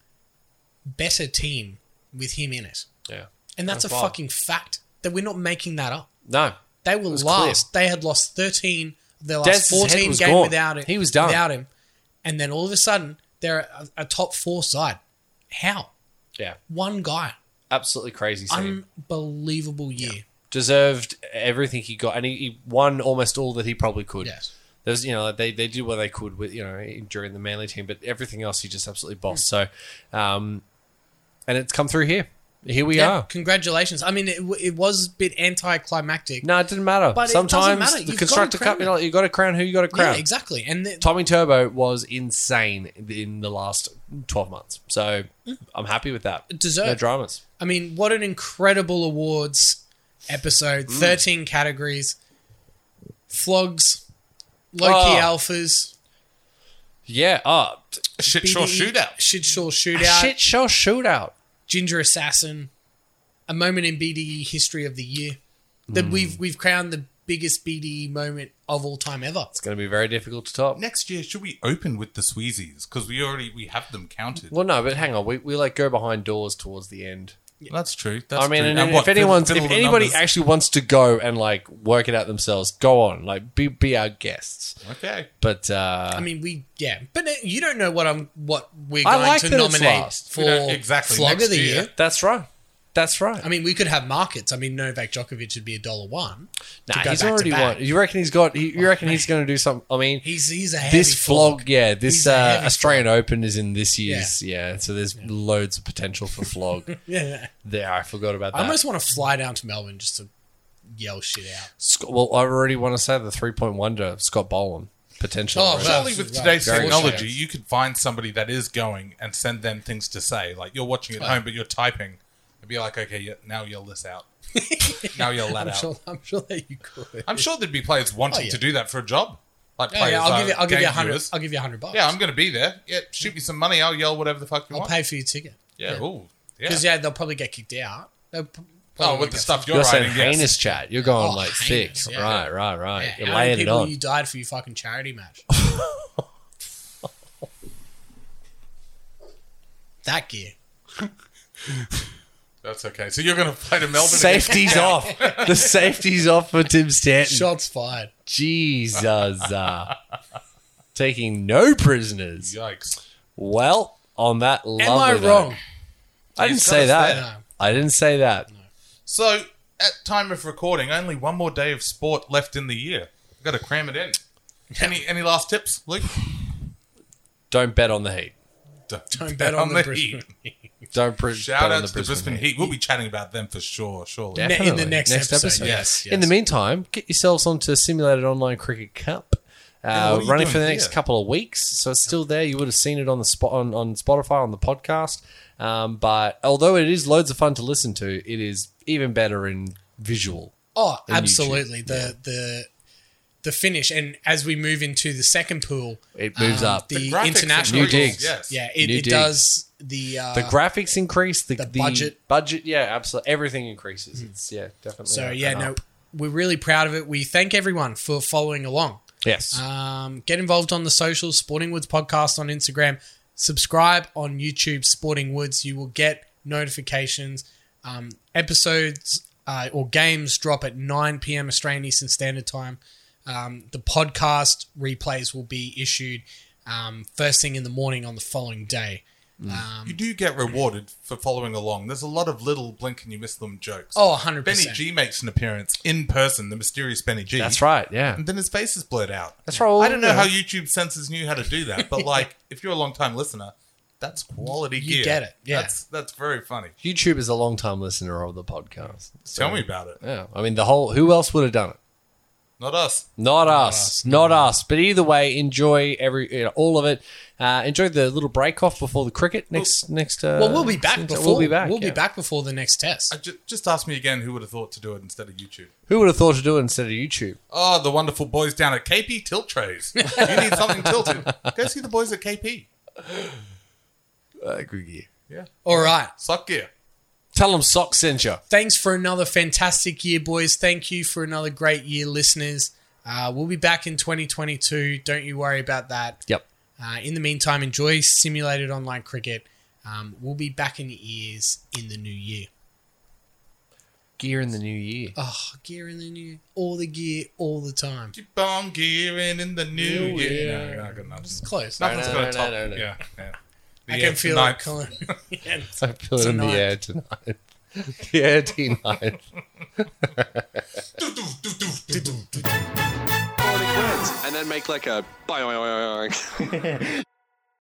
Speaker 1: better team with him in it.
Speaker 2: yeah.
Speaker 1: And that's,
Speaker 2: That's
Speaker 1: a
Speaker 2: wild.
Speaker 1: fucking fact that we're not making that up.
Speaker 2: No.
Speaker 1: They were
Speaker 2: was
Speaker 1: last. They had lost 13 of their last
Speaker 2: Dez's head
Speaker 1: 14
Speaker 2: was
Speaker 1: game
Speaker 2: gone.
Speaker 1: without it.
Speaker 2: He was done.
Speaker 1: Without him. And then all of a sudden, they're a, a top four side. How?
Speaker 2: Yeah.
Speaker 1: One guy.
Speaker 2: Absolutely crazy scene.
Speaker 1: Unbelievable year.
Speaker 2: deserved everything he got, and he, he won almost all that he probably could.
Speaker 1: Yes.
Speaker 2: There was, you know, they, they did what they could with you know during the Manly team, but everything else he just absolutely bossed.
Speaker 1: Hmm.
Speaker 2: So, um, and it's come through here. Here we
Speaker 1: Yeah.
Speaker 2: are.
Speaker 1: Congratulations. I mean, it, w- it was a bit anticlimactic.
Speaker 2: No, it didn't matter.
Speaker 1: But it doesn't
Speaker 2: Sometimes
Speaker 1: matter. You've
Speaker 2: the
Speaker 1: got to
Speaker 2: constructor
Speaker 1: crown
Speaker 2: cup, you know, you got a crown. Who you got a
Speaker 1: yeah,
Speaker 2: crown?
Speaker 1: exactly. And the,
Speaker 2: Tommy Turbo was insane in the last twelve months, so I'm happy with that.
Speaker 1: Hmm. Deserved.
Speaker 2: No dramas.
Speaker 1: I mean, what an incredible awards episode.
Speaker 2: Mm.
Speaker 1: 13 categories. Flogs. Low key
Speaker 2: Oh.
Speaker 1: alphas.
Speaker 2: Yeah. Oh, t-
Speaker 3: Shit, sure,
Speaker 1: BDE,
Speaker 3: shootout.
Speaker 1: Shit Shaw Shootout.
Speaker 2: shit show shootout.
Speaker 1: Ginger Assassin, a moment in BDE history of the year
Speaker 2: Hmm.
Speaker 1: that we've we've crowned the biggest BDE moment of all time ever.
Speaker 2: It's going to be very difficult to top.
Speaker 3: Next year, should we open with the Sweezies? Because we already we have them counted.
Speaker 2: Well, no, but hang on. We, we like go behind doors towards the end.
Speaker 3: That's true. That's
Speaker 2: I mean,
Speaker 3: true.
Speaker 2: and,
Speaker 3: And
Speaker 2: and
Speaker 3: what,
Speaker 2: if anyone's,
Speaker 3: fiddle-
Speaker 2: if
Speaker 3: fiddle the
Speaker 2: anybody
Speaker 3: numbers?
Speaker 2: actually wants to go and like work it out themselves, go on. Like, be be our guests.
Speaker 3: okay.
Speaker 2: But uh,
Speaker 1: I mean, we yeah, but uh, you don't know what I'm what we're
Speaker 2: I
Speaker 1: going
Speaker 2: like
Speaker 1: to
Speaker 2: that it's
Speaker 1: nominate
Speaker 2: last.
Speaker 1: for
Speaker 3: We don't- exactly,
Speaker 1: flog
Speaker 3: next
Speaker 1: of the year.
Speaker 3: year.
Speaker 2: that's right. That's right.
Speaker 1: I mean, we could have markets. I mean, Novak Djokovic would be a dollar one. to
Speaker 2: nah,
Speaker 1: go
Speaker 2: he's
Speaker 1: back to
Speaker 2: already
Speaker 1: back. Oh,
Speaker 2: won. You reckon he's got? He, you reckon he's going to do something? I mean,
Speaker 1: He's he's a heavy
Speaker 2: this flog, yeah,
Speaker 1: He's
Speaker 2: this
Speaker 1: a
Speaker 2: uh,
Speaker 1: heavy
Speaker 2: Australian Open is in this year's. Yeah, so there's loads of potential for flog.
Speaker 1: Yeah,
Speaker 2: there, I forgot about that.
Speaker 1: I almost want to fly down to Melbourne just to yell shit out.
Speaker 2: Scott, well, I already want to say the three point wonder Scott Boland potential.
Speaker 1: Oh,
Speaker 2: right?
Speaker 1: well.
Speaker 3: Surely with
Speaker 1: Right.
Speaker 3: today's
Speaker 2: Very
Speaker 3: technology,
Speaker 2: true.
Speaker 3: you could find somebody that is going and send them things to say. Like you're watching at home, but you're typing. It'd be like, okay, yeah, now yell this out. now yell that
Speaker 1: I'm
Speaker 3: out.
Speaker 1: sure, I'm sure that you could.
Speaker 3: I'm sure there'd be players wanting
Speaker 1: Oh, yeah.
Speaker 3: to do that for a job. Like
Speaker 1: Yeah,
Speaker 3: players,
Speaker 1: yeah, I'll give you. I'll give you a hundred.
Speaker 3: viewers.
Speaker 1: I'll give you a hundred bucks.
Speaker 3: Yeah, I'm going to be there. Yeah, shoot me some money. I'll yell whatever the fuck you
Speaker 1: I'll
Speaker 3: want.
Speaker 1: pay for your ticket.
Speaker 3: yeah. Ooh. Yeah.
Speaker 1: Because yeah. they'll probably get kicked out. They'll p-
Speaker 3: Oh,
Speaker 1: probably
Speaker 3: with the
Speaker 1: get-
Speaker 3: stuff you're,
Speaker 2: You're saying
Speaker 3: writing, yes.
Speaker 2: heinous chat. You're going
Speaker 1: Oh,
Speaker 2: like
Speaker 1: heinous,
Speaker 2: thick.
Speaker 1: yeah.
Speaker 2: Right, right, right.
Speaker 1: Yeah,
Speaker 2: You're
Speaker 1: how many
Speaker 2: laying it
Speaker 1: people
Speaker 2: on.
Speaker 1: You died for your fucking charity match. that gear.
Speaker 3: That's okay. So you're going to play to Melbourne. against-
Speaker 2: Safety's off. The safety's off for Tim Stanton.
Speaker 1: Shots fired.
Speaker 2: Mm. Jesus. Uh, taking no prisoners.
Speaker 3: Yikes.
Speaker 2: Well, on that
Speaker 1: Am
Speaker 2: lovely
Speaker 1: I
Speaker 2: note-
Speaker 1: wrong?
Speaker 2: I didn't
Speaker 3: He's
Speaker 2: say
Speaker 3: got us
Speaker 2: that.
Speaker 3: there.
Speaker 1: No.
Speaker 2: I didn't say that.
Speaker 3: So at time of recording, only one more day of sport left in the year. Got to cram it in. Any any last tips, Luke?
Speaker 2: Don't bet on the heat.
Speaker 3: Don't,
Speaker 1: Don't bet on the Brisbane.
Speaker 2: Don't pre-
Speaker 3: Shout
Speaker 2: bet on
Speaker 3: out to the Brisbane Heat. We'll be chatting about them for sure, surely.
Speaker 1: Ne- in the
Speaker 2: Definitely.
Speaker 1: next,
Speaker 2: Next
Speaker 1: episode.
Speaker 2: episode.
Speaker 1: Yes, yes.
Speaker 2: In the meantime, get yourselves onto Simulated Online Cricket Cup.
Speaker 3: Yeah,
Speaker 2: Uh,
Speaker 3: what are you
Speaker 2: running
Speaker 3: doing
Speaker 2: for the next
Speaker 3: here?
Speaker 2: couple of weeks, so it's still there. You would have seen it on the spot on, on Spotify on the podcast. Um, but although it is loads of fun to listen to, it is even better in visual.
Speaker 1: Oh,
Speaker 2: and YouTube.
Speaker 1: absolutely. The the the finish, and as we move into the second pool,
Speaker 2: It moves
Speaker 1: um,
Speaker 2: up.
Speaker 1: the,
Speaker 3: The graphics
Speaker 1: international
Speaker 2: New digs.
Speaker 3: Yes.
Speaker 1: Yeah, it,
Speaker 2: New
Speaker 1: it
Speaker 2: digs.
Speaker 1: does the uh,
Speaker 2: the graphics increase. The,
Speaker 1: the
Speaker 2: the,
Speaker 1: budget. Hmm.
Speaker 2: budget, yeah, absolutely. Everything increases. It's yeah, definitely.
Speaker 1: So
Speaker 2: a-
Speaker 1: yeah,
Speaker 2: an
Speaker 1: no,
Speaker 2: up.
Speaker 1: we're really proud of it. We thank everyone for following along.
Speaker 2: yes,
Speaker 1: Um, get involved on the socials, Sporting Woods Podcast on Instagram. Subscribe on YouTube, Sporting Woods. You will get notifications. Um, episodes uh, or games drop at 9 p.m. Australian Eastern Standard Time. Um, the podcast replays will be issued um, first thing in the morning on the following day.
Speaker 3: You do get rewarded for following along. There's a lot of little blink and you miss them jokes.
Speaker 1: Oh, 100%.
Speaker 3: Benny G makes an appearance in person, the mysterious Benny G.
Speaker 2: that's right. Yeah,
Speaker 3: And then his face is blurred out.
Speaker 2: that's right.
Speaker 3: I don't know how YouTube censors knew how to do that, but like, if you're a long time listener, that's quality
Speaker 1: You
Speaker 3: gear.
Speaker 1: get it, yeah.
Speaker 3: That's, that's very funny.
Speaker 2: YouTube is a long time listener of the podcast. So,
Speaker 3: Tell me about it.
Speaker 2: Yeah, I mean the whole. Who else would have done it?
Speaker 3: Not us.
Speaker 2: Not, us, not us. But either way, enjoy every you know, all of it. Uh, enjoy the little break off before the cricket next next. Uh,
Speaker 1: Well, we'll be back
Speaker 2: season.
Speaker 1: before
Speaker 2: We'll be back. yeah.
Speaker 1: before the next
Speaker 3: I
Speaker 1: test.
Speaker 3: Uh, ju- just ask me again who would have thought to do it instead of YouTube.
Speaker 2: Who would have thought to do it instead of YouTube?
Speaker 3: Oh, the wonderful boys down at KP Tilt Trays. you need something tilted. Go see the boys at KP.
Speaker 2: Uh, good gear.
Speaker 1: All right.
Speaker 3: Sock gear.
Speaker 2: Tell them sock sent you.
Speaker 1: thanks for another fantastic year, boys. Thank you for another great year, listeners. Uh, we'll be back in 2022. Don't you worry about that.
Speaker 2: Yep.
Speaker 1: Uh, in the meantime, enjoy simulated online cricket. Um, we'll be back in your ears in the new year.
Speaker 2: Gear in the new year.
Speaker 1: Oh, gear in the new, all the gear, all the time.
Speaker 3: Keep on gearing in the new
Speaker 1: New
Speaker 3: year.
Speaker 1: year.
Speaker 3: No, no, no, no.
Speaker 1: It's close.
Speaker 3: Nothing's
Speaker 2: no,
Speaker 3: going
Speaker 2: no,
Speaker 3: to top.
Speaker 2: no, no.
Speaker 3: Yeah, yeah.
Speaker 1: I
Speaker 3: The
Speaker 1: can
Speaker 3: eighth,
Speaker 1: feel
Speaker 3: the
Speaker 1: it
Speaker 3: ninth.
Speaker 1: coming. Yeah.
Speaker 2: I feel it in the
Speaker 1: Tonight.
Speaker 2: air tonight. the air tonight.
Speaker 5: Sporting words. And then make like a. Bye.